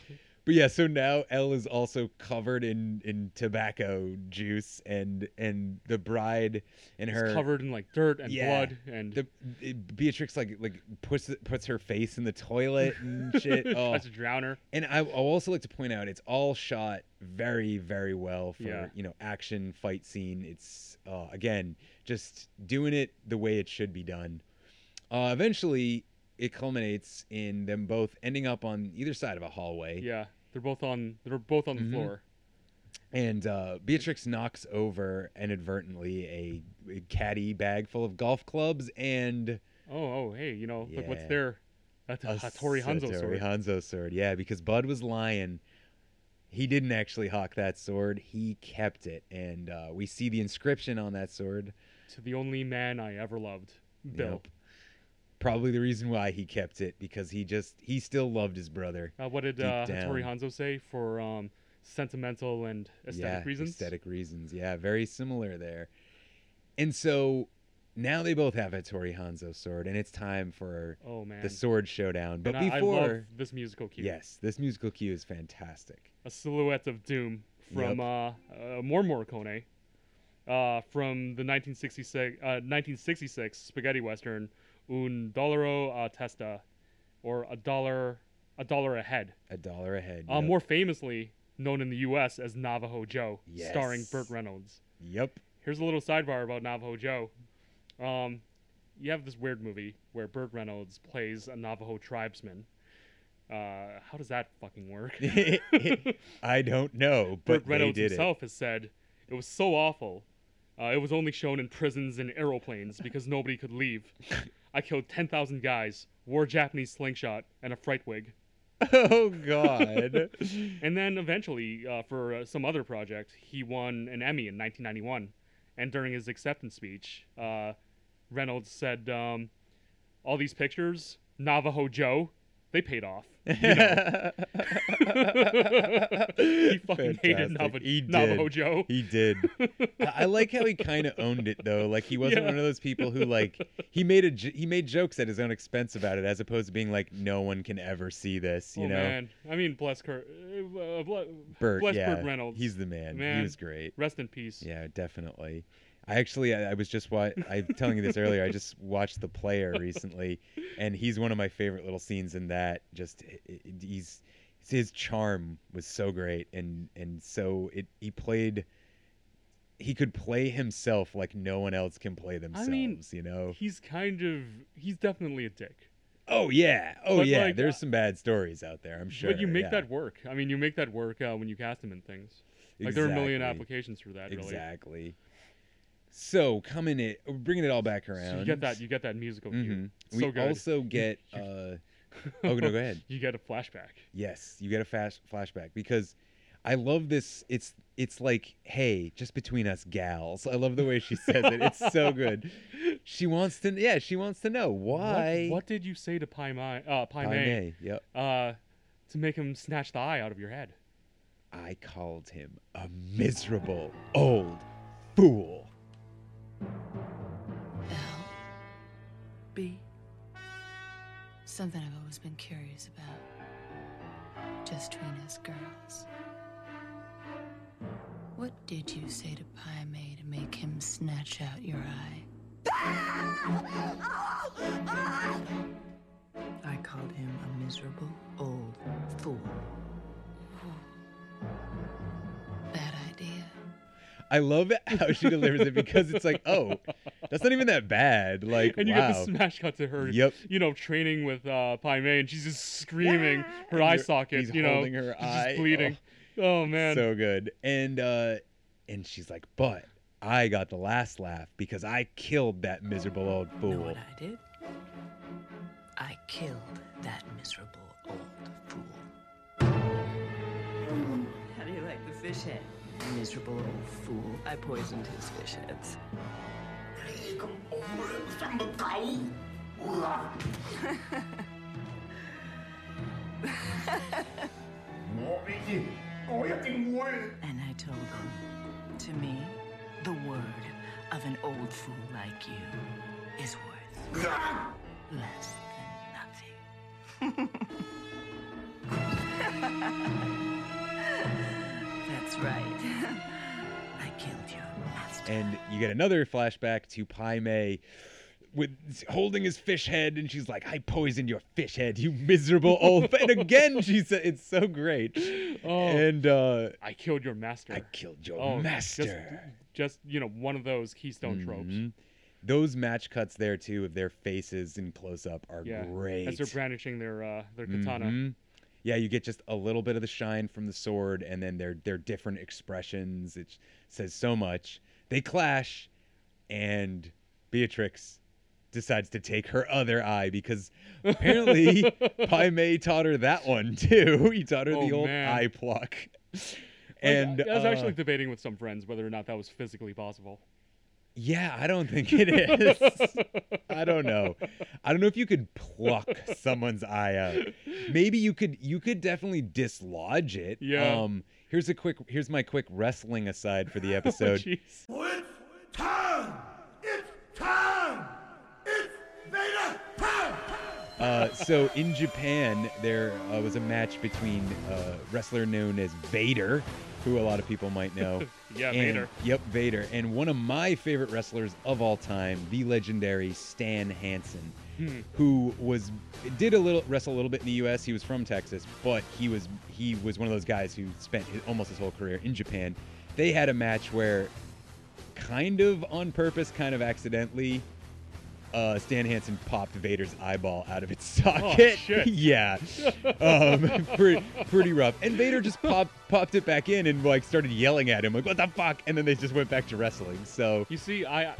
B: But yeah, so now Elle is also covered in in tobacco juice, and and the bride and
A: It's
B: her
A: covered in like dirt and
B: Yeah.
A: blood and
B: the it- Beatrix like like puts puts her face in the toilet and shit. Oh.
A: tries to drown her.
B: And I, I'll also like to point out it's all shot very, very well for
A: Yeah.
B: you know action fight scene. It's uh, again just doing it the way it should be done. Uh, eventually, it culminates in them both ending up on either side of a hallway.
A: Yeah, they're both on they're both on the
B: Mhm.
A: floor.
B: And uh, Beatrix knocks over inadvertently a, a caddy bag full of golf clubs and
A: Oh, oh, hey, you know, look what's
B: Yeah.
A: there. That's a Hattori Hanzo
B: Satori
A: sword.
B: Hanzo sword, yeah, because Bud was lying. He didn't actually hawk that sword. He kept it, and uh, we see the inscription on that sword.
A: to the only man I ever loved, Bill.
B: Yep. Probably the reason why he kept it because he just he still loved his brother.
A: Uh, what did
B: deep
A: uh,
B: down.
A: Hattori Hanzo say for um, sentimental and aesthetic
B: yeah,
A: reasons?
B: Aesthetic reasons, yeah, very similar there. And so now they both have a Tori Hanzo sword, and it's time for
A: Oh, man.
B: the sword showdown. But
A: And I- I
B: before,
A: love this musical cue.
B: yes, this musical cue is fantastic.
A: A silhouette of doom from uh, uh, more Morricone, uh, from the 1966, uh, 1966 spaghetti western Un Dollaro a Testa, or a dollar a dollar a head.
B: A dollar a head.
A: Uh,
B: yep.
A: More famously known in the U.S. as Navajo Joe, starring
B: Yes.
A: Burt Reynolds.
B: Yep.
A: Here's a little sidebar about Navajo Joe. Um, you have this weird movie where Burt Reynolds plays a Navajo tribesman, Uh, how does that fucking work?
B: I don't know, but
A: Burt Reynolds
B: they did
A: himself has said it was so awful. Uh, it was only shown in prisons and aeroplanes because nobody could leave. I killed ten thousand guys, wore Japanese slingshot and a fright wig.
B: Oh God.
A: and then eventually, uh, for uh, some other project, he won an Emmy in 1991. And during his acceptance speech, uh, Reynolds said, um, "All these pictures, Navajo Joe, they paid off." You know. he fucking hated
B: Fantastic.
A: Navajo,
B: He did.
A: Navajo Joe.
B: He did. I I like how he kind of owned it though. Like he wasn't
A: Yeah.
B: one of those people who like he made a j- he made jokes at his own expense about it, as opposed to being like no one can ever see this. You
A: oh
B: know,
A: man, I mean, bless Kurt, uh, ble-
B: Burt.
A: bless
B: yeah,
A: Burt Reynolds.
B: He's the man. He was great.
A: Rest in peace.
B: Yeah, definitely. I actually, I, I was just wa- I was telling you this earlier. I just watched The Player recently, and he's one of my favorite little scenes in that. Just i- i- he's his charm was so great, and and so it he played. He could play himself like no one else can play themselves. you know.
A: He's kind of, he's definitely a dick.
B: Oh yeah. Oh
A: But,
B: yeah.
A: like, uh,
B: There's some bad stories out there. I'm sure.
A: But you make
B: yeah.
A: that work. I mean, you make that work uh, when you cast him in things. Like there are a million
B: Exactly.
A: applications for that. Really.
B: Exactly. So coming it, bringing it all back around.
A: So you get that. You get that musical
B: Mhm.
A: cue.
B: We
A: So good.
B: also get. Uh, oh, no, go ahead.
A: you get a flashback.
B: Yes, you get a flash flashback because I love this. It's it's like, hey, just between us gals. I love the way she says it. It's so good. She wants to, yeah, she wants to know why.
A: What, what did you say to Pai Mai? Uh, Pai,
B: Pai
A: Mei,
B: Mei, yep.
A: Uh, to make him snatch the eye out of your head.
B: I called him a miserable old fool.
G: B. Something I've always been curious about. Just between us girls. What did you say to Pai Mei to make him snatch out your eye?
C: Oh,
G: I called him a miserable old fool. Bad idea.
B: I love how she delivers it because it's like, oh, that's not even that bad. Like,
A: and you
B: wow.
A: get the smash cut to her.
B: Yep.
A: You know, training with uh, Pai Mei, and she's just screaming her eye
B: You're-
A: socket.
B: he's
A: you know,
B: holding her
A: she's
B: eye.
A: just bleeding. Oh, man.
B: so good. And uh, and she's like, but I got the last laugh because I killed that miserable old
G: Know
B: fool.
G: what I did? I killed that miserable old fool. How do you like the fish head? Miserable old fool. I poisoned his fish heads. And I told him, to me, the word of an old fool like you is worth less than nothing. That's right. I killed you.
B: And you get another flashback to Pai Mei with holding his fish head, and she's like, "I poisoned your fish head, you miserable old." f-" And again, she said, "It's so great."
A: Oh.
B: And uh, Oh,
A: I killed your master. I
B: killed your
A: Just,
B: master.
A: just, you know, one of those keystone tropes.
B: Mhm. Those match cuts there too of their faces in close up are
A: Yeah.
B: great.
A: As they're brandishing their uh, their katana.
B: Mhm. Yeah, you get just a little bit of the shine from the sword, and then their their different expressions. It says so much. They clash, and Beatrix decides to take her other eye because apparently Pai Mei taught her that one too. He taught her the
A: Oh,
B: old
A: man.
B: eye pluck.
A: Like,
B: And
A: I was
B: uh,
A: actually debating with some friends whether or not that was physically possible.
B: Yeah, I don't think it is. I don't know. I don't know if you could pluck someone's eye out. Maybe you could you could definitely dislodge it.
A: Yeah.
B: Um here's a quick here's my quick wrestling aside for the episode.
A: Jeez.
B: Uh, so in Japan, there uh, was a match between a wrestler known as Vader, who a lot of people might know.
A: Yeah,
B: and-
A: Vader.
B: Yep, Vader. And one of my favorite wrestlers of all time, the legendary Stan Hansen,
A: Hmm.
B: who was did a little wrestle a little bit in the U.S. He was from Texas, but he was he was one of those guys who spent his, almost his whole career in Japan. They had a match where, kind of on purpose, kind of accidentally, uh, Stan Hansen popped Vader's eyeball out of its socket.
A: shit.
B: yeah, um, pretty, pretty rough. And Vader just popped popped it back in and like started yelling at him like, "What the fuck!" And then they just went back to wrestling. So
A: You see, I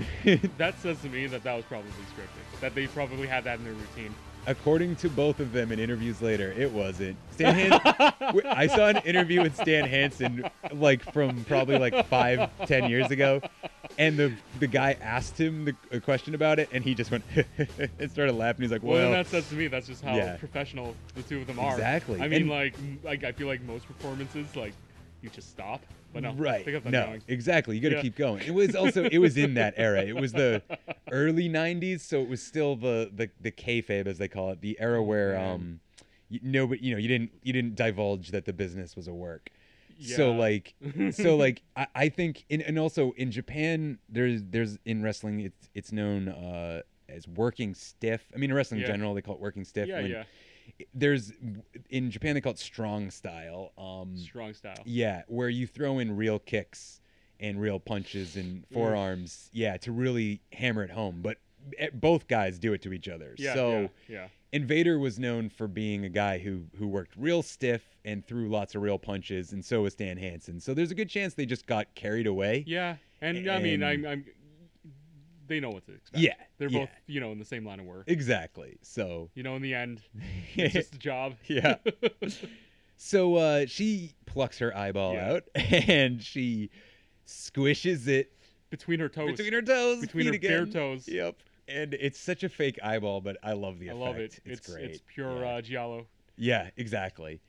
A: that says to me that that was probably scripted. That they probably had that in their routine.
B: According to both of them in interviews later, it wasn't. Stan Han- I saw an interview with Stan Hansen, like from probably like five, ten years ago, and the the guy asked him the a question about it, and he just went and started laughing. He's like,
A: Well,
B: "Well,
A: then that says to me that's just how
B: yeah.
A: professional the two of them are.
B: Exactly.
A: I mean,
B: And-
A: like, m- like I feel like most performances, like, you just stop. But no,
B: right,
A: They kept on
B: no,
A: going.
B: exactly. You got to
A: Yeah.
B: keep going." It was also it was in that era. It was the early '90s, so it was still the the the kayfabe as they call it, the era where
A: Oh, man.
B: um, you, no, but you know, you didn't you didn't divulge that the business was a work. So
A: Yeah.
B: like, so like, I, I think, in, and also in Japan, there's there's in wrestling, it's it's known uh, as working stiff. I mean, in wrestling in
A: Yeah.
B: general, they call it working stiff.
A: Yeah,
B: when-
A: yeah.
B: There's in Japan they call it strong style. Um,
A: Strong style.
B: Yeah, where you throw in real kicks and real punches and
A: Mm.
B: forearms. Yeah, to really hammer it home. But eh, both guys do it to each other.
A: Yeah,
B: so
A: yeah, yeah.
B: and Vader was known for being a guy who who worked real stiff and threw lots of real punches, and so was Stan Hansen. So there's a good chance they just got carried away.
A: Yeah, and, I mean,
B: And-
A: I'm, I'm, they know what to expect.
B: Yeah,
A: they're
B: yeah.
A: both, you know, in the same line of work.
B: Exactly. So
A: You know, in the end, it's just a job.
B: yeah. so uh, she plucks her eyeball
A: Yeah.
B: out and she squishes it
A: between her toes.
B: Between her toes.
A: Between
B: feet
A: her bare
B: again.
A: toes.
B: Yep. And it's such a fake eyeball, but I love the
A: I
B: effect.
A: love it.
B: It's,
A: It's
B: great.
A: It's pure uh, giallo.
B: Yeah, exactly.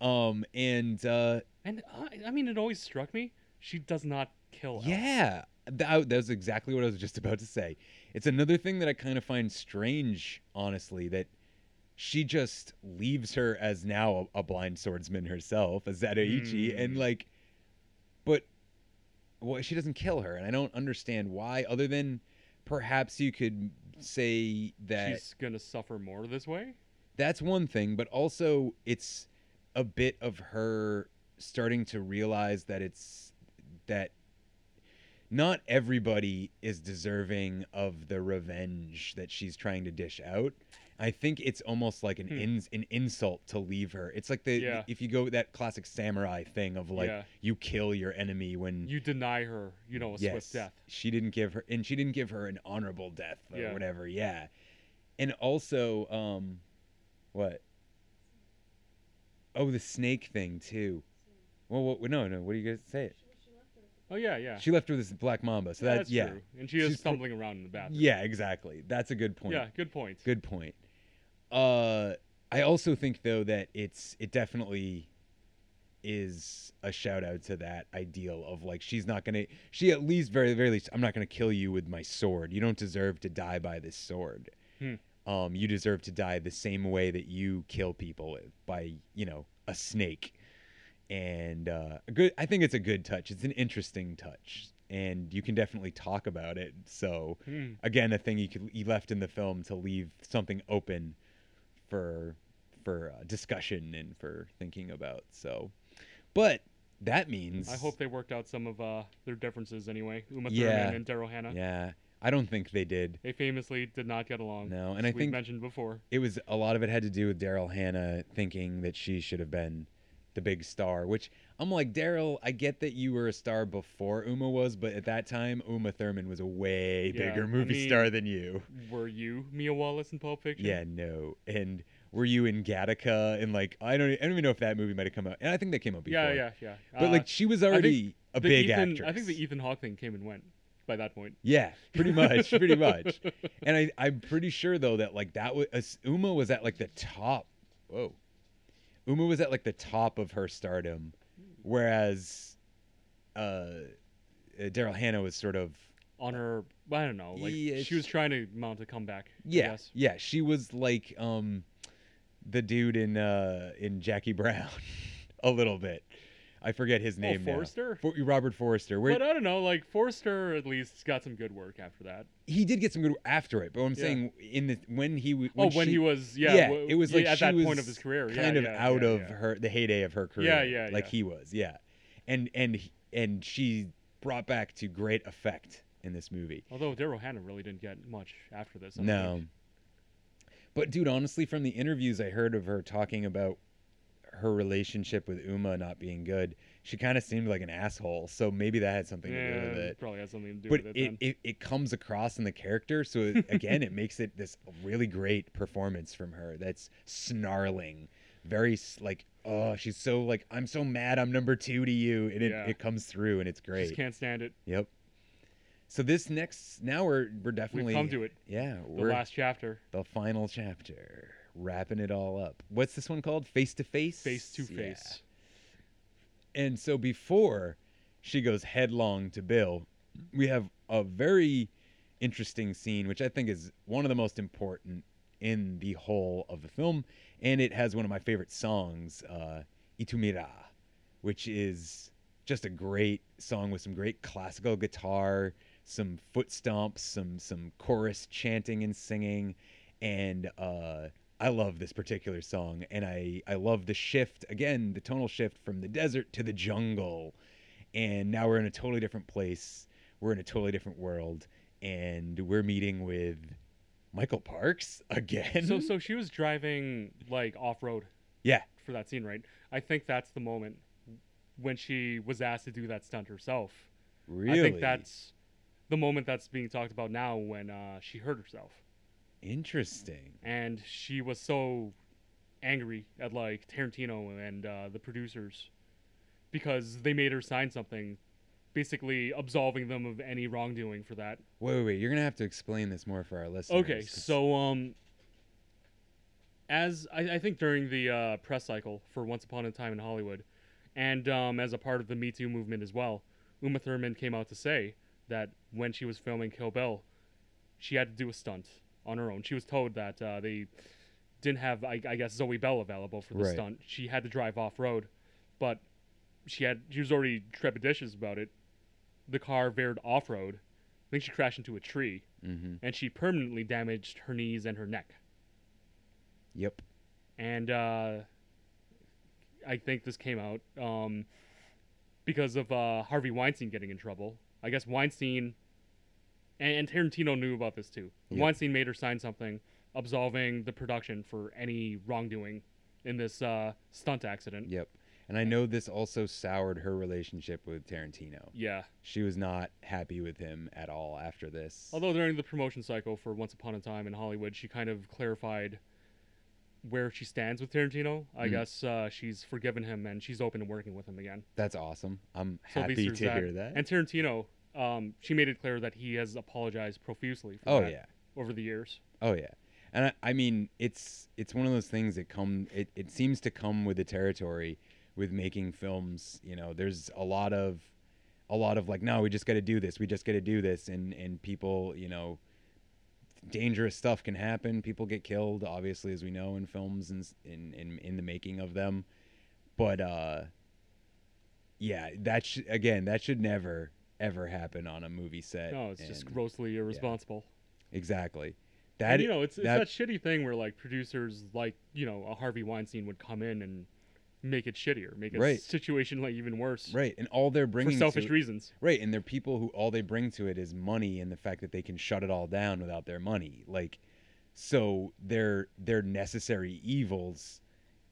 B: Um, and uh,
A: And uh, I mean, it always struck me she does not kill. Al.
B: Yeah, that, that was exactly what I was just about to say. It's another thing that I kind of find strange, honestly, that she just leaves her as now a, a blind swordsman herself, as Zatoichi, E, and like, but well, she doesn't kill her, and I don't understand why, other than perhaps you could say that
A: she's gonna suffer more this way.
B: that's one thing, but also it's a bit of her starting to realize that it's that not everybody is deserving of the revenge that she's trying to dish out. I think it's almost like an
A: Hmm.
B: ins an insult to leave her. It's like the
A: Yeah.
B: if you go with that classic samurai thing of like
A: Yeah.
B: you kill your enemy when
A: You deny her, you know, a swift death.
B: she didn't give her, and she didn't give her an honorable death or
A: Yeah.
B: whatever. Yeah, and also, um, what? Oh, the snake thing too. Well, what, no, no. What are you gonna say?
A: Oh yeah, yeah.
B: She left her this black mamba, so that
A: that's
B: yeah.
A: true. And she is
B: She's pro-
A: stumbling around in the bathroom.
B: Yeah, exactly. That's a good point.
A: Yeah, good point.
B: Good point. Uh, I also think though that it's it definitely is a shout out to that ideal of like she's not gonna she at least very very least I'm not gonna kill you with my sword. You don't deserve to die by this sword.
A: Hmm.
B: Um, you deserve to die the same way that you kill people with by you know a snake. And uh, a good, I think it's a good touch. It's an interesting touch, and you can definitely talk about it. So
A: Hmm.
B: again, a thing you could you left in the film to leave something open for for uh, discussion and for thinking about. So, but that means
A: I hope they worked out some of uh, their differences anyway. Uma
B: yeah
A: Thurman and Daryl Hannah.
B: Yeah, I don't think they did.
A: They famously did not get along.
B: No, and
A: as
B: I
A: we've
B: think-
A: mentioned before.
B: It was a lot of it had to do with Daryl Hannah thinking that she should have been the big star, which I'm like, Daryl, I get that you were a star before Uma was, but at that time, Uma Thurman was a way
A: Yeah,
B: bigger
A: I
B: movie
A: mean,
B: star than you.
A: Were you Mia Wallace in Pulp Fiction?
B: Yeah, no. And were you in Gattaca? And like, I don't, I don't even know if that movie might have come out. And I think that came out before.
A: Yeah, yeah, yeah. Uh,
B: But like, she was
A: I think
B: already a
A: the
B: big
A: Ethan,
B: actress.
A: I think the Ethan Hawke thing came and went by that point.
B: Yeah, pretty much, pretty much. And I, I'm pretty sure though that like that was Uma was at like the top. Whoa, Uma was at like the top of her stardom, whereas uh, uh Daryl Hannah was sort of
A: On her, I don't know. Like
B: Yeah,
A: she was trying to mount a comeback. I
B: yeah,
A: guess.
B: yeah. She was like um the dude in uh in Jackie Brown a little bit. I forget his name now.
A: Oh, Forrester?
B: For- Robert Forrester. Where
A: but I don't know. Like Forster at least got some good work after that.
B: he did get some good after it, but what I'm
A: Yeah.
B: saying in the when he w-
A: Oh, when
B: she-
A: he was- yeah, w-
B: it was
A: yeah,
B: like
A: at
B: she
A: that
B: was
A: point of his career. Yeah,
B: kind of
A: yeah,
B: out
A: yeah,
B: of
A: yeah.
B: her the heyday of her career,
A: Yeah, yeah,
B: like
A: yeah.
B: he was, yeah, and and he- and she brought back to great effect in this movie.
A: Although Daryl Hannah really didn't get much after this. I don't
B: No.
A: think.
B: But dude, honestly, from the interviews I heard of her talking about her relationship with Uma not being good, she kind of seemed like an asshole. So maybe that had something to do
A: Yeah,
B: with it.
A: probably had something to do
B: but
A: with it
B: it,
A: then.
B: it it comes across in the character. So it, again, it makes it this really great performance from her. That's snarling, very s- like oh, she's so like I'm so mad. I'm number two to you, and it,
A: Yeah.
B: it comes through, and it's great.
A: Just can't stand it.
B: Yep. So this next now we're we're definitely
A: come to it.
B: Yeah,
A: The
B: we're-
A: last chapter.
B: the final chapter, wrapping it all up. What's this one called? Face to face. Face to
A: face.
B: And so before she goes headlong to Bill, we have a very interesting scene, which I think is one of the most important in the whole of the film, and it has one of my favorite songs, uh, "Itumira," which is just a great song with some great classical guitar, some foot stomps, some some chorus chanting and singing, and uh, I love this particular song, and I I love the shift again, the tonal shift from the desert to the jungle, and now we're in a totally different place, we're in a totally different world, and we're meeting with Michael Parks again.
A: So so she was driving like off road
B: yeah,
A: for that scene, right? I think that's the moment when she was asked to do that stunt herself. I
B: Really?
A: think that's the moment that's being talked about now when uh, she hurt herself.
B: interesting.
A: and she was so angry at like Tarantino and uh, the producers because they made her sign something, basically absolving them of any wrongdoing for that.
B: Wait, wait, wait, you're gonna have to explain this more for our listeners.
A: Okay,
B: 'cause-
A: so um, as I, I think during the uh, press cycle for Once Upon a Time in Hollywood, and um, as a part of the Me Too movement as well, Uma Thurman came out to say that when she was filming Kill Bill, she had to do a stunt on her own. She was told that uh, they didn't have, I, I guess, Zoe Bell available for the
B: Right.
A: stunt. She had to drive off road, but she had she was already trepidatious about it. The car veered off road. I think she crashed into a tree,
B: Mhm.
A: and she permanently damaged her knees and her neck.
B: Yep.
A: And uh, I think this came out um, because of uh, Harvey Weinstein getting in trouble. I guess Weinstein and, and Tarantino knew about this too.
B: Yeah.
A: Weinstein made her sign something absolving the production for any wrongdoing in this uh, stunt accident.
B: Yep. And I know this also soured her relationship with Tarantino.
A: Yeah.
B: She was not happy with him at all after this.
A: Although during the promotion cycle for Once Upon a Time in Hollywood, she kind of clarified where she stands with Tarantino. I
B: Mm.
A: guess uh, she's forgiven him and she's open to working with him again.
B: That's awesome. I'm
A: So at
B: happy
A: least
B: to
A: there's
B: hear that.
A: And Tarantino, um, she made it clear that he has apologized profusely. For
B: Oh,
A: that
B: yeah.
A: over the years.
B: Oh yeah, and I, I mean it's it's one of those things that come it, it seems to come with the territory with making films. You know, there's a lot of a lot of like, no, we just got to do this, we just got to do this, and and people, you know, dangerous stuff can happen. People get killed, obviously, as we know in films and s- in in in the making of them. But uh, yeah, that sh- again, that should never ever happen on a movie set.
A: No, it's just
B: and-
A: grossly irresponsible.
B: exactly.
A: That
B: That
A: you know, it's, it's
B: that-
A: that shitty thing where like producers, like you know, a Harvey Weinstein would come in and make it shittier, make a
B: Right.
A: situation like even worse.
B: Right, and all they're bringing
A: selfish
B: to,
A: reasons.
B: Right, and they're people who all they bring to it is money and the fact that they can shut it all down without their money. Like, so they're they're necessary evils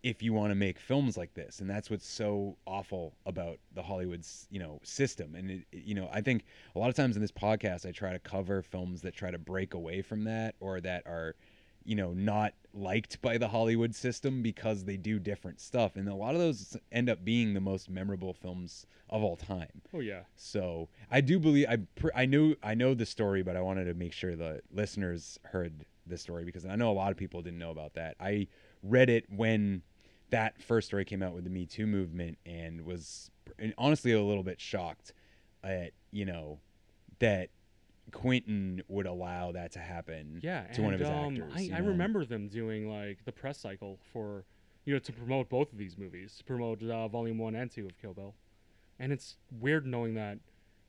B: if you want to make films like this, and that's what's so awful about the Hollywood's you know system. And it, it- you know, I think a lot of times in this podcast, I try to cover films that try to break away from that or that are you know not liked by the Hollywood system because they do different stuff and a lot of those end up being the most memorable films of all time.
A: Oh yeah.
B: So I do believe I pr- I knew I know the story, but I wanted to make sure the listeners heard the story because I know a lot of people didn't know about that. I read it when that first story came out with the Me Too movement and was pr- and honestly a little bit shocked at you know that Quentin would allow that to happen
A: Yeah,
B: to one of his
A: and, um,
B: actors.
A: I,
B: you
A: I
B: know?
A: remember them doing like the press cycle for you know to promote both of these movies, to promote uh, Volume One and Two of Kill Bill, and it's weird knowing that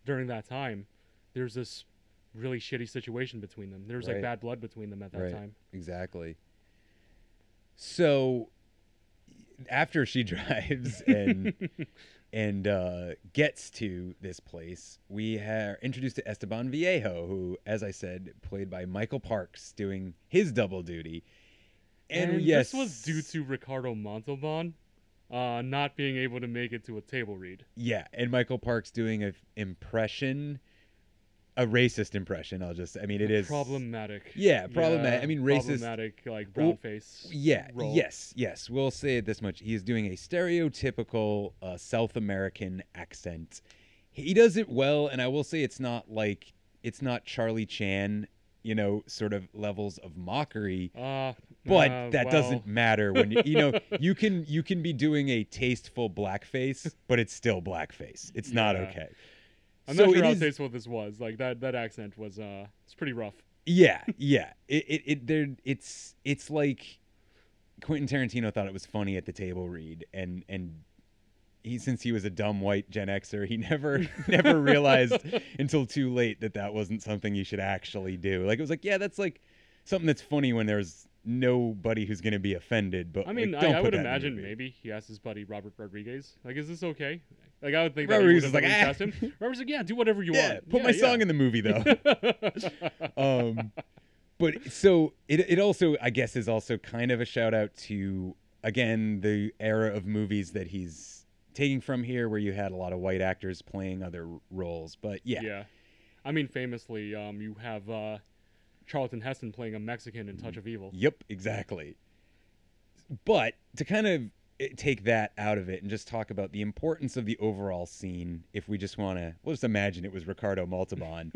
A: during that time there's this really shitty situation between them. There was
B: Right.
A: like bad blood between them at that time.
B: Exactly. So after she drives and and uh, gets to this place, we are introduced to Esteban Viejo, who, as I said, played by Michael Parks, doing his double duty. And, yes,
A: this was due to Ricardo Montalban uh, not being able to make it to a table read.
B: yeah, and Michael Parks doing an impression, a racist impression. I'll just, I mean, it is
A: problematic.
B: Yeah, problematic. I mean, racist.
A: Problematic, like
B: Well,
A: brown face.
B: Yeah.
A: role.
B: Yes. Yes. We'll say it this much: he is doing a stereotypical uh, South American accent. He does it well, and I will say it's not like it's not Charlie Chan, you know, sort of levels of mockery.
A: Uh,
B: but
A: uh,
B: that doesn't
A: well.
B: matter when you, you know you can you can be doing a tasteful blackface, but it's still blackface. It's not
A: Yeah.
B: okay.
A: I'm
B: So
A: not sure
B: it
A: how
B: is-
A: tasteful this was. Like that, that accent was. Uh, it's pretty rough.
B: Yeah, yeah. It it, it there it's it's like Quentin Tarantino thought it was funny at the table read and and he since he was a dumb white Gen Xer, he never never realized until too late that that wasn't something you should actually do. Like it was like, yeah, that's like something that's funny when there's nobody who's going to be offended, but
A: I mean,
B: like, don't
A: I, I
B: put
A: would
B: that in the
A: imagine
B: movie.
A: maybe he asked his buddy Robert Rodriguez, like, "Is this okay?" Like, I would think
B: Rodriguez
A: that
B: is
A: he would
B: like,
A: have
B: "Ah."
A: asked him. Robert's like, "Yeah, do whatever you
B: yeah,
A: want."
B: put my
A: yeah.
B: song in the movie though. um, but so it it also I guess is also kind of a shout out to again the era of movies that he's taking from here, where you had a lot of white actors playing other roles. But yeah,
A: Yeah. I mean, famously, um, you have uh, Charlton Heston playing a Mexican in Touch of Evil.
B: Yep, exactly. But to kind of eh, take that out of it and just talk about the importance of the overall scene, if we just want to, we'll just imagine it was Ricardo Montalban.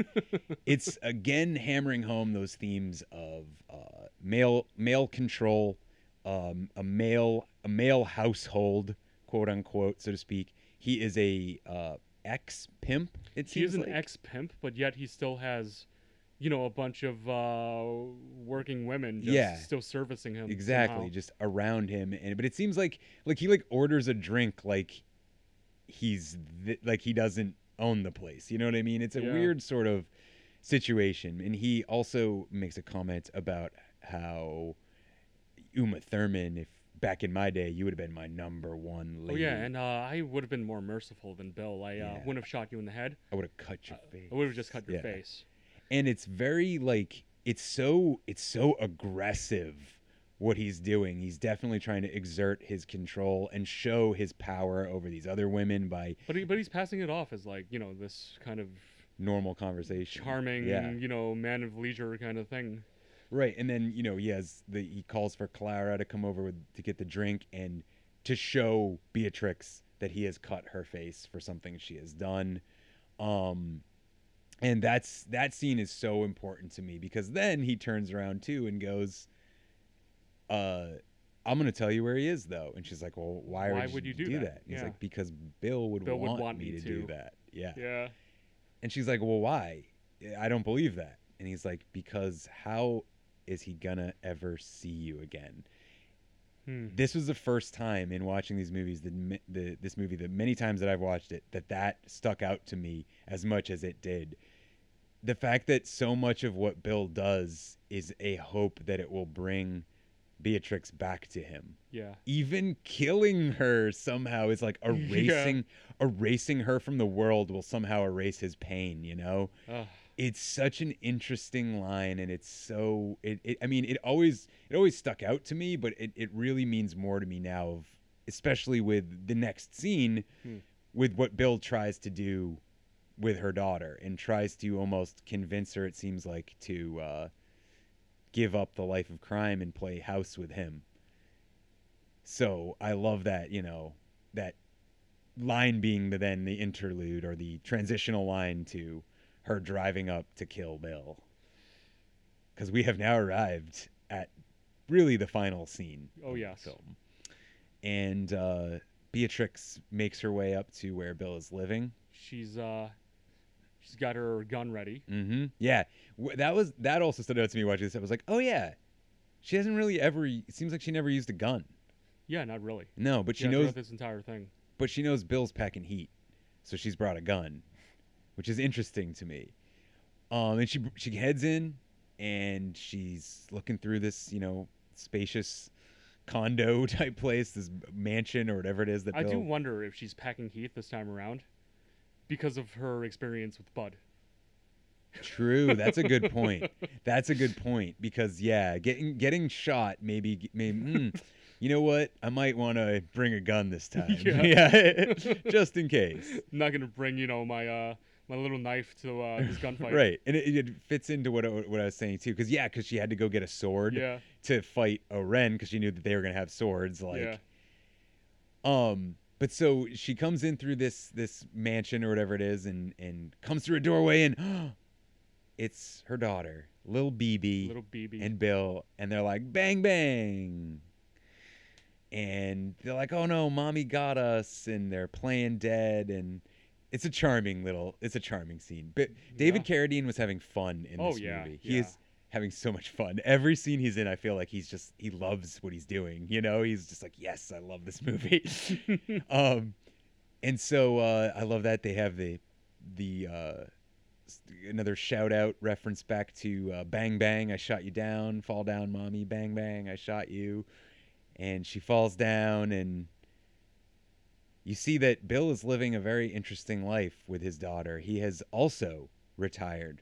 B: it's again hammering home those themes of uh, male male control, um, a male a male household, quote unquote, so to speak. He is a uh, ex pimp. It
A: he is
B: seems
A: an
B: like.
A: ex pimp, but yet he still has, you know, a bunch of uh, working women just
B: Yeah.
A: still servicing him.
B: exactly
A: somehow.
B: just around him and but it seems like like he like orders a drink like he's th- like he doesn't own the place you know what i mean it's a
A: Yeah.
B: weird sort of situation and he also makes a comment about how uma thurman if back in my day you would have been my number one
A: Oh
B: lady
A: yeah, and uh, I would have been more merciful than Bill. I uh,
B: Yeah.
A: wouldn't have shot you in the head.
B: i would have cut your face
A: I Oh, would have just cut your
B: Yeah.
A: face.
B: and it's very like it's so it's so aggressive what he's doing he's definitely trying to exert his control and show his power over these other women by
A: But he, but he's passing it off as like you know this kind of
B: normal conversation
A: charming,
B: yeah
A: you know, man of leisure kind of thing.
B: right and then you know he has the he calls for clara to come over with to get the drink and to show beatrix that he has cut her face for something she has done um and that's that scene is so important to me because then he turns around too and goes uh i'm gonna tell you where he is though and she's like well why,
A: Why would you do
B: that,
A: that?
B: And he's
A: Yeah.
B: like because bill would,
A: Bill
B: want,
A: would want
B: me, to, do that yeah
A: Yeah.
B: and she's like well why i don't believe that and he's like because how is he gonna ever see you again
A: Hmm.
B: this was the first time in watching these movies that m- the, this movie the many times that i've watched it that that stuck out to me as much as it did the fact that so much of what bill does is a hope that it will bring beatrix back to him
A: Yeah.
B: even killing her somehow is like erasing erasing her from the world will somehow erase his pain you know
A: Ugh. Oh,
B: it's such an interesting line and it's so it, it i mean it always it always stuck out to me but it, it really means more to me now of especially with the next scene
A: Hmm.
B: with what bill tries to do with her daughter and tries to almost convince her it seems like to uh give up the life of crime and play house with him so i love that you know that line being the then the interlude or the transitional line to her driving up to kill Bill. Because we have now arrived at really the final scene.
A: Oh yes.
B: Film. And uh, Beatrix makes her way up to where Bill is living.
A: She's uh, she's got her gun ready.
B: Mm-hmm. Yeah, W- that was that also stood out to me watching this. I was like, oh yeah, she hasn't really ever. It seems like she never used a gun.
A: Yeah, not really.
B: No, but she
A: Yeah,
B: knows
A: throughout this entire thing.
B: but she knows Bill's packing heat, so she's brought a gun, which is interesting to me. Um, and she she heads in, and she's looking through this you know spacious condo type place, this mansion or whatever it is that
A: I do
B: Bill-
A: wonder if she's packing Heath this time around because of her experience with Bud.
B: True. That's a good point. That's a good point because yeah, getting getting shot maybe maybe mm, you know what? I might want to bring a gun this time. Yeah. just in case.
A: I'm not gonna bring you know my uh my little knife to uh, this gunfight.
B: Right. And it, it fits into what I, what I was saying too cuz yeah, cuz she had to go get a sword
A: Yeah.
B: to fight Oren cuz she knew that they were going to have swords like
A: Yeah.
B: Um, but so she comes in through this this mansion or whatever it is, and and comes through a doorway, and it's her daughter, little BB,
A: Little BB.
B: and Bill, and they're like bang bang, and they're like, oh no, mommy got us, and they're playing dead, and it's a charming little, it's a charming scene. But David Carradine was having fun in
A: Oh,
B: this
A: yeah,
B: movie. He is having so much fun. Every scene he's in, I feel like he's just he loves what he's doing. You know, he's just like, yes, I love this movie. um, and so uh, I love that they have the the uh, s- another shout out reference back to uh, Bang Bang, I shot you down, fall down, mommy, Bang Bang, I shot you, and she falls down and. You see that Bill is living a very interesting life with his daughter. He has also retired,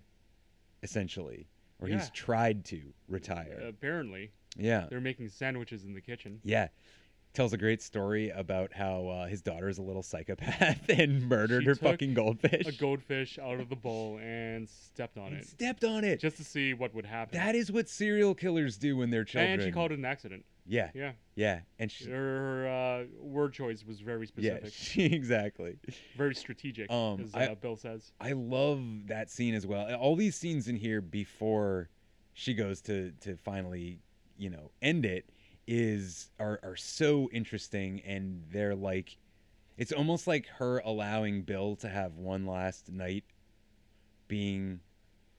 B: essentially, or
A: Yeah.
B: he's tried to retire.
A: Apparently.
B: Yeah.
A: They're making sandwiches in the kitchen.
B: Yeah. Tells a great story about how uh, his daughter is a little psychopath and murdered
A: She
B: her
A: took
B: fucking goldfish.
A: A goldfish out of the bowl and stepped on
B: And
A: it.
B: Stepped on it.
A: Just to see what would happen.
B: That is what serial killers do when they're children.
A: And she called it an accident.
B: Yeah.
A: Yeah.
B: Yeah. And she.
A: Her, her uh, word choice was very
B: Yeah.
A: specific.
B: She, exactly.
A: Very strategic,
B: Um,
A: as
B: I-
A: uh, Bill says.
B: I love that scene as well. All these scenes in here before she goes to to finally, you know, end it is are are so interesting and they're like it's almost like her allowing Bill to have one last night being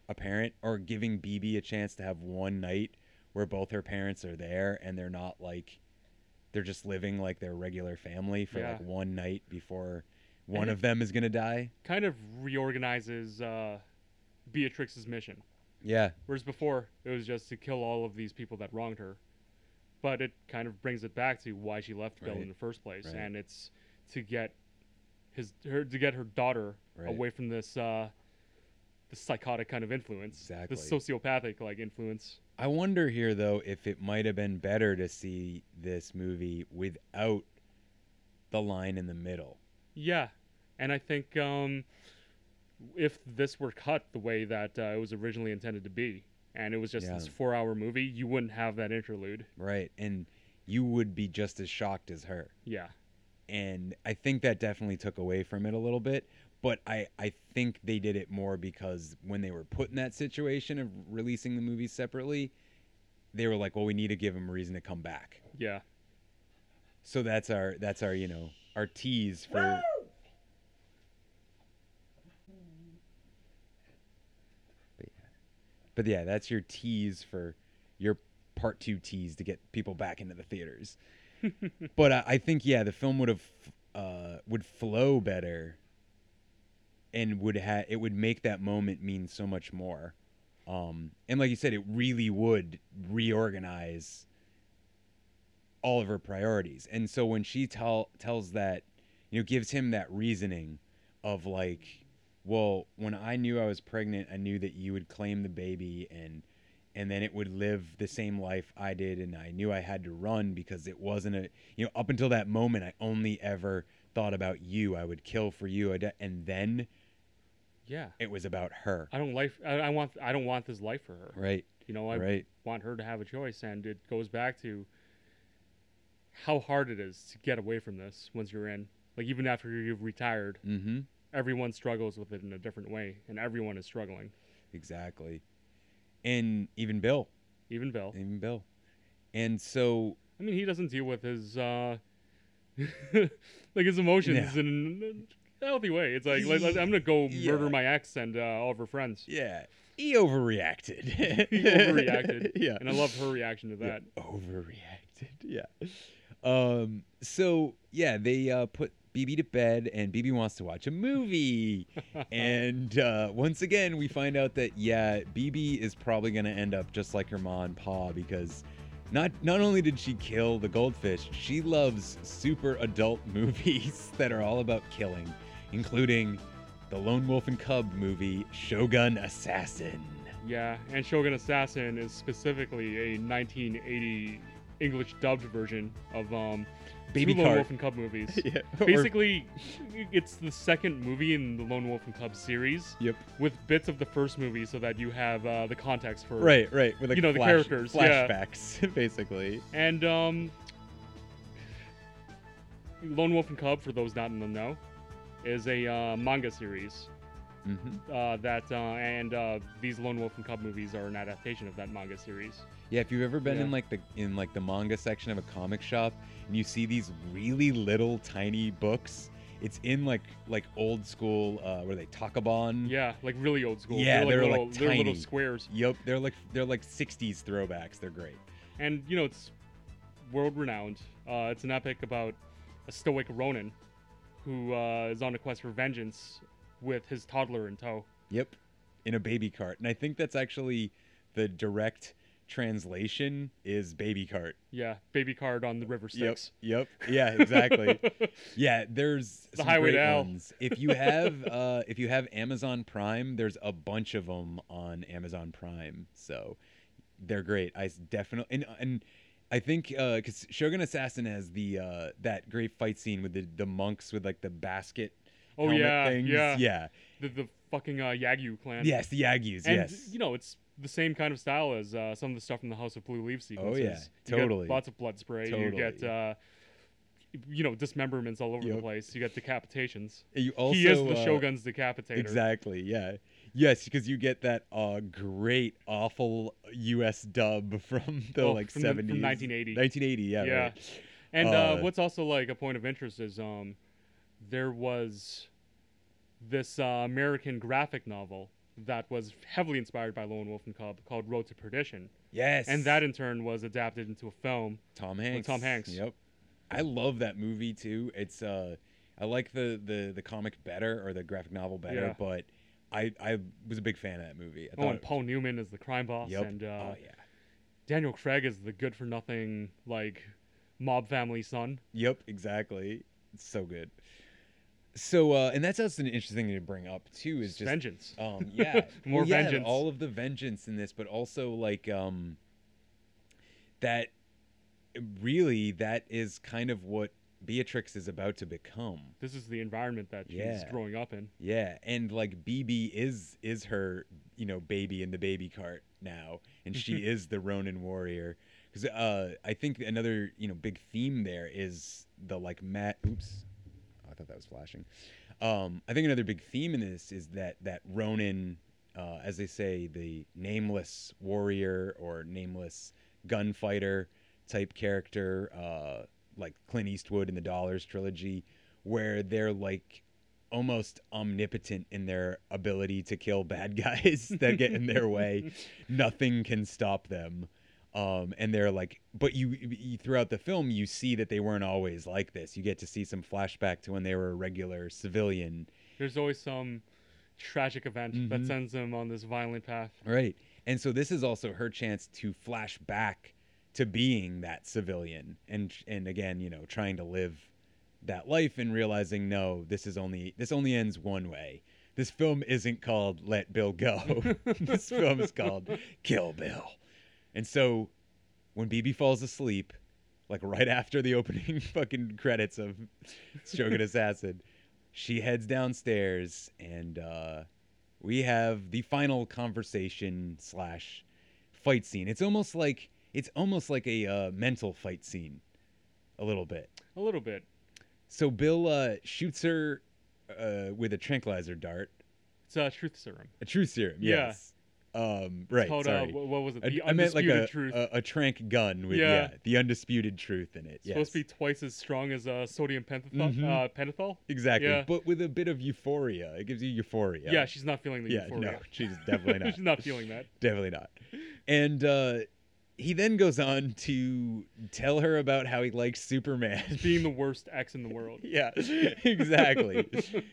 B: a parent or giving BB a chance to have one night where both her parents are there and they're not like they're just living like their regular family for
A: Yeah.
B: like one night before one
A: And
B: of
A: it-
B: them is going to die.
A: Kind of reorganizes uh, Beatrix's mission.
B: Yeah.
A: Whereas before, it was just to kill all of these people that wronged her. But it kind of brings it back to why she left Bill
B: Right.
A: in the first place,
B: Right.
A: and it's to get his her to get her daughter
B: Right.
A: away from this uh, this psychotic kind of influence,
B: Exactly.
A: this sociopathic like influence.
B: I wonder here though if it might have been better to see this movie without the line in the middle.
A: Yeah, and I think um, if this were cut the way that uh, it was originally intended to be, and it was just
B: Yeah.
A: this four-hour movie, you wouldn't have that interlude.
B: Right. And you would be just as shocked as her.
A: Yeah.
B: And I think that definitely took away from it a little bit. But I, I think they did it more because when they were put in that situation of releasing the movies separately, they were like, well, we need to give him a reason to come back.
A: Yeah.
B: So that's our that's our you know our tease for. But yeah. But yeah, that's your tease for your part two tease to get people back into the theaters. but I, I think yeah, the film would have uh, would flow better, and would ha- it would make that moment mean so much more. Um, and like you said, it really would reorganize all of her priorities. And so when she tell tells that, you know, gives him that reasoning of like, well, when I knew I was pregnant, I knew that you would claim the baby and and then it would live the same life I did and I knew I had to run because it wasn't a you know, up until that moment I only ever thought about you. I would kill for you I'd- and then
A: Yeah.
B: it was about her.
A: I don't life. I, I want. I don't want this life for her.
B: Right.
A: You know, I
B: Right.
A: want her to have a choice, and it goes back to how hard it is to get away from this once you're in. Like even after you've retired,
B: Mhm.
A: everyone struggles with it in a different way, and everyone is struggling.
B: Exactly. And even Bill.
A: Even Bill.
B: Even Bill. And so
A: I mean, he doesn't deal with his uh, like his emotions
B: Yeah.
A: in a healthy way. It's like let, let- I'm gonna go
B: Yeah.
A: murder my ex and uh, all of her friends.
B: Yeah, he overreacted.
A: he overreacted.
B: Yeah.
A: and I love her reaction to
B: Yeah,
A: that.
B: overreacted. Yeah. Um. So yeah, they uh, put BB to bed, and BB wants to watch a movie. and uh, once again, we find out that yeah, BB is probably gonna end up just like her mom and pa because Not not only did she kill the goldfish, she loves super adult movies that are all about killing, including the Lone Wolf and Cub movie Shogun Assassin.
A: Yeah, and Shogun Assassin is specifically a 1980 English dubbed version of um,
B: Baby
A: two Lone
B: Cart.
A: Wolf and Cub movies.
B: Yeah, or-
A: Basically, it's the second movie in the Lone Wolf and Cub series.
B: Yep.
A: With bits of the first movie, so that you have uh, the context for
B: Right, right, with like
A: you know
B: flash-
A: the characters, yeah.
B: flashbacks basically.
A: And um, Lone Wolf and Cub, for those not in the know, is a uh, manga series.
B: Mhm.
A: Uh, that uh, and uh, these Lone Wolf and Cub movies are an adaptation of that manga series.
B: Yeah, if you've ever been in
A: Yeah.
B: like the in like the manga section of a comic shop and you see these really little tiny books, it's in like like old school uh what are they takabon?
A: Yeah, like really old school.
B: Yeah,
A: they're,
B: they're,
A: like, little,
B: like
A: they're
B: tiny.
A: little squares.
B: Yep, they're like they're like 60s throwbacks. They're great.
A: and you know it's world renowned. Uh, it's an epic about a stoic Ronin who uh, is on a quest for vengeance with his toddler in tow.
B: Yep. In a baby cart. And I think that's actually the direct translation is baby cart.
A: Yeah, baby card on the river
B: Yep.
A: Styx.
B: Yep. Yeah, exactly. yeah, there's
A: The
B: some
A: highway
B: great
A: to hell.
B: ones. If you have uh if you have Amazon Prime, there's a bunch of them on Amazon Prime. So they're great. I definitely and and I think uh cuz Shogun Assassin has the uh that great fight scene with the the monks with like the basket
A: Oh
B: helmet
A: yeah,
B: things.
A: yeah,
B: Yeah.
A: The, the fucking uh, Yagyu clan.
B: Yes, the Yagyus,
A: And
B: yes.
A: you know it's the same kind of style as uh, some of the stuff from the House of Blue Leaf
B: Oh,
A: sequences.
B: yeah,
A: You get
B: totally.
A: lots of blood spray. You get
B: Totally.
A: uh, you know dismemberments all over the place. You get decapitations.
B: You also
A: he is the
B: uh,
A: Shogun's decapitator.
B: Exactly. Yeah. Yes, because you get that uh, great awful U.S. dub from the
A: Oh,
B: like
A: from the- from
B: seventies,
A: 1980.
B: 1980. Yeah.
A: Yeah.
B: right.
A: And uh,
B: Uh,
A: what's also like a point of interest is um, there was this uh, American graphic novel that was heavily inspired by Lone Wolf and Cub called Road to Perdition.
B: Yes.
A: And that in turn was adapted into a film.
B: Tom
A: with
B: Hanks.
A: Tom Hanks.
B: Yep. I love that movie too. It's uh, I like the the the comic better or the graphic novel better,
A: Yeah.
B: but I I was a big fan of that movie. I
A: Oh,
B: thought
A: and
B: it-
A: Paul Newman is the crime boss.
B: Yep.
A: And uh,
B: Oh, yeah.
A: Daniel Craig is the good for nothing like mob family son.
B: Yep, exactly. It's so good. So, uh, and that's also an interesting thing to bring up too. Is just
A: Vengeance.
B: Um, yeah,
A: More
B: Well, yeah,
A: vengeance.
B: All of the vengeance in this, but also like um, that. Really, that is kind of what Beatrix is about to become.
A: This is the environment that she's
B: Yeah.
A: growing up in.
B: Yeah, and like BB is is her, you know, baby in the baby cart now, and she is the Ronin warrior. Because uh, I think another you know big theme there is the like mat. Oops, Oh, I thought that was flashing. Um, I think another big theme in this is that that Ronin, uh, as they say, the nameless warrior or nameless gunfighter type character, uh, like Clint Eastwood in the Dollars trilogy, where they're like almost omnipotent in their ability to kill bad guys that get in their way. Nothing can stop them. Um, and they're like, but you, you throughout the film, you see that they weren't always like this. You get to see some flashback to when they were a regular civilian,
A: There's always some tragic event that
B: Mhm.
A: sends them on this violent path.
B: right? And so this is also her chance to flash back to being that civilian, and and again, you know, trying to live that life and realizing no, this is only this only ends one way. This film isn't called Let Bill Go. this film is called Kill Bill. And so when BB falls asleep, like right after the opening fucking credits of Shogun Assassin, she heads downstairs and uh, we have the final conversation slash fight scene. It's almost like it's almost like a uh, mental fight scene, a little bit.
A: A little bit.
B: So Bill uh, shoots her uh, with a tranquilizer dart,
A: It's a truth serum.
B: a truth serum.
A: Yeah.
B: Yes. Um, right.
A: called, uh,
B: sorry.
A: wh- what was it?
B: I-
A: The
B: I meant like a, uh,
A: Undisputed Truth.
B: a a trank gun with
A: Yeah.
B: yeah. the undisputed truth in it.
A: It's
B: Yes.
A: supposed to be twice as strong as uh, sodium pentothal.
B: Mhm.
A: Uh, pentothal.
B: Exactly,
A: Yeah.
B: but with a bit of euphoria. It gives you euphoria.
A: Yeah, she's not feeling the
B: yeah,
A: euphoria.
B: No, she's definitely not.
A: She's not feeling that.
B: Definitely not. And uh, he then goes on to tell her about how he likes Superman.
A: Being the worst ex in the world.
B: yeah, exactly.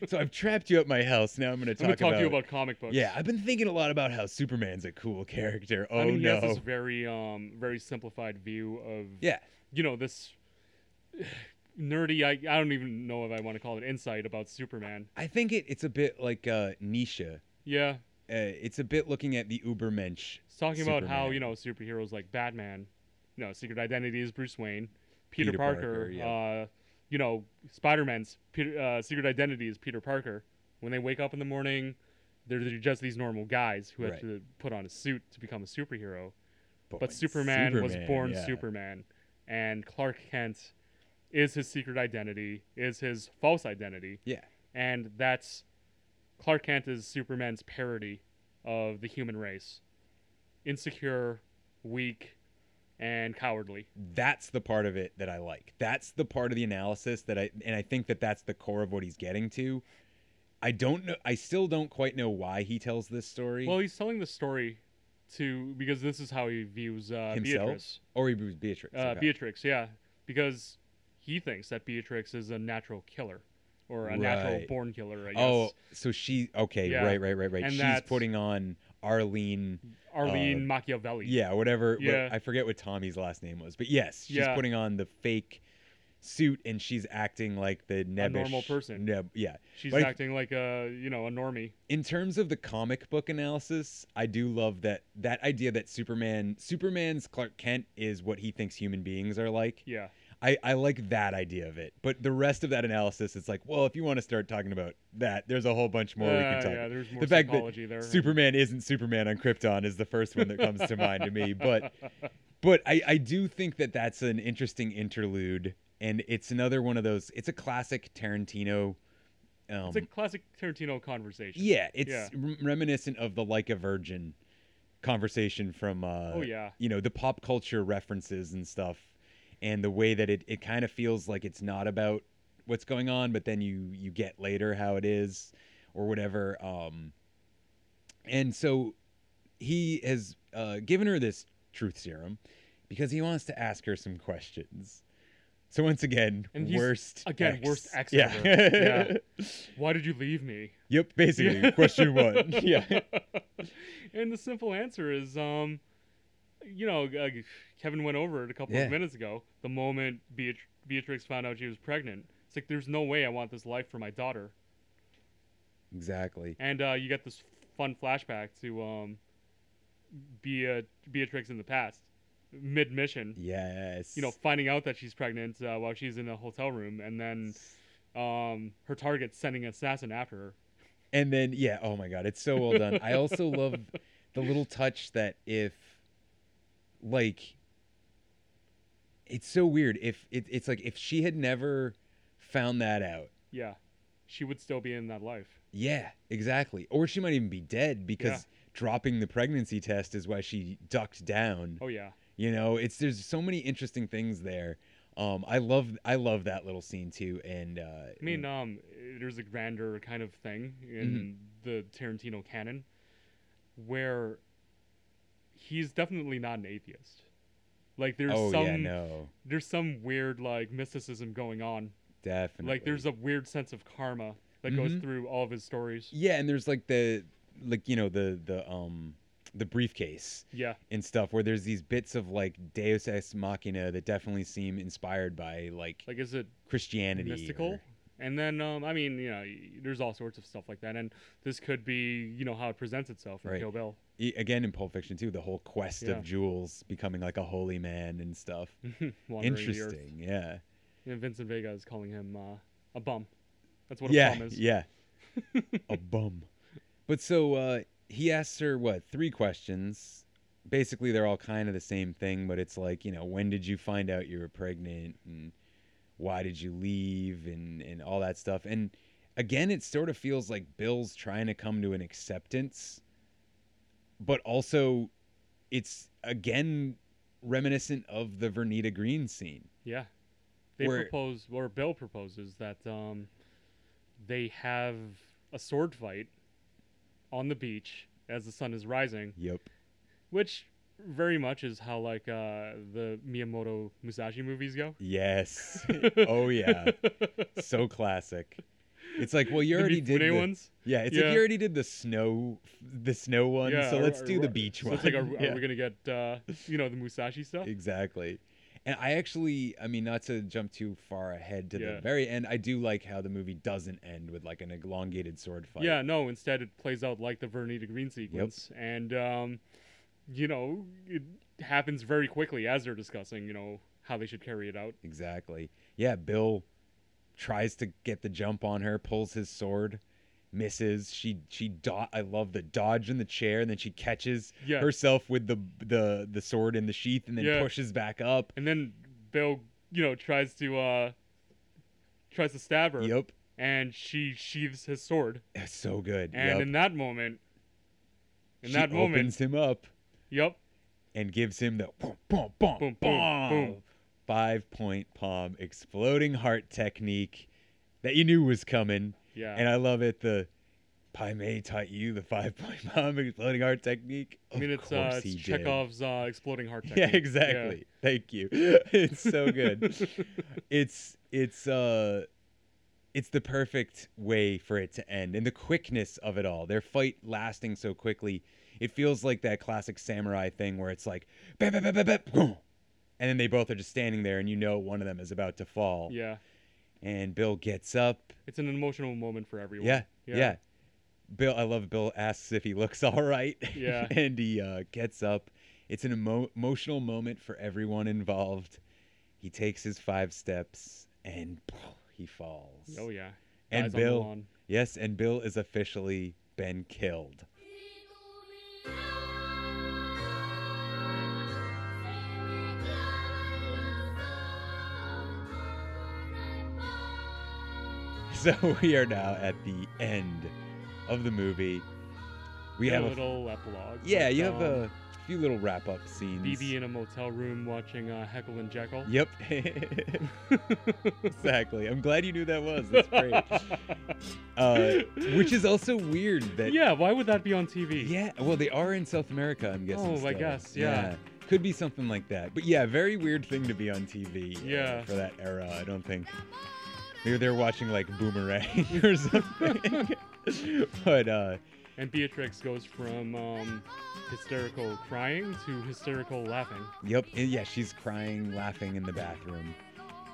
B: so I've trapped you at my house. Now I'm going to
A: I'm gonna
B: talk,
A: talk
B: about,
A: to you about comic books.
B: Yeah, I've been thinking a lot about how Superman's a cool character. Oh
A: I mean, he
B: no.
A: has this very, um, very simplified view of
B: Yeah.
A: you know, this nerdy. I, I don't even know if I want to call it insight about Superman.
B: I think it, it's a bit like uh, Nisha.
A: Yeah.
B: Uh, it's a bit looking at the Ubermensch.
A: It's talking about how
B: Superman.
A: you know superheroes like Batman, you know, Secret Identity is Bruce Wayne, Peter,
B: Peter
A: Parker,
B: Parker, yeah.
A: uh, you know, Spider Man's Peter, uh, Secret Identity is Peter Parker. When they wake up in the morning, they're, they're just these normal guys who have
B: Right.
A: to put on a suit to become a superhero.
B: But
A: But,
B: when
A: Superman, was
B: Superman,
A: born
B: yeah.
A: Superman, and Clark Kent is his secret identity, is his false identity.
B: Yeah.
A: And that's Clark Kent is Superman's parody of the human race. Insecure, weak, and cowardly.
B: that's the part of it that I like. That's the part of the analysis that I and I think that that's the core of what he's getting to. I don't know. I still don't quite know why he tells this story
A: Well, he's telling the story to because this is how he views uh,
B: himself,
A: Beatrix.
B: or he was Beatrix.
A: Uh,
B: okay.
A: Beatrix, yeah, because he thinks that Beatrix is a natural killer or a natural
B: Right.
A: born killer. I guess.
B: Oh, so she okay?
A: Yeah.
B: Right, right, right, right.
A: And
B: She's
A: that's-
B: putting on Arlene. uh,
A: Arlene Machiavelli.
B: Yeah, whatever. what-
A: Yeah.
B: I forget what Tommy's last name was, but yes, she's
A: Yeah.
B: putting on the fake suit and she's acting like the nebbish,
A: normal person.
B: Neb, yeah,
A: She's
B: But I-
A: acting like a you know a normie.
B: in terms of the comic book analysis, I do love that that idea that Superman Superman's Clark Kent is what he thinks human beings are like.
A: Yeah.
B: I, I like that idea of it. But the rest of that analysis, it's like, well, if you want to start talking about that, there's a whole bunch more we
A: Yeah,
B: can talk
A: yeah,
B: about.
A: there's more
B: the fact
A: psychology
B: that
A: there, and-
B: Superman isn't Superman on Krypton is the first one that comes to mind to me. But but I, I do think that that's an interesting interlude. And it's another one of those, it's a classic Tarantino. Um,
A: It's a classic Tarantino conversation.
B: yeah, it's
A: yeah.
B: rem- reminiscent of the like a virgin conversation from uh
A: Oh, yeah.
B: you know, the pop culture references and stuff and the way that it it kind of feels like it's not about what's going on but then you you get later how it is or whatever um and so he has uh, given her this truth serum because he wants to ask her some questions. So once again,
A: And he's,
B: worst
A: again
B: ex.
A: worst ex
B: Yeah.
A: ever. yeah. Why did you leave me?
B: Yep, basically, question one. Yeah.
A: and the simple answer is, um, you know, uh, Kevin went over it a couple
B: Yeah.
A: of minutes ago. The moment Beat- Beatrix found out she was pregnant, it's like there's no way I want this life for my daughter.
B: Exactly.
A: And uh, you get this fun flashback to um, Bea- Beatrix in the past, mid mission.
B: Yes.
A: You know, finding out that she's pregnant uh, while she's in a hotel room, and then um, her target sending an assassin after her.
B: And then yeah, oh my god, it's so well done. I also love the little touch that if like it's so weird if it, it's like if she had never found that out.
A: Yeah, she would still be in that life.
B: Yeah, exactly. Or she might even be dead because dropping the pregnancy test is why she ducked down.
A: Oh yeah.
B: You know, it's there's so many interesting things there. Um I love I love that little scene too and uh
A: I mean, um, there's a grander kind of thing
B: Mm-hmm.
A: in the Tarantino canon where he's definitely not an atheist. Like there's
B: Oh,
A: some
B: yeah, no.
A: there's some weird like mysticism going on.
B: definitely
A: Like there's a weird sense of karma that goes
B: Mhm.
A: through all of his stories.
B: Yeah, and there's like the like you know the the um the briefcase.
A: Yeah.
B: And stuff where there's these bits of like Deus ex machina that definitely seem inspired by like
A: Like is it
B: Christianity
A: mystical?
B: or-
A: And then um, I mean, you know, y- there's all sorts of stuff like that, and this could be you know how it presents itself in
B: right.
A: Kill Bill.
B: E- Again in Pulp Fiction too, the whole quest
A: Yeah.
B: of jewels becoming like a holy man and stuff.
A: Wandering the earth.
B: Interesting, yeah.
A: And Vincent Vega is calling him uh, a bum. That's what a
B: yeah,
A: bum is.
B: Yeah. a bum. But so uh, he asks her what three questions. Basically, they're all kind of the same thing, but it's like you know, when did you find out you were pregnant, and why did you leave, and and all that stuff. And again, it sort of feels like Bill's trying to come to an acceptance, but also it's again reminiscent of the Vernita Green scene.
A: Yeah. They
B: Where-
A: propose, or Bill proposes that um, they have a sword fight on the beach as the sun is rising.
B: Yep.
A: Which very much is how like uh, the Miyamoto Musashi movies go.
B: Yes. oh yeah. So classic. It's like, well, you
A: The
B: already did
A: Mifune
B: the,
A: ones?
B: Yeah, it's
A: Yeah.
B: like you already did the snow, the snow one.
A: Yeah,
B: so
A: are-
B: let's
A: are-
B: do the
A: are-
B: beach
A: so
B: one.
A: It's like, are,
B: Yeah.
A: are we gonna get uh, you know the Musashi stuff?
B: Exactly. And I actually, I mean, not to jump too far ahead to
A: Yeah.
B: the very end, I do like how the movie doesn't end with like an elongated sword fight.
A: Yeah, no. Instead, it plays out like the Vernita Green sequence, and um, you know, it happens very quickly as they're discussing, you know, how they should carry it out.
B: Exactly. Yeah, Bill tries to get the jump on her, pulls his sword, misses. She she do- I love the dodge in the chair, and then she catches
A: Yeah.
B: herself with the the the sword in the sheath, and then
A: Yeah.
B: pushes back up.
A: And then Bill, you know, tries to uh, tries to stab her.
B: Yep.
A: And she sheathes his sword.
B: That's so good.
A: And
B: Yep.
A: in that moment, in
B: She
A: that moment,
B: opens him up.
A: Yep.
B: And gives him the boom, boom, boom, boom,
A: boom,
B: boom,
A: boom.
B: five point palm exploding heart technique that you knew was coming.
A: Yeah.
B: And I love it. The Pai Mei taught you the five point palm exploding heart technique.
A: I mean,
B: Of
A: it's, uh,
B: course
A: it's
B: he did.
A: Chekhov's uh, exploding heart
B: Yeah,
A: technique.
B: exactly. Thank you. It's so good. it's it's uh it's the perfect way for it to end and the quickness of it all. Their fight lasting so quickly. It feels like that classic samurai thing where it's like "Bap, bap, bap, bap, bap, boom," and then they both are just standing there and you know one of them is about to fall.
A: Yeah.
B: And Bill gets up.
A: It's an emotional moment for everyone.
B: Yeah. Yeah. Bill, I love Bill asks if he looks all right.
A: Yeah.
B: and he uh, gets up. It's an emo- emotional moment for everyone involved. He takes his five steps and he falls.
A: Oh, yeah.
B: And
A: Dies on the
B: Bill,
A: lawn.
B: yes, and Bill is officially been killed. So we are now at the end of the movie. We
A: Yeah,
B: have
A: a
B: a
A: little epilogue.
B: Yeah,
A: with,
B: you have
A: um,
B: a few little wrap up scenes.
A: BB in a motel room watching uh, Heckle and Jekyll.
B: Yep. exactly. I'm glad you knew that was. That's great. Uh, which is also weird that.
A: Yeah, why would that be on TV?
B: Yeah, well, they are in South America, I'm guessing.
A: Oh, I
B: still.
A: guess, yeah.
B: Could be something like that. But yeah, very weird thing to be on TV uh,
A: Yeah.
B: for that era, I don't think. Maybe they're watching like Boomerang or something. but uh,
A: And Beatrix goes from um, hysterical crying to hysterical laughing.
B: Yep. and yeah, she's crying, laughing in the bathroom.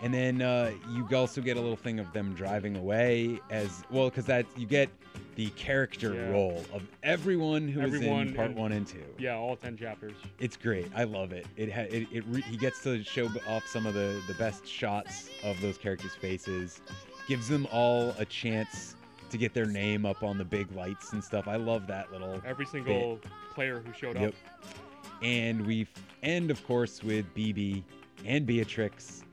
B: And then uh, you also get a little thing of them driving away as well, because that you get the character
A: Yeah.
B: role of everyone who was
A: Everyone
B: in part
A: and-
B: one and two.
A: Yeah, all 10 chapters.
B: It's great. I love it. It, ha- it, it re- he gets to show b- off some of the the best shots of those characters' faces, gives them all a chance to get their name up on the big lights and stuff. I love that little
A: Every
B: bit.
A: single player who showed
B: Yep.
A: up.
B: And we f- end, of course, with BB and Beatrix.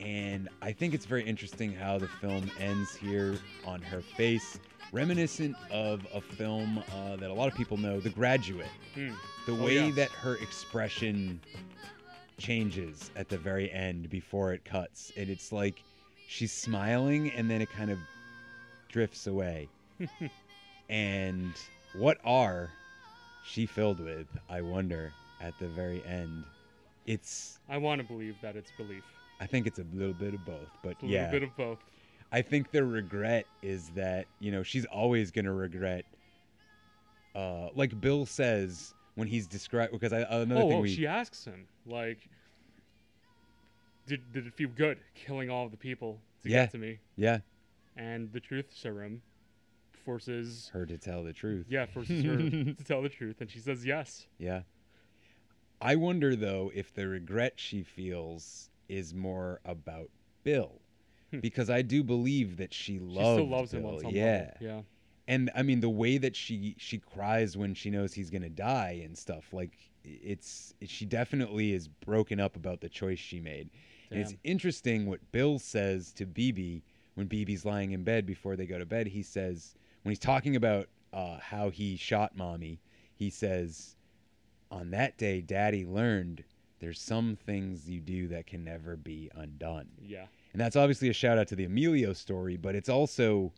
B: And I think it's very interesting how the film ends here on her face, reminiscent of a film uh, that a lot of people know, The Graduate.
A: Hmm.
B: The
A: Oh,
B: way
A: yeah.
B: that her expression changes at the very end before it cuts. And it's like she's smiling and then it kind of drifts away. And what are she filled with, I wonder, at the very end? It's,
A: I want to believe that it's belief.
B: I think it's a little bit of both, but
A: It's a
B: yeah.
A: little bit of both.
B: I think the regret is that, you know, she's always going to regret, uh, like Bill says when he's described, because I, another
A: oh,
B: thing
A: oh,
B: we,
A: she asks him, like, did, did it feel good killing all the people to
B: Yeah.
A: get to me?
B: Yeah.
A: And the truth serum forces
B: her to tell the truth.
A: Yeah, forces her to tell the truth, and she says yes.
B: Yeah. I wonder though if the regret she feels is more about Bill, because I do believe that she loves.
A: Hmm. still loves
B: Bill.
A: him on some
B: yeah.
A: level, yeah.
B: And I mean the way that she she cries when she knows he's gonna die and stuff like it's she definitely is broken up about the choice she made. And it's
A: Damn.
B: interesting what Bill says to BB when BB's lying in bed before they go to bed. He says when he's talking about uh, how he shot mommy, he says, "On that day, Daddy learned there's some things you do that can never be undone."
A: Yeah.
B: And that's obviously a shout out to the Emilio story, but it's also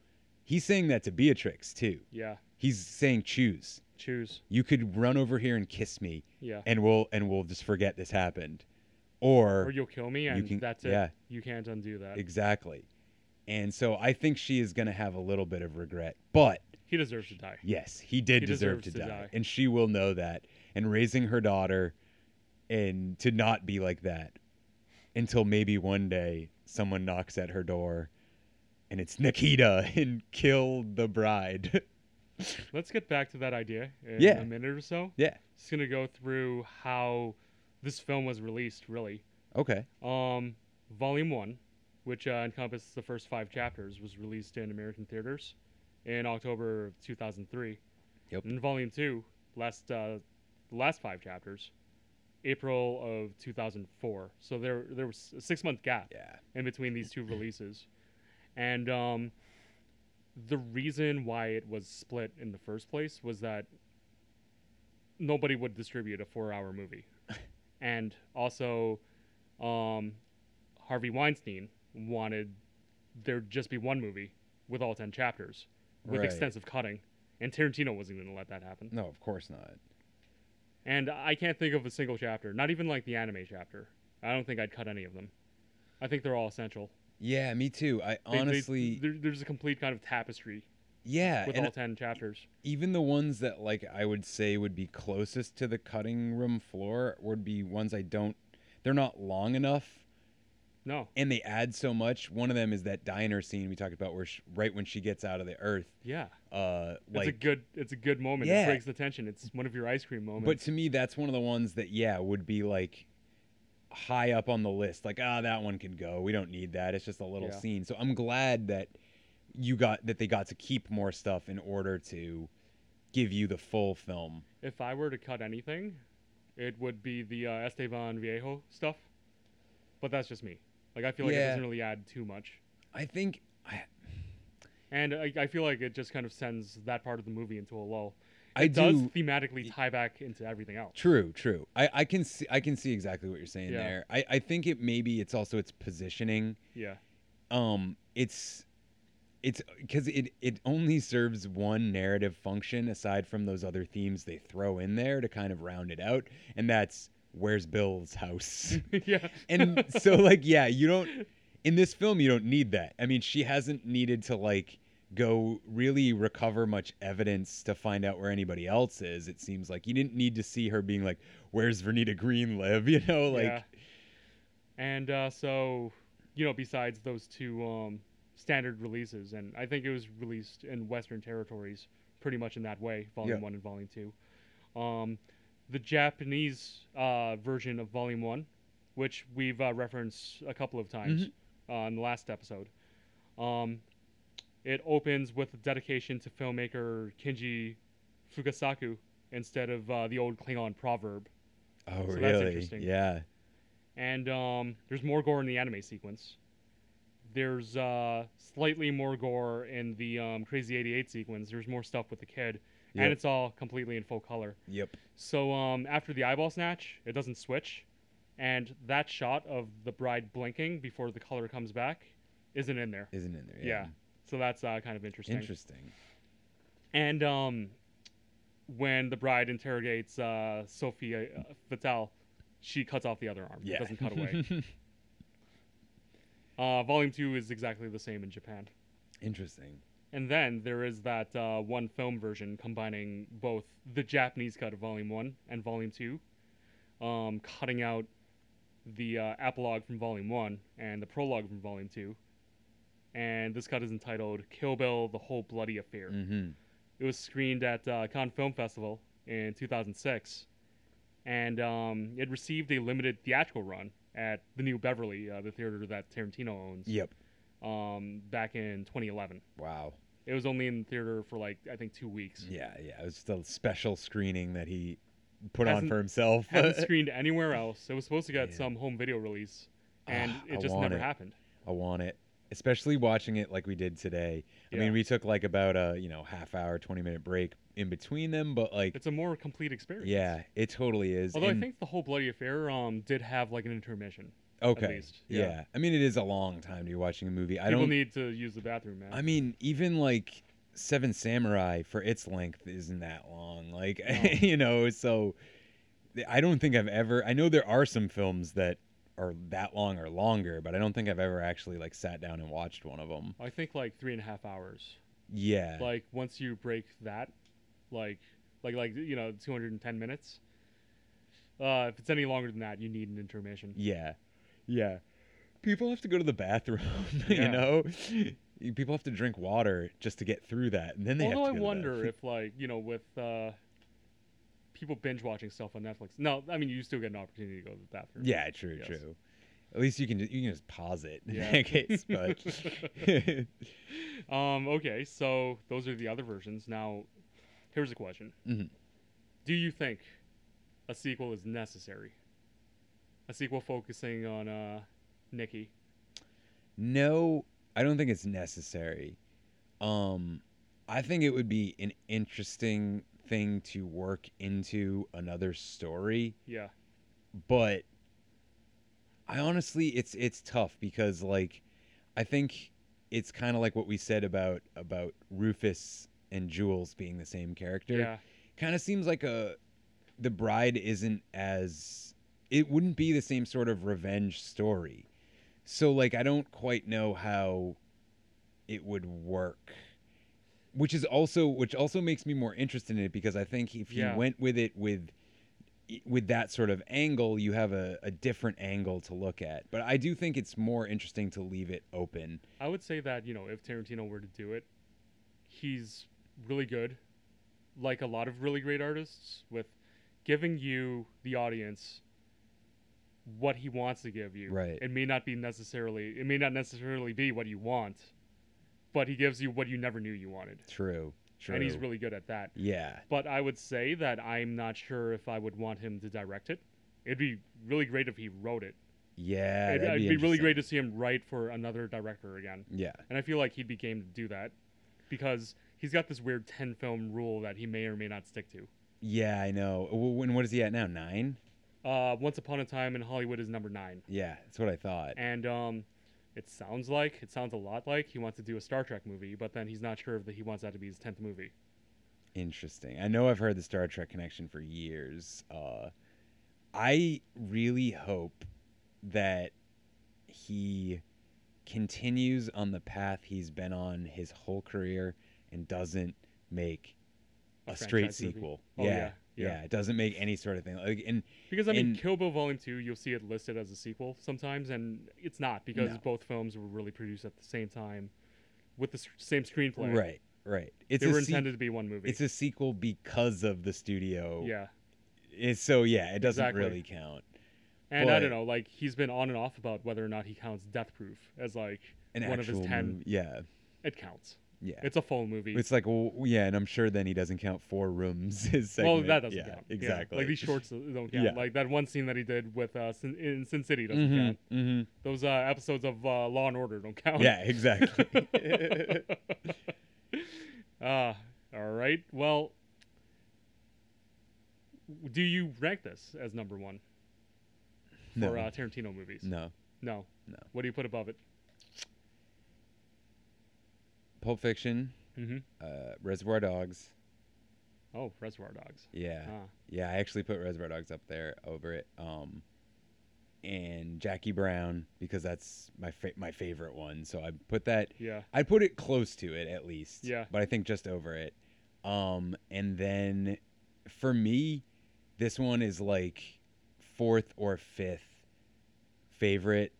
B: he's saying that to Beatrix too.
A: Yeah.
B: He's saying choose.
A: Choose.
B: You could run over here and kiss me.
A: Yeah.
B: And we'll and we'll just forget this happened. Or
A: Or you'll kill me,
B: you
A: and
B: can-
A: that's it.
B: Yeah.
A: You can't undo that.
B: Exactly. And so I think she is going to have a little bit of regret, but
A: He deserves to die.
B: Yes, he did
A: He
B: deserve
A: deserves
B: to,
A: to
B: die.
A: die.
B: and she will know that. And raising her daughter, and to not be like that, until maybe one day someone knocks at her door, and it's Nikita, and kill the bride.
A: Let's get back to that idea in
B: Yeah.
A: a minute or so.
B: Yeah.
A: Just gonna go through how this film was released, really.
B: okay.
A: Um, Volume One, which uh, encompasses the first five chapters, was released in American theaters in October of 2003.
B: Yep.
A: And Volume Two, last uh, the last five chapters, April of 2004. So there there was a six month gap in between these two releases, and um, the reason why it was split in the first place was that nobody would distribute a four hour movie. and also, um, Harvey Weinstein wanted there just be one movie with all 10 chapters with
B: Right.
A: extensive cutting. And Tarantino wasn't going to let that happen.
B: No, of course not.
A: And I can't think of a single chapter, not even like the anime chapter. I don't think I'd cut any of them. I think they're all essential.
B: Yeah, me too. I
A: They- they-
B: honestly,
A: there- there's a complete kind of tapestry
B: yeah,
A: with
B: and
A: all 10 chapters.
B: even the ones that like I would say would be closest to the cutting room floor would be ones I don't. They're not long enough.
A: No.
B: And they add so much. One of them is that diner scene we talked about, where she, right when she gets out of the earth.
A: Yeah.
B: Uh,
A: it's a
B: like.
A: good it's a good moment.
B: Yeah.
A: It breaks the tension. It's one of your ice cream moments.
B: But to me, that's one of the ones that yeah would be like high up on the list. Like ah, that one can go. We don't need that. It's just a little
A: Yeah.
B: scene. So I'm glad that you got that they got to keep more stuff in order to give you the full film.
A: if I were to cut anything, it would be the uh, Esteban Viejo stuff. But that's just me. Like I feel like it
B: Yeah.
A: doesn't really add too much.
B: I think
A: And I, I feel like it just kind of sends that part of the movie into a lull. It
B: I
A: does
B: do-
A: thematically tie back into everything else.
B: True, true. I, I can see I can see exactly what you're saying
A: Yeah.
B: there. I, I think it maybe it's also its positioning.
A: Yeah.
B: Um it's it's because it it only serves one narrative function aside from those other themes they throw in there to kind of round it out, and that's where's Bill's house.
A: yeah.
B: and so like yeah, you don't in this film you don't need that. I mean, she hasn't needed to like go really recover much evidence to find out where anybody else is. It seems like you didn't need to see her being like, "Where's Vernita Green live?" You know, like
A: Yeah. And uh, so, you know, besides those two um, standard releases, and I think it was released in Western territories pretty much in that way, Volume
B: Yeah.
A: 1 and Volume 2. Um, the Japanese uh, version of Volume 1, which we've uh, referenced a couple of times uh, in the last episode, um, it opens with a dedication to filmmaker Kinji Fukasaku instead of uh, the old Klingon proverb.
B: oh
A: So
B: really?
A: that's interesting.
B: Yeah.
A: And um, there's more gore in the anime sequence. There's uh, slightly more gore in the um, Crazy 88 sequence. There's more stuff with the kid.
B: Yep.
A: And it's all completely in full color.
B: Yep.
A: So um, after the eyeball snatch, it doesn't switch. And that shot of the bride blinking before the color comes back isn't in there.
B: Isn't in there, yeah.
A: So that's uh, kind of interesting.
B: Interesting.
A: And um, when the bride interrogates uh, Sophia uh, Vitale, she cuts off the other arm.
B: Yeah.
A: It doesn't cut away. uh, volume 2 is exactly the same in Japan.
B: Interesting.
A: And then there is that uh, one film version combining both the Japanese cut of Volume 1 and Volume 2, um, cutting out the uh, epilogue from Volume 1 and the prologue from Volume 2. And this cut is entitled Kill Bill The Whole Bloody Affair.
B: Mhm.
A: It was screened at uh, Cannes Film Festival in 2006. And um, it received a limited theatrical run at the New Beverly, uh, the theater that Tarantino owns
B: Yep.
A: um, back in 2011.
B: Wow.
A: It was only in the theater for like I think two weeks.
B: Yeah, yeah. It was just a special screening that he put on
A: Hasn't-
B: for himself.
A: Hasn't screened anywhere else. It was supposed to get some home video release, and
B: Ah,
A: it
B: I
A: just
B: want
A: never
B: it.
A: happened.
B: I want it, especially watching it like we did today. I
A: Yeah.
B: mean, we took like about a you know half hour, twenty minute break in between them, but like
A: It's a more complete experience.
B: yeah, it totally is.
A: Although
B: And-
A: I think the whole Bloody Affair um did have like an intermission. at
B: okay,
A: least.
B: Yeah. I mean, it is a long time to be watching a movie. I
A: People
B: don't
A: need to use the bathroom, man.
B: I mean, even like Seven Samurai for its length isn't that long. Like you know, so I don't think I've ever. I know there are some films that are that long or longer, but I don't think I've ever actually like sat down and watched one of them.
A: I think like three and a half hours.
B: Yeah.
A: Like once you break that, like like like you know, two hundred and ten minutes. Uh, if it's any longer than that, you need an intermission.
B: Yeah, yeah. People have to go to the bathroom.
A: Yeah.
B: You know, people have to drink water just to get through that, and then they
A: Although I
B: have to. go to the
A: wonder
B: bathroom.
A: if like you know with uh, people binge watching stuff on Netflix. No, I mean you still get an opportunity to go to the bathroom.
B: Yeah, true,
A: Yes.
B: true. At least you can ju- you can just pause it in
A: Yeah.
B: that case, but
A: um, okay, so those are the other versions. Now, here's a question:
B: Mhm.
A: Do you think a sequel is necessary? A sequel focusing on uh, Nikki.
B: no, I don't think it's necessary. Um, I think it would be an interesting thing to work into another story.
A: Yeah.
B: but I honestly it's it's tough because like I think it's kind of like what we said about about Rufus and Jules being the same character.
A: Yeah.
B: Kind of seems like a the bride isn't as it wouldn't be the same sort of revenge story. So like I don't quite know how it would work. Which is also which also makes me more interested in it because I think if
A: Yeah.
B: he went with it with with that sort of angle, you have a, a different angle to look at. But I do think it's more interesting to leave it open.
A: I would say that, you know, if Tarantino were to do it, he's really good, like a lot of really great artists, with giving you, the audience, what he wants to give you.
B: Right.
A: It may not be necessarily, it may not necessarily be what you want, but he gives you what you never knew you wanted.
B: True. True.
A: And he's really good at that.
B: Yeah.
A: But I would say that I'm not sure if I would want him to direct it. It'd be really great if he wrote it.
B: Yeah.
A: it'd,
B: that'd
A: it'd be, really
B: interesting.
A: great to see him write for another director again.
B: Yeah.
A: And I feel like he'd be game to do that because he's got this weird 10 film rule that he may or may not stick to.
B: Yeah, I know. W- When what is he at now? Nine.
A: Uh, Once Upon a Time in Hollywood is number nine.
B: Yeah, that's what I thought.
A: And um, it sounds like, it sounds a lot like he wants to do a Star Trek movie, but then he's not sure that he wants that to be his 10th movie.
B: Interesting. I know I've heard the Star Trek connection for years. Uh, I really hope that he continues on the path he's been on his whole career and doesn't make
A: A
B: a, straight
A: franchise movie.
B: sequel.
A: Oh,
B: yeah,
A: yeah,
B: yeah,
A: yeah.
B: It doesn't make any sort of thing. Like, and
A: Because I mean,
B: and-
A: Kill Bill Volume Two, you'll see it listed as a sequel sometimes, and it's not because
B: No.
A: both films were really produced at the same time, with the s- same screenplay.
B: right, right.
A: they
B: a
A: were
B: se-
A: intended to be one movie.
B: It's a sequel because of the studio.
A: yeah,
B: It's, so yeah, it doesn't
A: Exactly.
B: really count.
A: and I
B: But-
A: don't know, like he's been on and off about whether or not he counts Death Proof as like
B: An
A: one of his
B: actual
A: ten.
B: movie- yeah.
A: it counts.
B: Yeah.
A: it's a full movie.
B: It's like, well, yeah, and I'm sure then he doesn't count four rooms. His segment.
A: well, that doesn't
B: yeah,
A: count. Yeah,
B: Exactly.
A: Like these shorts don't count.
B: Yeah.
A: Like that one scene that he did with uh, Sin- in Sin City doesn't
B: Mhm,
A: count.
B: mhm.
A: Those uh, episodes of uh, Law and Order don't count.
B: Yeah, exactly.
A: uh, all right. Well, do you rank this as number one
B: No.
A: for uh, Tarantino movies?
B: No.
A: No.
B: No.
A: What do you put above it?
B: Pulp Fiction,
A: Mhm.
B: uh, Reservoir Dogs.
A: Oh, Reservoir Dogs.
B: Yeah.
A: Ah.
B: Yeah, I actually put Reservoir Dogs up there over it. Um, and Jackie Brown because that's my fa- my favorite one. So I put that.
A: Yeah.
B: I put it close to it at least.
A: Yeah.
B: But I think just over it. Um, and then for me, this one is like fourth or fifth favorite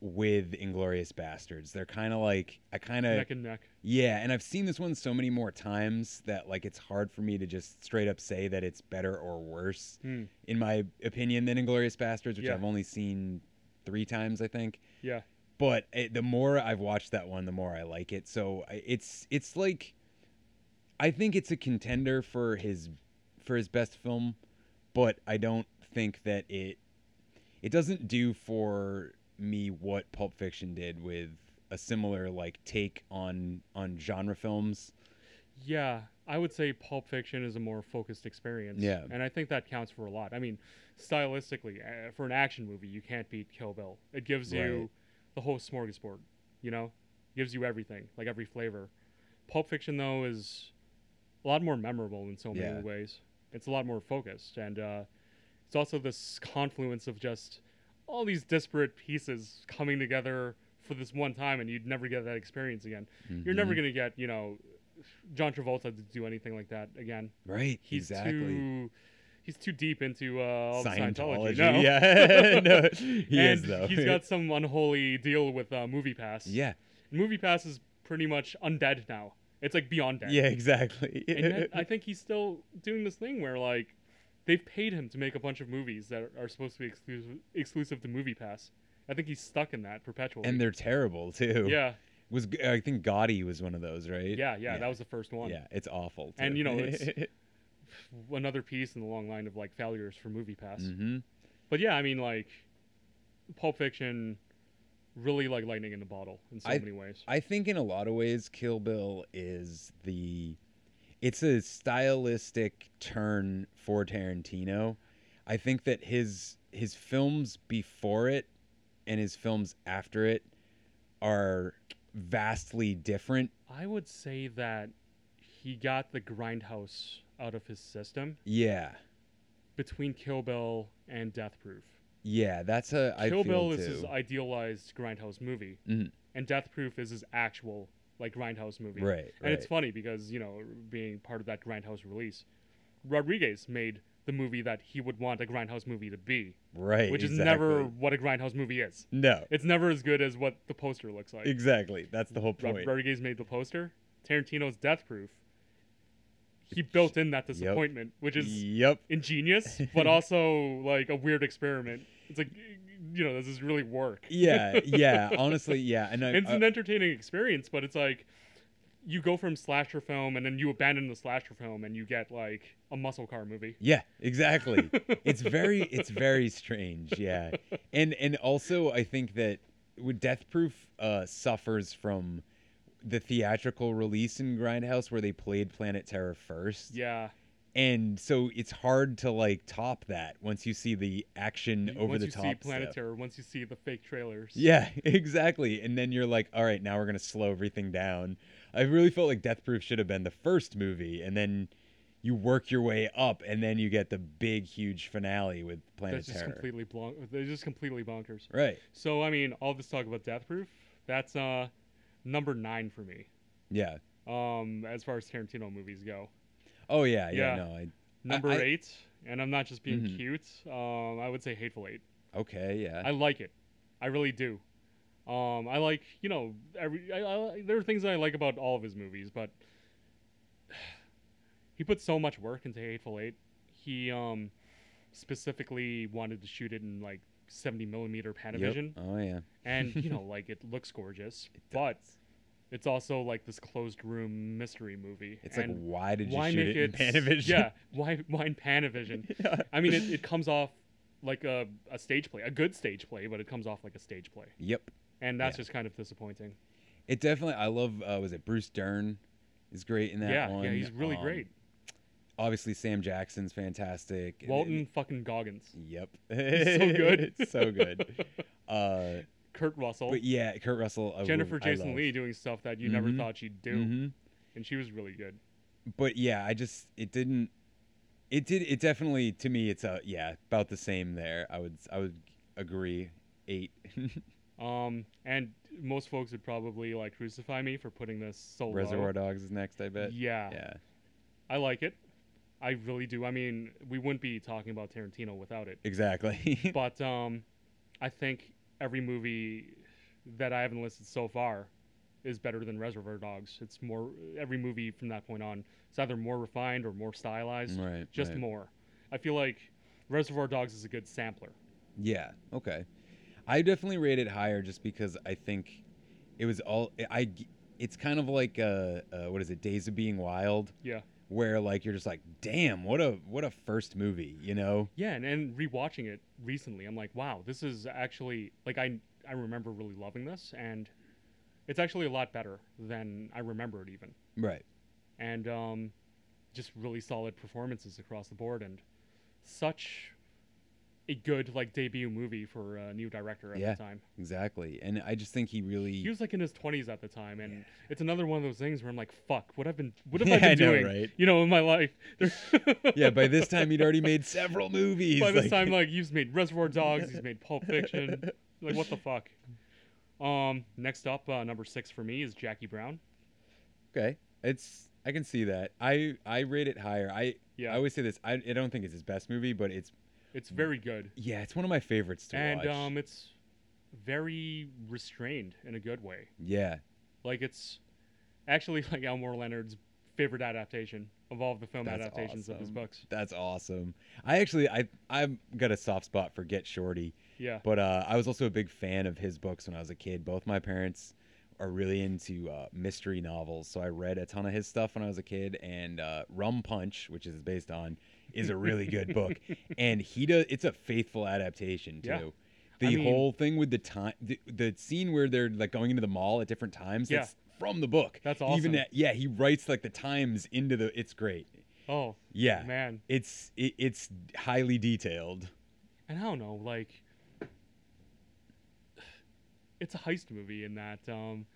B: with Inglorious Bastards. They're kind of like I kind of
A: Neck and neck.
B: yeah, and I've seen this one so many more times that like it's hard for me to just straight up say that it's better or worse
A: Hmm.
B: in my opinion than Inglorious Bastards, which
A: Yeah.
B: I've only seen three times, I think.
A: Yeah.
B: But it, the more I've watched that one, the more I like it. So I- it's it's like I think it's a contender for his for his best film, but I don't think that it it doesn't do for me what Pulp Fiction did with a similar like take on on genre films.
A: Yeah, I would say Pulp Fiction is a more focused experience.
B: Yeah.
A: and I think that counts for a lot. I mean, stylistically, uh, for an action movie, you can't beat Kill Bill. It gives you
B: Right.
A: the whole smorgasbord. You know, gives you everything, like every flavor. Pulp Fiction though is a lot more memorable in so many
B: Yeah.
A: ways. It's a lot more focused, and uh, it's also this confluence of just all these disparate pieces coming together for this one time, and you'd never get that experience again. You're never
B: Mhm.
A: gonna get, you know, John Travolta to do anything like that again.
B: Right,
A: He's
B: exactly.
A: Too, he's too deep into uh, all the Scientology.
B: Scientology,
A: No.
B: yeah. No, he is,
A: And
B: though.
A: He's got some unholy deal with uh, Movie Pass.
B: Yeah.
A: Movie Pass is pretty much undead now. It's like beyond dead.
B: Yeah, exactly.
A: and yet, I think he's still doing this thing where like they've paid him to make a bunch of movies that are supposed to be exclusive exclusive to Movie Pass. I think he's stuck in that perpetually.
B: and they're terrible too.
A: Yeah.
B: Was I think Gotti was one of those, right?
A: Yeah, yeah, that was the first one.
B: Yeah, it's awful. Too.
A: and you know it's another piece in the long line of like failures for movie pass
B: Mhm.
A: but yeah i mean like pulp fiction really like lightning in a bottle in so
B: I,
A: many ways
B: I think in a lot of ways, Kill Bill is the it's a stylistic turn for Tarantino. I think that his his films before it and his films after it are vastly different.
A: i would say that he got the grindhouse out of his system
B: Yeah.
A: between kill bill and death proof
B: Yeah, that's a I
A: kill
B: feel
A: bill
B: too.
A: is his idealized grindhouse movie
B: Mhm.
A: and death proof is his actual like grindhouse movie
B: Right,
A: and it's
B: right.
A: funny because you know being part of that grindhouse release rodriguez made the movie that he would want a grindhouse movie to be
B: Right,
A: which is never
B: exactly.
A: what a grindhouse movie is
B: No.
A: it's never as good as what the poster looks like
B: Exactly. That's the whole
A: Rod-
B: point.
A: rodriguez made the poster tarantino's death proof he built in that disappointment which is
B: Yep.
A: ingenious but also like a weird experiment it's like you know this is really work
B: Yeah, yeah, honestly, yeah, uh, and I-
A: it's an
B: I-
A: entertaining experience but it's like you go from slasher film and then you abandon the slasher film and you get like a muscle car movie
B: Yeah, exactly. it's very it's very strange, yeah. And and also I think that with Death Proof uh suffers from the theatrical release in Grindhouse where they played Planet Terror first.
A: Yeah.
B: And so it's hard to like top that once you see the action over
A: once
B: the
A: you
B: top
A: see planet
B: stuff.
A: terror once you see the fake trailers
B: Yeah, exactly. And then you're like, all right, now we're gonna slow everything down. I really felt like Death Proof should have been the first movie, and then you work your way up, and then you get the big, huge finale with Planet
A: that's just
B: Terror.
A: completely blon- they're just completely bonkers
B: Right.
A: so i mean all this talk about death proof that's uh number nine for me
B: Yeah.
A: um as far as tarantino movies go
B: Oh yeah, yeah. No, I
A: number
B: I- I-
A: eight and i'm not just being
B: Mhm.
A: cute um i would say hateful eight
B: Okay, yeah.
A: I like it. I really do. Um, I like you know every. I, I, there are things that I like about all of his movies, but he put so much work into Hateful Eight. He um, specifically wanted to shoot it in like 70 millimeter Panavision.
B: Oh, yeah.
A: And you know, like it looks gorgeous, but it's also like this closed room mystery movie.
B: It's like,
A: And
B: why did you shoot it in Panavision?
A: Yeah, why why in Panavision? I mean, it, it comes off like a, a stage play, a good stage play, but it comes off like a stage play.
B: Yep.
A: And that's
B: Yeah.
A: just kind of disappointing.
B: It definitely. I love. Uh, was it Bruce Dern? Is great in that
A: Yeah, yeah,
B: one. Um,
A: he's really great.
B: Obviously, Sam Jackson's fantastic. and-
A: Walton fucking Goggins.
B: Yep.
A: He's so good.
B: so good. Uh,
A: Kurt Russell.
B: But yeah, Kurt Russell. I
A: Jennifer
B: love- I
A: Jason
B: love.
A: Lee doing stuff that you never
B: Mhm.
A: thought she'd do.
B: Mhm.
A: And she was really good.
B: But yeah, I just it didn't. It did. It definitely to me. It's a yeah about the same there. I would I would agree. Eight.
A: Um, and most folks would probably like crucify me for putting this so low.
B: Reservoir Dogs is next. I bet.
A: Oh, Yeah.
B: Yeah.
A: I like it. I really do. I mean, we wouldn't be talking about Tarantino without it.
B: Exactly.
A: but um, I think every movie that I haven't listed so far is better than Reservoir Dogs. It's more every movie from that point on. It's either more refined or more stylized.
B: Right,
A: Just
B: right.
A: more. I feel like Reservoir Dogs is a good sampler.
B: Yeah. Okay. I definitely rate it higher just because I think it was all I. It's kind of like uh, uh what is it? Days of Being Wild.
A: Yeah.
B: Where like you're just like, damn, what a what a first movie, you know?
A: Yeah, and, and rewatching it recently, I'm like, wow, this is actually like I I remember really loving this, and it's actually a lot better than I remember it even.
B: Right.
A: And um, just really solid performances across the board, and such a good like debut movie for a new director at
B: yeah,
A: the time.
B: exactly. And I just think he really
A: He was like in his twenties at the time, and it's another one of those things where I'm like, "Fuck, what I've been, what have
B: Yeah,
A: I been
B: I know,
A: doing?"
B: right?
A: You know, in my life.
B: yeah, by this time he'd already made several movies.
A: By this
B: like-
A: time, like he's made Reservoir Dogs, he's made Pulp Fiction. Like what the fuck? Um, next up, uh, number six for me is Jackie Brown.
B: Okay, it's I can see that. I I rate it higher. I I always say this. I, I don't think it's his best movie, but it's
A: It's very good.
B: yeah, it's one of my favorites Mm. to
A: and
B: watch.
A: um, it's very restrained in a good way.
B: yeah,
A: Like it's actually like Elmore Leonard's favorite adaptation of all of the film
B: that's
A: adaptations of his
B: awesome.
A: books.
B: That's awesome. I actually I I've got a soft spot for Get Shorty.
A: Yeah.
B: But uh, I was also a big fan of his books when I was a kid. Both my parents are really into uh, mystery novels, so I read a ton of his stuff when I was a kid. And uh, Rum Punch, which is based on, is a really good book. And he does. It's a faithful adaptation too.
A: Yeah.
B: The
A: I mean-
B: whole thing with the time, the, the scene where they're like going into the mall at different times.
A: Yeah.
B: That's from the book.
A: That's
B: Even
A: awesome.
B: at, yeah, he writes like the times into the. It's great.
A: Oh,
B: Yeah,
A: man.
B: it's it, it's highly detailed.
A: And I don't know, like it's a heist movie in that um,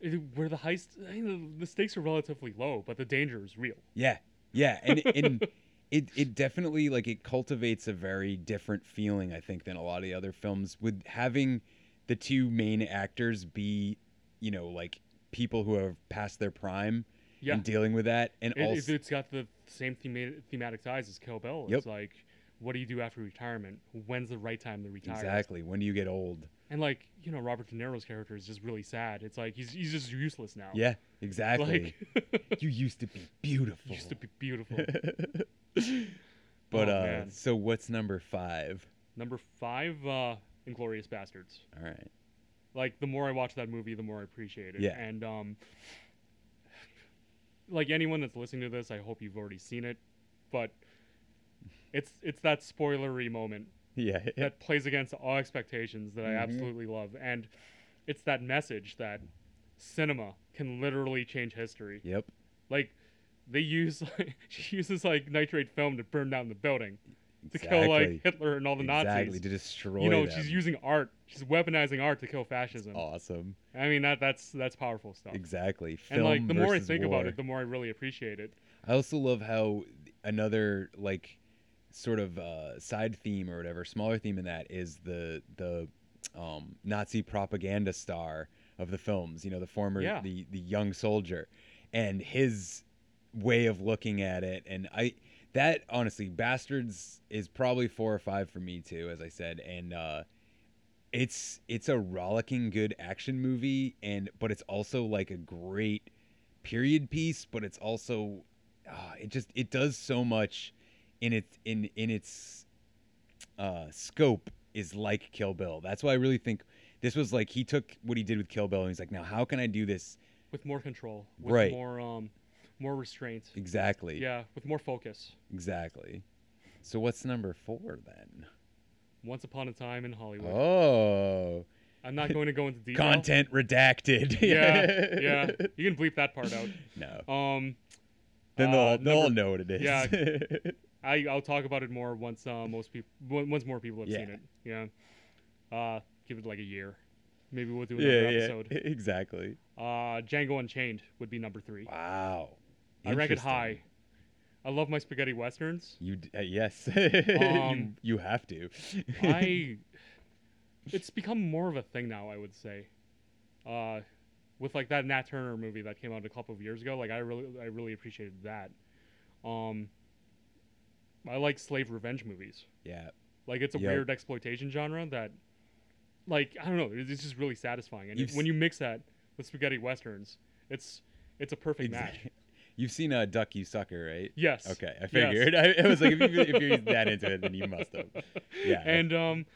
A: it- where the heist, I mean, the, the stakes are relatively low, but the danger is real.
B: Yeah, yeah, and and it it definitely like it cultivates a very different feeling I think than a lot of the other films with having the two main actors be you know like people who have passed their prime
A: Yeah.
B: and dealing with that and
A: it, it-
B: also
A: it's got the same thema- thematic ties as Kill Bill.
B: Yep.
A: It's like, what do you do after retirement? When's the right time to retire?
B: exactly when do you get old?
A: And like you know, Robert De Niro's character is just really sad. It's like he's he's just useless now.
B: Yeah, exactly.
A: Like
B: you used to be beautiful.
A: Used to be beautiful.
B: But
A: Oh,
B: uh,
A: man.
B: so what's number five?
A: Number five, uh, Inglorious Bastards.
B: All right.
A: Like the more I watch that movie, the more I appreciate it.
B: Yeah.
A: And um, like anyone that's listening to this, I hope you've already seen it, but it's it's that spoilery moment.
B: Yeah.
A: That plays against all expectations that I
B: Mhm.
A: absolutely love, and it's that message that cinema can literally change history.
B: Yep.
A: Like they use she uses like nitrate film to burn down the building to kill
B: Exactly.
A: like Hitler and all the Nazis.
B: Exactly, to destroy
A: You know,
B: them. Oh.
A: she's using art. She's weaponizing art to kill fascism.
B: awesome.
A: I mean, that that's that's powerful stuff.
B: Exactly.
A: and like
B: Film
A: the more I
B: versus
A: think about
B: war.
A: it, the more I really appreciate it.
B: I also love how another like sort of uh, side theme or whatever, smaller theme in that is the the um, Nazi propaganda star of the films. You know, the former
A: Yeah.
B: the the young soldier, and his way of looking at it. And I that honestly, bastards is probably four or five for me too, as I said. And uh, it's it's a rollicking good action movie and but it's also like a great period piece but it's also ah, it just it does so much in its in in its uh scope is like kill bill that's why i really think this was like he took what he did with kill bill and he's like now how can i do this
A: With more control, with
B: Right.
A: More um, more restraint.
B: Exactly.
A: Yeah, with more focus.
B: exactly so what's number four then
A: Once upon a time in Hollywood.
B: oh
A: I'm not going to go into detail.
B: content redacted
A: yeah, yeah. You can bleep that part out.
B: No.
A: Um.
B: Then they'll- they'll all know what it is.
A: Uh, Yeah. I I'll talk about it more once uh, most people once more people have seen
B: Yeah.
A: it. Yeah. Uh, give it like a year. Maybe we'll do another
B: yeah, yeah
A: episode.
B: exactly
A: Uh, Django Unchained would be number three.
B: Wow.
A: I rank it
B: Interesting.
A: high. I love my spaghetti westerns.
B: You d- uh, yes,
A: Um,
B: you, you have to.
A: I. It's become more of a thing now. I would say, uh, with like that Nat Turner movie that came out a couple of years ago. Like I really, I really appreciated that. Um, I like slave revenge movies.
B: Yeah.
A: Like it's a
B: Yep.
A: weird exploitation genre that, like I don't know, it's it's just really satisfying. And
B: You've
A: it- when
B: s-
A: you mix that with spaghetti westerns, it's it's a perfect match.
B: You've seen a uh, duck you sucker, right?
A: Yes.
B: Okay, I
A: Yes.
B: figured. I, I was like, if, you, if you're that into it, then you must have. Yeah.
A: And um,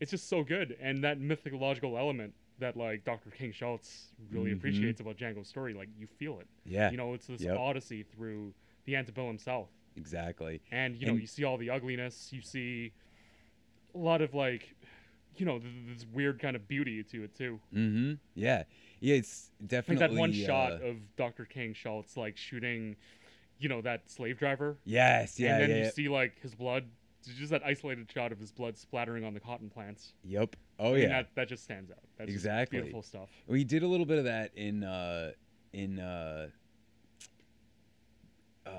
A: it's just so good, and that mythological element that like Dr. King Schultz really
B: Mhm.
A: appreciates about Django's story, like you feel it.
B: Yeah.
A: You know, it's this
B: Yep.
A: odyssey through the antebellum South,
B: exactly.
A: and you know, you see all the ugliness, you see a lot of like, you know, th- th- this weird kind of beauty to it too.
B: Mm-hmm. Yeah. Yeah. It's
A: Like
B: definitely
A: that one
B: uh,
A: shot of Dr. King Schultz like shooting, you know, that slave driver.
B: Yes, yeah,
A: And then
B: yeah,
A: you
B: yeah.
A: see like his blood just that isolated shot of his blood splattering on the cotton plants.
B: Yep. Oh
A: I mean,
B: yeah.
A: that, that just stands out. That's just
B: exactly.
A: beautiful stuff.
B: We did a little bit of that in uh, in uh, uh,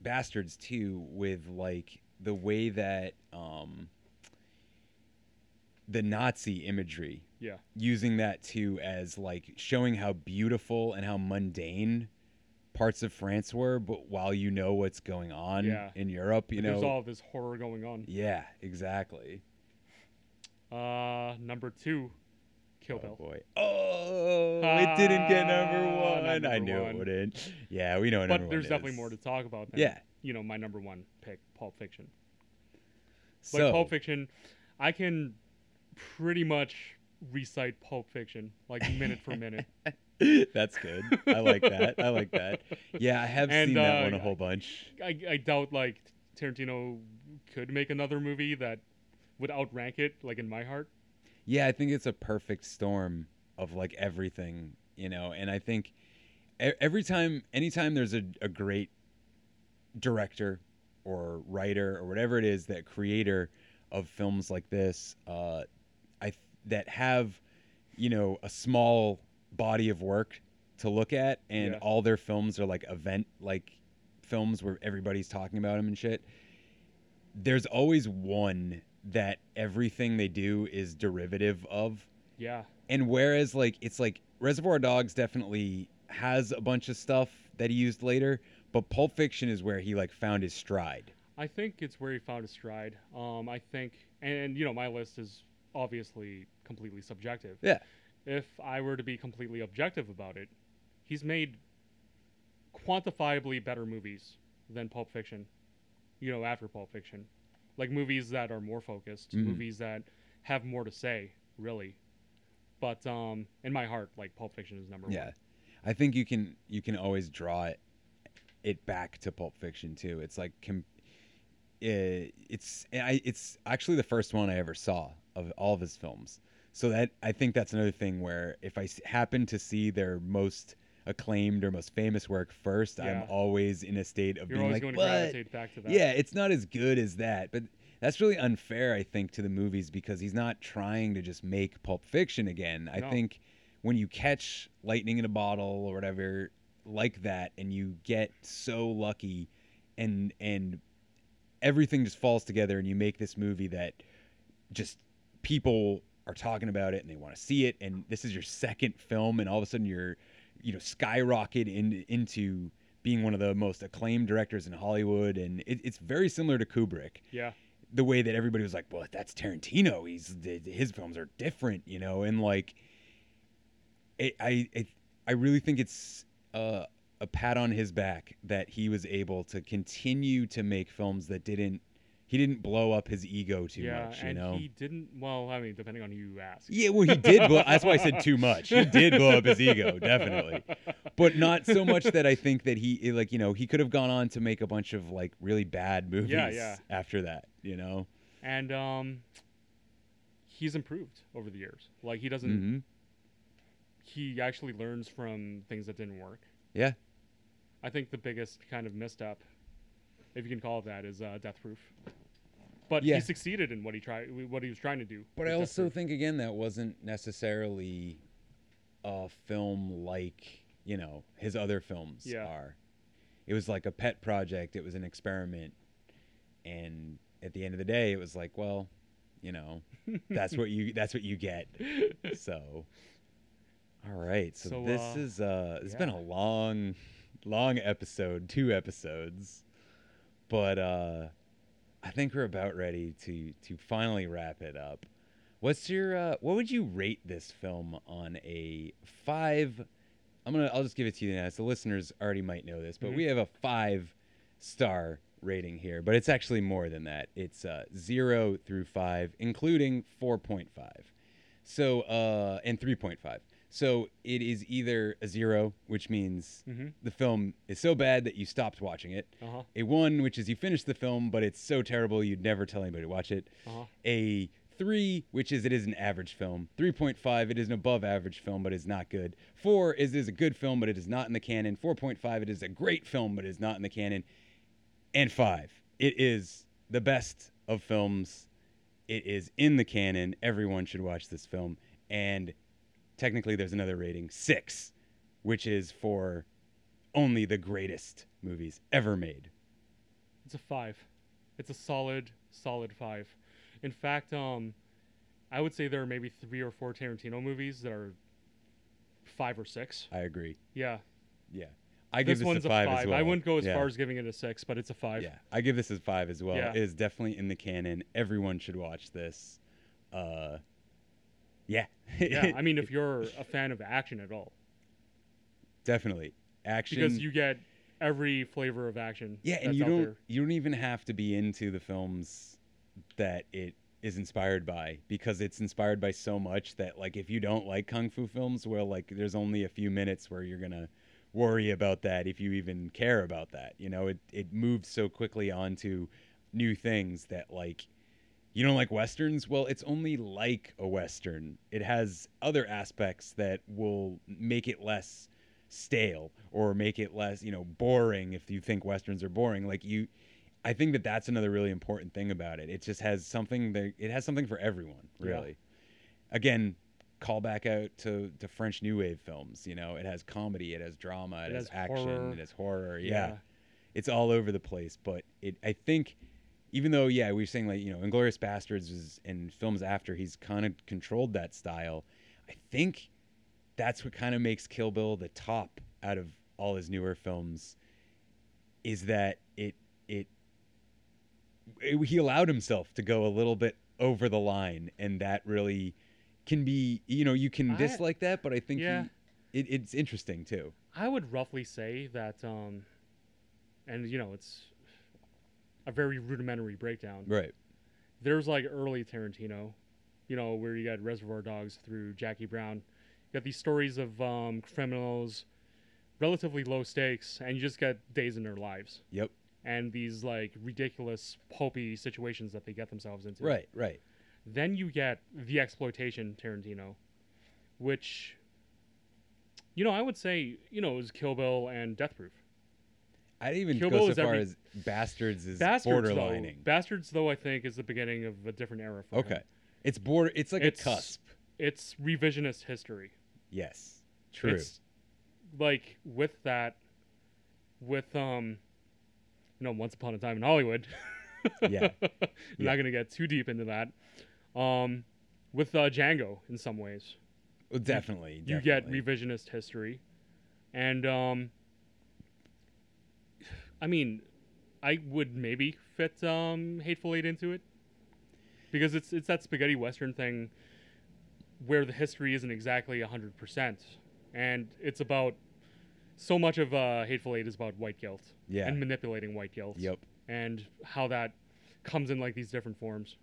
B: Bastards too, with like the way that um, the Nazi imagery.
A: Yeah.
B: Using that too as like showing how beautiful and how mundane parts of France were, but while you know what's going on
A: Yeah.
B: in Europe, you
A: There's
B: know.
A: all this horror going on.
B: yeah, exactly.
A: Uh, number two, Kill Bill.
B: boy. Oh,
A: Ah,
B: it didn't get number one. I knew it wouldn't. Yeah, we know what
A: But
B: number
A: there's
B: one
A: definitely
B: is.
A: more to talk about. Than,
B: Yeah.
A: You know, my number one pick, Pulp Fiction. Like
B: So-
A: Pulp Fiction, I can pretty much recite Pulp Fiction like minute for minute.
B: That's good. I like that. I like that. Yeah, I have
A: And,
B: seen that
A: uh,
B: one a whole bunch.
A: I, I doubt like Tarantino could make another movie that would outrank it, like in my heart.
B: Yeah, I think it's a perfect storm of like everything, you know. And I think e- every time, anytime there's a, a great director or writer or whatever it is that creator of films like this, uh, I th- that have you know a small body of work to look at, and
A: Yeah.
B: all their films are like event like films where everybody's talking about them and shit. There's always one that everything they do is derivative of.
A: Yeah.
B: And whereas like it's like Reservoir Dogs definitely has a bunch of stuff that he used later, but Pulp Fiction is where he like found his stride.
A: I think it's where he found his stride. Um, I think, and you know, my list is obviously completely subjective.
B: Yeah.
A: If I were to be completely objective about it, he's made quantifiably better movies than Pulp Fiction. You know, after Pulp Fiction, like movies that are more focused,
B: Mhm.
A: movies that have more to say, really. But um, in my heart, like Pulp Fiction is number
B: Yeah.
A: one.
B: I think you can you can always draw it it back to Pulp Fiction too. It's like com- eh, it's I, it's actually the first one I ever saw of all of his films. So that I think that's another thing where if I s- happen to see their most acclaimed or most famous work first,
A: Yeah.
B: I'm always in a state of
A: You're
B: being
A: always
B: like,
A: going to
B: "But
A: gravitate back to that."
B: yeah, it's not as good as that, but that's really unfair, I think, to the movies because he's not trying to just make Pulp Fiction again. I
A: No.
B: think when you catch lightning in a bottle or whatever like that, and you get so lucky, and and everything just falls together, and you make this movie that just people are talking about it and they want to see it, and this is your second film, and all of a sudden you're you know skyrocket in, into being one of the most acclaimed directors in Hollywood, and it, it's very similar to Kubrick
A: Yeah.
B: the way that everybody was like, "Well, that's Tarantino. He's th- his films are different," you know, and like, it, I it, I really think it's uh, a pat on his back that he was able to continue to make films that didn't he didn't blow up his ego too
A: yeah,
B: much, you
A: and
B: know.
A: he didn't. Well, I mean, depending on who you ask.
B: Yeah, well, he did. Blow, that's why I said too much. He did blow up his ego, definitely, but not so much that I think that he eh, like you know he could have gone on to make a bunch of like really bad movies
A: yeah.
B: after that, you know.
A: and um, he's improved over the years. Like he doesn't.
B: Mhm.
A: He actually learns from things that didn't work.
B: Yeah.
A: I think the biggest kind of misstep, if you can call it that, is uh, Death Proof. But
B: Yeah.
A: he succeeded in what he tried, what he was trying to do.
B: But
A: with
B: I
A: Death
B: also
A: Proof.
B: think again that wasn't necessarily a film like you know his other films
A: Yeah.
B: are. It was like a pet project. It was an experiment, and at the end of the day, it was like, well, you know, that's what you that's what you get. So, all right. So,
A: So,
B: this
A: uh,
B: is uh, it's been
A: yeah.
B: a long, long episode, two episodes, but uh, I think we're about ready to to finally wrap it up. What's your uh, what would you rate this film on a five? I'm gonna I'll just give it to you now. So listeners already might know this, but
A: Mhm.
B: we have a five star rating here, but it's actually more than that. It's uh, zero through five, including four point five. So uh, and three point five. So it is either a zero, which means
A: Mhm.
B: the film is so bad that you stopped watching it.
A: Uh-huh.
B: A one, which is you finished the film, but it's so terrible you'd never tell anybody to watch it.
A: Uh-huh.
B: A three, which is it is an average film. 3.5, it is an above average film, but it's not good. Four is it is a good film, but it is not in the canon. 4.5, it is a great film, but it is not in the canon. And five, it is the best of films. It is in the canon. Everyone should watch this film. And technically, there's another rating, six, which is for only the greatest movies ever made.
A: It's a five. It's a solid, solid five. In fact, um, I would say there are maybe three or four Tarantino movies that are five or six.
B: I agree.
A: Yeah.
B: Yeah. I give this a five, as well.
A: I wouldn't go as
B: Yeah.
A: far as giving it a six, but it's a five.
B: Yeah, I give this a five as well.
A: Yeah.
B: It is definitely in the canon. Everyone should watch this. Uh, yeah,
A: yeah. I mean, if you're a fan of action at all,
B: definitely action.
A: because you get every flavor of action.
B: yeah, and
A: that's
B: you
A: out
B: don't
A: there.
B: you don't even have to be into the films that it is inspired by because it's inspired by so much that like if you don't like kung fu films, well, like there's only a few minutes where you're gonna worry about that if you even care about that. You know, it it moves so quickly onto new things that like you don't like westerns well it's only like a western it has other aspects that will make it less stale or make it less you know boring if you think westerns are boring like you i think that that's another really important thing about it it just has something that it has something for everyone
A: Yeah.
B: really again call back out to to french new wave films you know it has comedy it has drama it,
A: It
B: has,
A: has
B: action
A: horror.
B: it has horror yeah
A: Yeah.
B: it's all over the place. But it, I think, even though yeah, we were saying like you know, Inglorious Bastards is and films after he's kind of controlled that style. I think that's what kind of makes Kill Bill the top out of all his newer films. Is that it? It, it he allowed himself to go a little bit over the line, and that really can be you know you can
A: I-
B: dislike that, but I think
A: Yeah.
B: he, it, it's interesting too.
A: I would roughly say that, um, and you know, it's a very rudimentary breakdown.
B: Right.
A: There's like early Tarantino, you know, where you got Reservoir Dogs through Jackie Brown. You got these stories of um, criminals, relatively low stakes, and you just got days in their lives.
B: Yep.
A: And these like ridiculous, pulpy situations that they get themselves into.
B: Right. Right.
A: Then you get the exploitation Tarantino, which, you know, I would say, you know, is Kill Bill and Death Proof.
B: I didn't even
A: Kill
B: go
A: Bill
B: so
A: is
B: far
A: every-
B: as Bastards is
A: Bastards, though,
B: borderlining.
A: Bastards, though, I think is the beginning of a different era. For
B: Okay.
A: him.
B: It's border it's like a cusp.
A: It's revisionist history.
B: Yes. True.
A: It's, like with that, with um, you know, Once Upon a Time in Hollywood.
B: Yeah.
A: I'm
B: Yeah.
A: not gonna get too deep into that. Um, with uh, Django in some ways.
B: Well, definitely,
A: You
B: definitely.
A: get revisionist history, and um, I mean, I would maybe fit um, Hateful Eight into it because it's it's that spaghetti western thing where the history isn't exactly 100% and it's about so much of uh, hateful eight is about white guilt
B: Yeah.
A: and manipulating white guilt
B: Yep.
A: and how that comes in like these different forms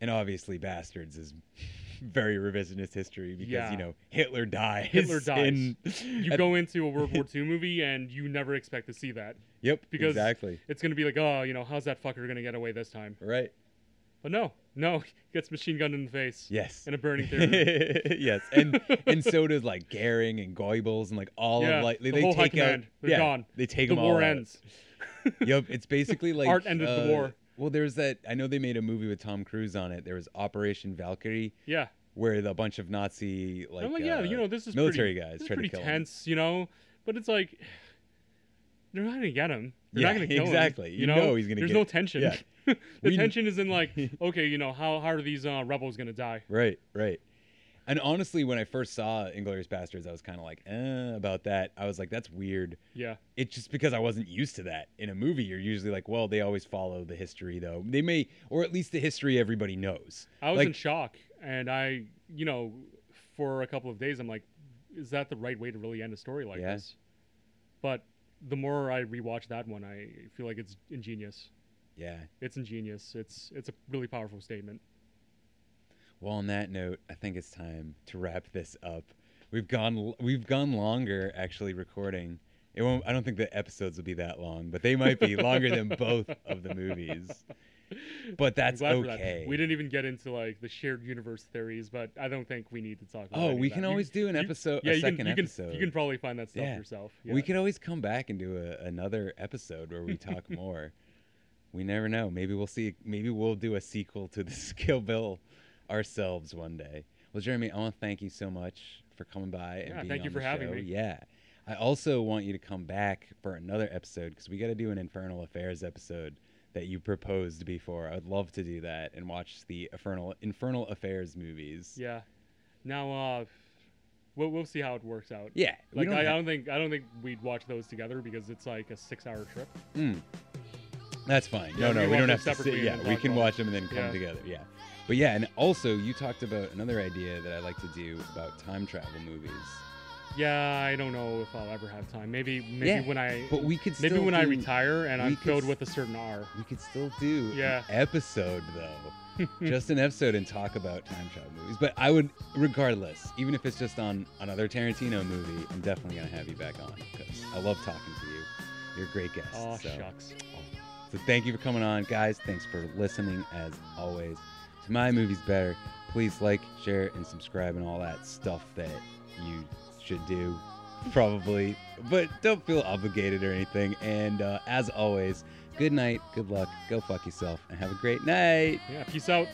B: and obviously Bastards is very revisionist history because
A: Yeah.
B: you know Hitler dies.
A: hitler dies
B: in-
A: you
B: at-
A: go into a world war ii movie and you never expect to see that
B: Yep,
A: because
B: exactly.
A: it's going to be like oh you know how's that fucker going to get away this time
B: Right.
A: but no no he gets machine gunned in the face
B: Yes.
A: in a burning theater
B: yes. And and so does like Goering and Goebbels and like all
A: Yeah,
B: of like they,
A: the
B: they
A: whole high
B: take out
A: command. They're
B: yeah,
A: gone.
B: They take
A: The
B: them
A: war
B: all out.
A: ends.
B: yep, it's basically like uh,
A: Art ended the war.
B: Well, there's that. I know they made a movie with Tom Cruise on it. There was Operation Valkyrie.
A: Yeah.
B: Where the bunch of Nazi like,
A: I'm like, Oh, yeah,
B: uh,
A: you know, this is
B: military
A: pretty,
B: guys
A: This is
B: try
A: pretty
B: to kill him.
A: tense, you know. But it's like they're not gonna get him. They're
B: Yeah,
A: not gonna kill
B: exactly.
A: him.
B: You know he's gonna
A: There's
B: get-
A: no tension.
B: yeah.
A: the
B: We-
A: tension is in like, okay, you know, how how are these uh, rebels gonna die?
B: Right, right. And honestly, when I first saw Inglorious Bastards, I was kind of like, eh, about that. I was like, that's weird.
A: Yeah.
B: It's just because I wasn't used to that. In a movie, you're usually like, well, they always follow the history, though. They may, or at least the history everybody knows.
A: I was
B: like,
A: in shock, and I, you know, for a couple of days, I'm like, is that the right way to really end a story like
B: Yeah.
A: this? But the more I rewatch that one, I feel like it's ingenious.
B: Yeah.
A: It's ingenious. It's it's a really powerful statement.
B: Well, on that note, I think it's time to wrap this up. We've gone l- we've gone longer actually recording. It won't. I don't think the episodes will be that long, but they might be longer than both of the movies. But that's
A: I'm glad for that.
B: okay.
A: We didn't even get into like the shared universe theories, but I don't think we need to talk. about
B: Oh,
A: any of
B: we
A: that.
B: can
A: You-
B: always do an
A: you-
B: episode,
A: Yeah,
B: a
A: you
B: second
A: can, you
B: episode.
A: Can, you can probably find that stuff
B: Yeah.
A: yourself.
B: We
A: yeah.
B: could always come back and do a, another episode where we talk more. we never know. Maybe we'll see. Maybe we'll do a sequel to this Kill Bill ourselves one day. Well, Jeremy, I want to thank you so much for coming by and
A: Yeah,
B: being
A: thank you
B: on
A: for
B: the
A: having
B: show.
A: me.
B: Yeah. I also want you to come back for another episode because we got to do an Infernal Affairs episode that you proposed before. I would love to do that and watch the Infernal Infernal Affairs movies.
A: Yeah. Now, uh, we'll we'll see how it works out.
B: Yeah, we
A: Like
B: don't
A: I,
B: ha-
A: I don't think I don't think we'd watch those together because it's like a six-hour trip.
B: Mm. That's fine.
A: Yeah,
B: no, no,
A: we
B: we,
A: watch them
B: don't have to. Sit,
A: separately
B: yeah,
A: and
B: we
A: talk
B: can
A: about
B: watch
A: it.
B: them and then come
A: Yeah.
B: together. Yeah, but yeah, and also you talked about another idea that I like to do about time travel movies.
A: Yeah, I don't know if I'll ever have time. Maybe maybe
B: Yeah,
A: when I
B: but we could
A: maybe
B: still
A: when I
B: do-
A: retire and
B: we
A: I'm
B: could
A: filled
B: s-
A: with a certain R.
B: We could still do
A: Yeah.
B: an episode though, just an episode and talk about time travel movies. But I would, regardless, even if it's just on another Tarantino movie, I'm definitely gonna have you back on because I love talking to you. You're a great guest.
A: Aw,
B: so.
A: shucks.
B: So thank you for coming on, guys. Thanks for listening as always to My Movies Better. Please like, share, and subscribe and all that stuff that you should do, probably. But don't feel obligated or anything. And uh, as always, good night, good luck, go fuck yourself, and have a great night.
A: Yeah, peace out.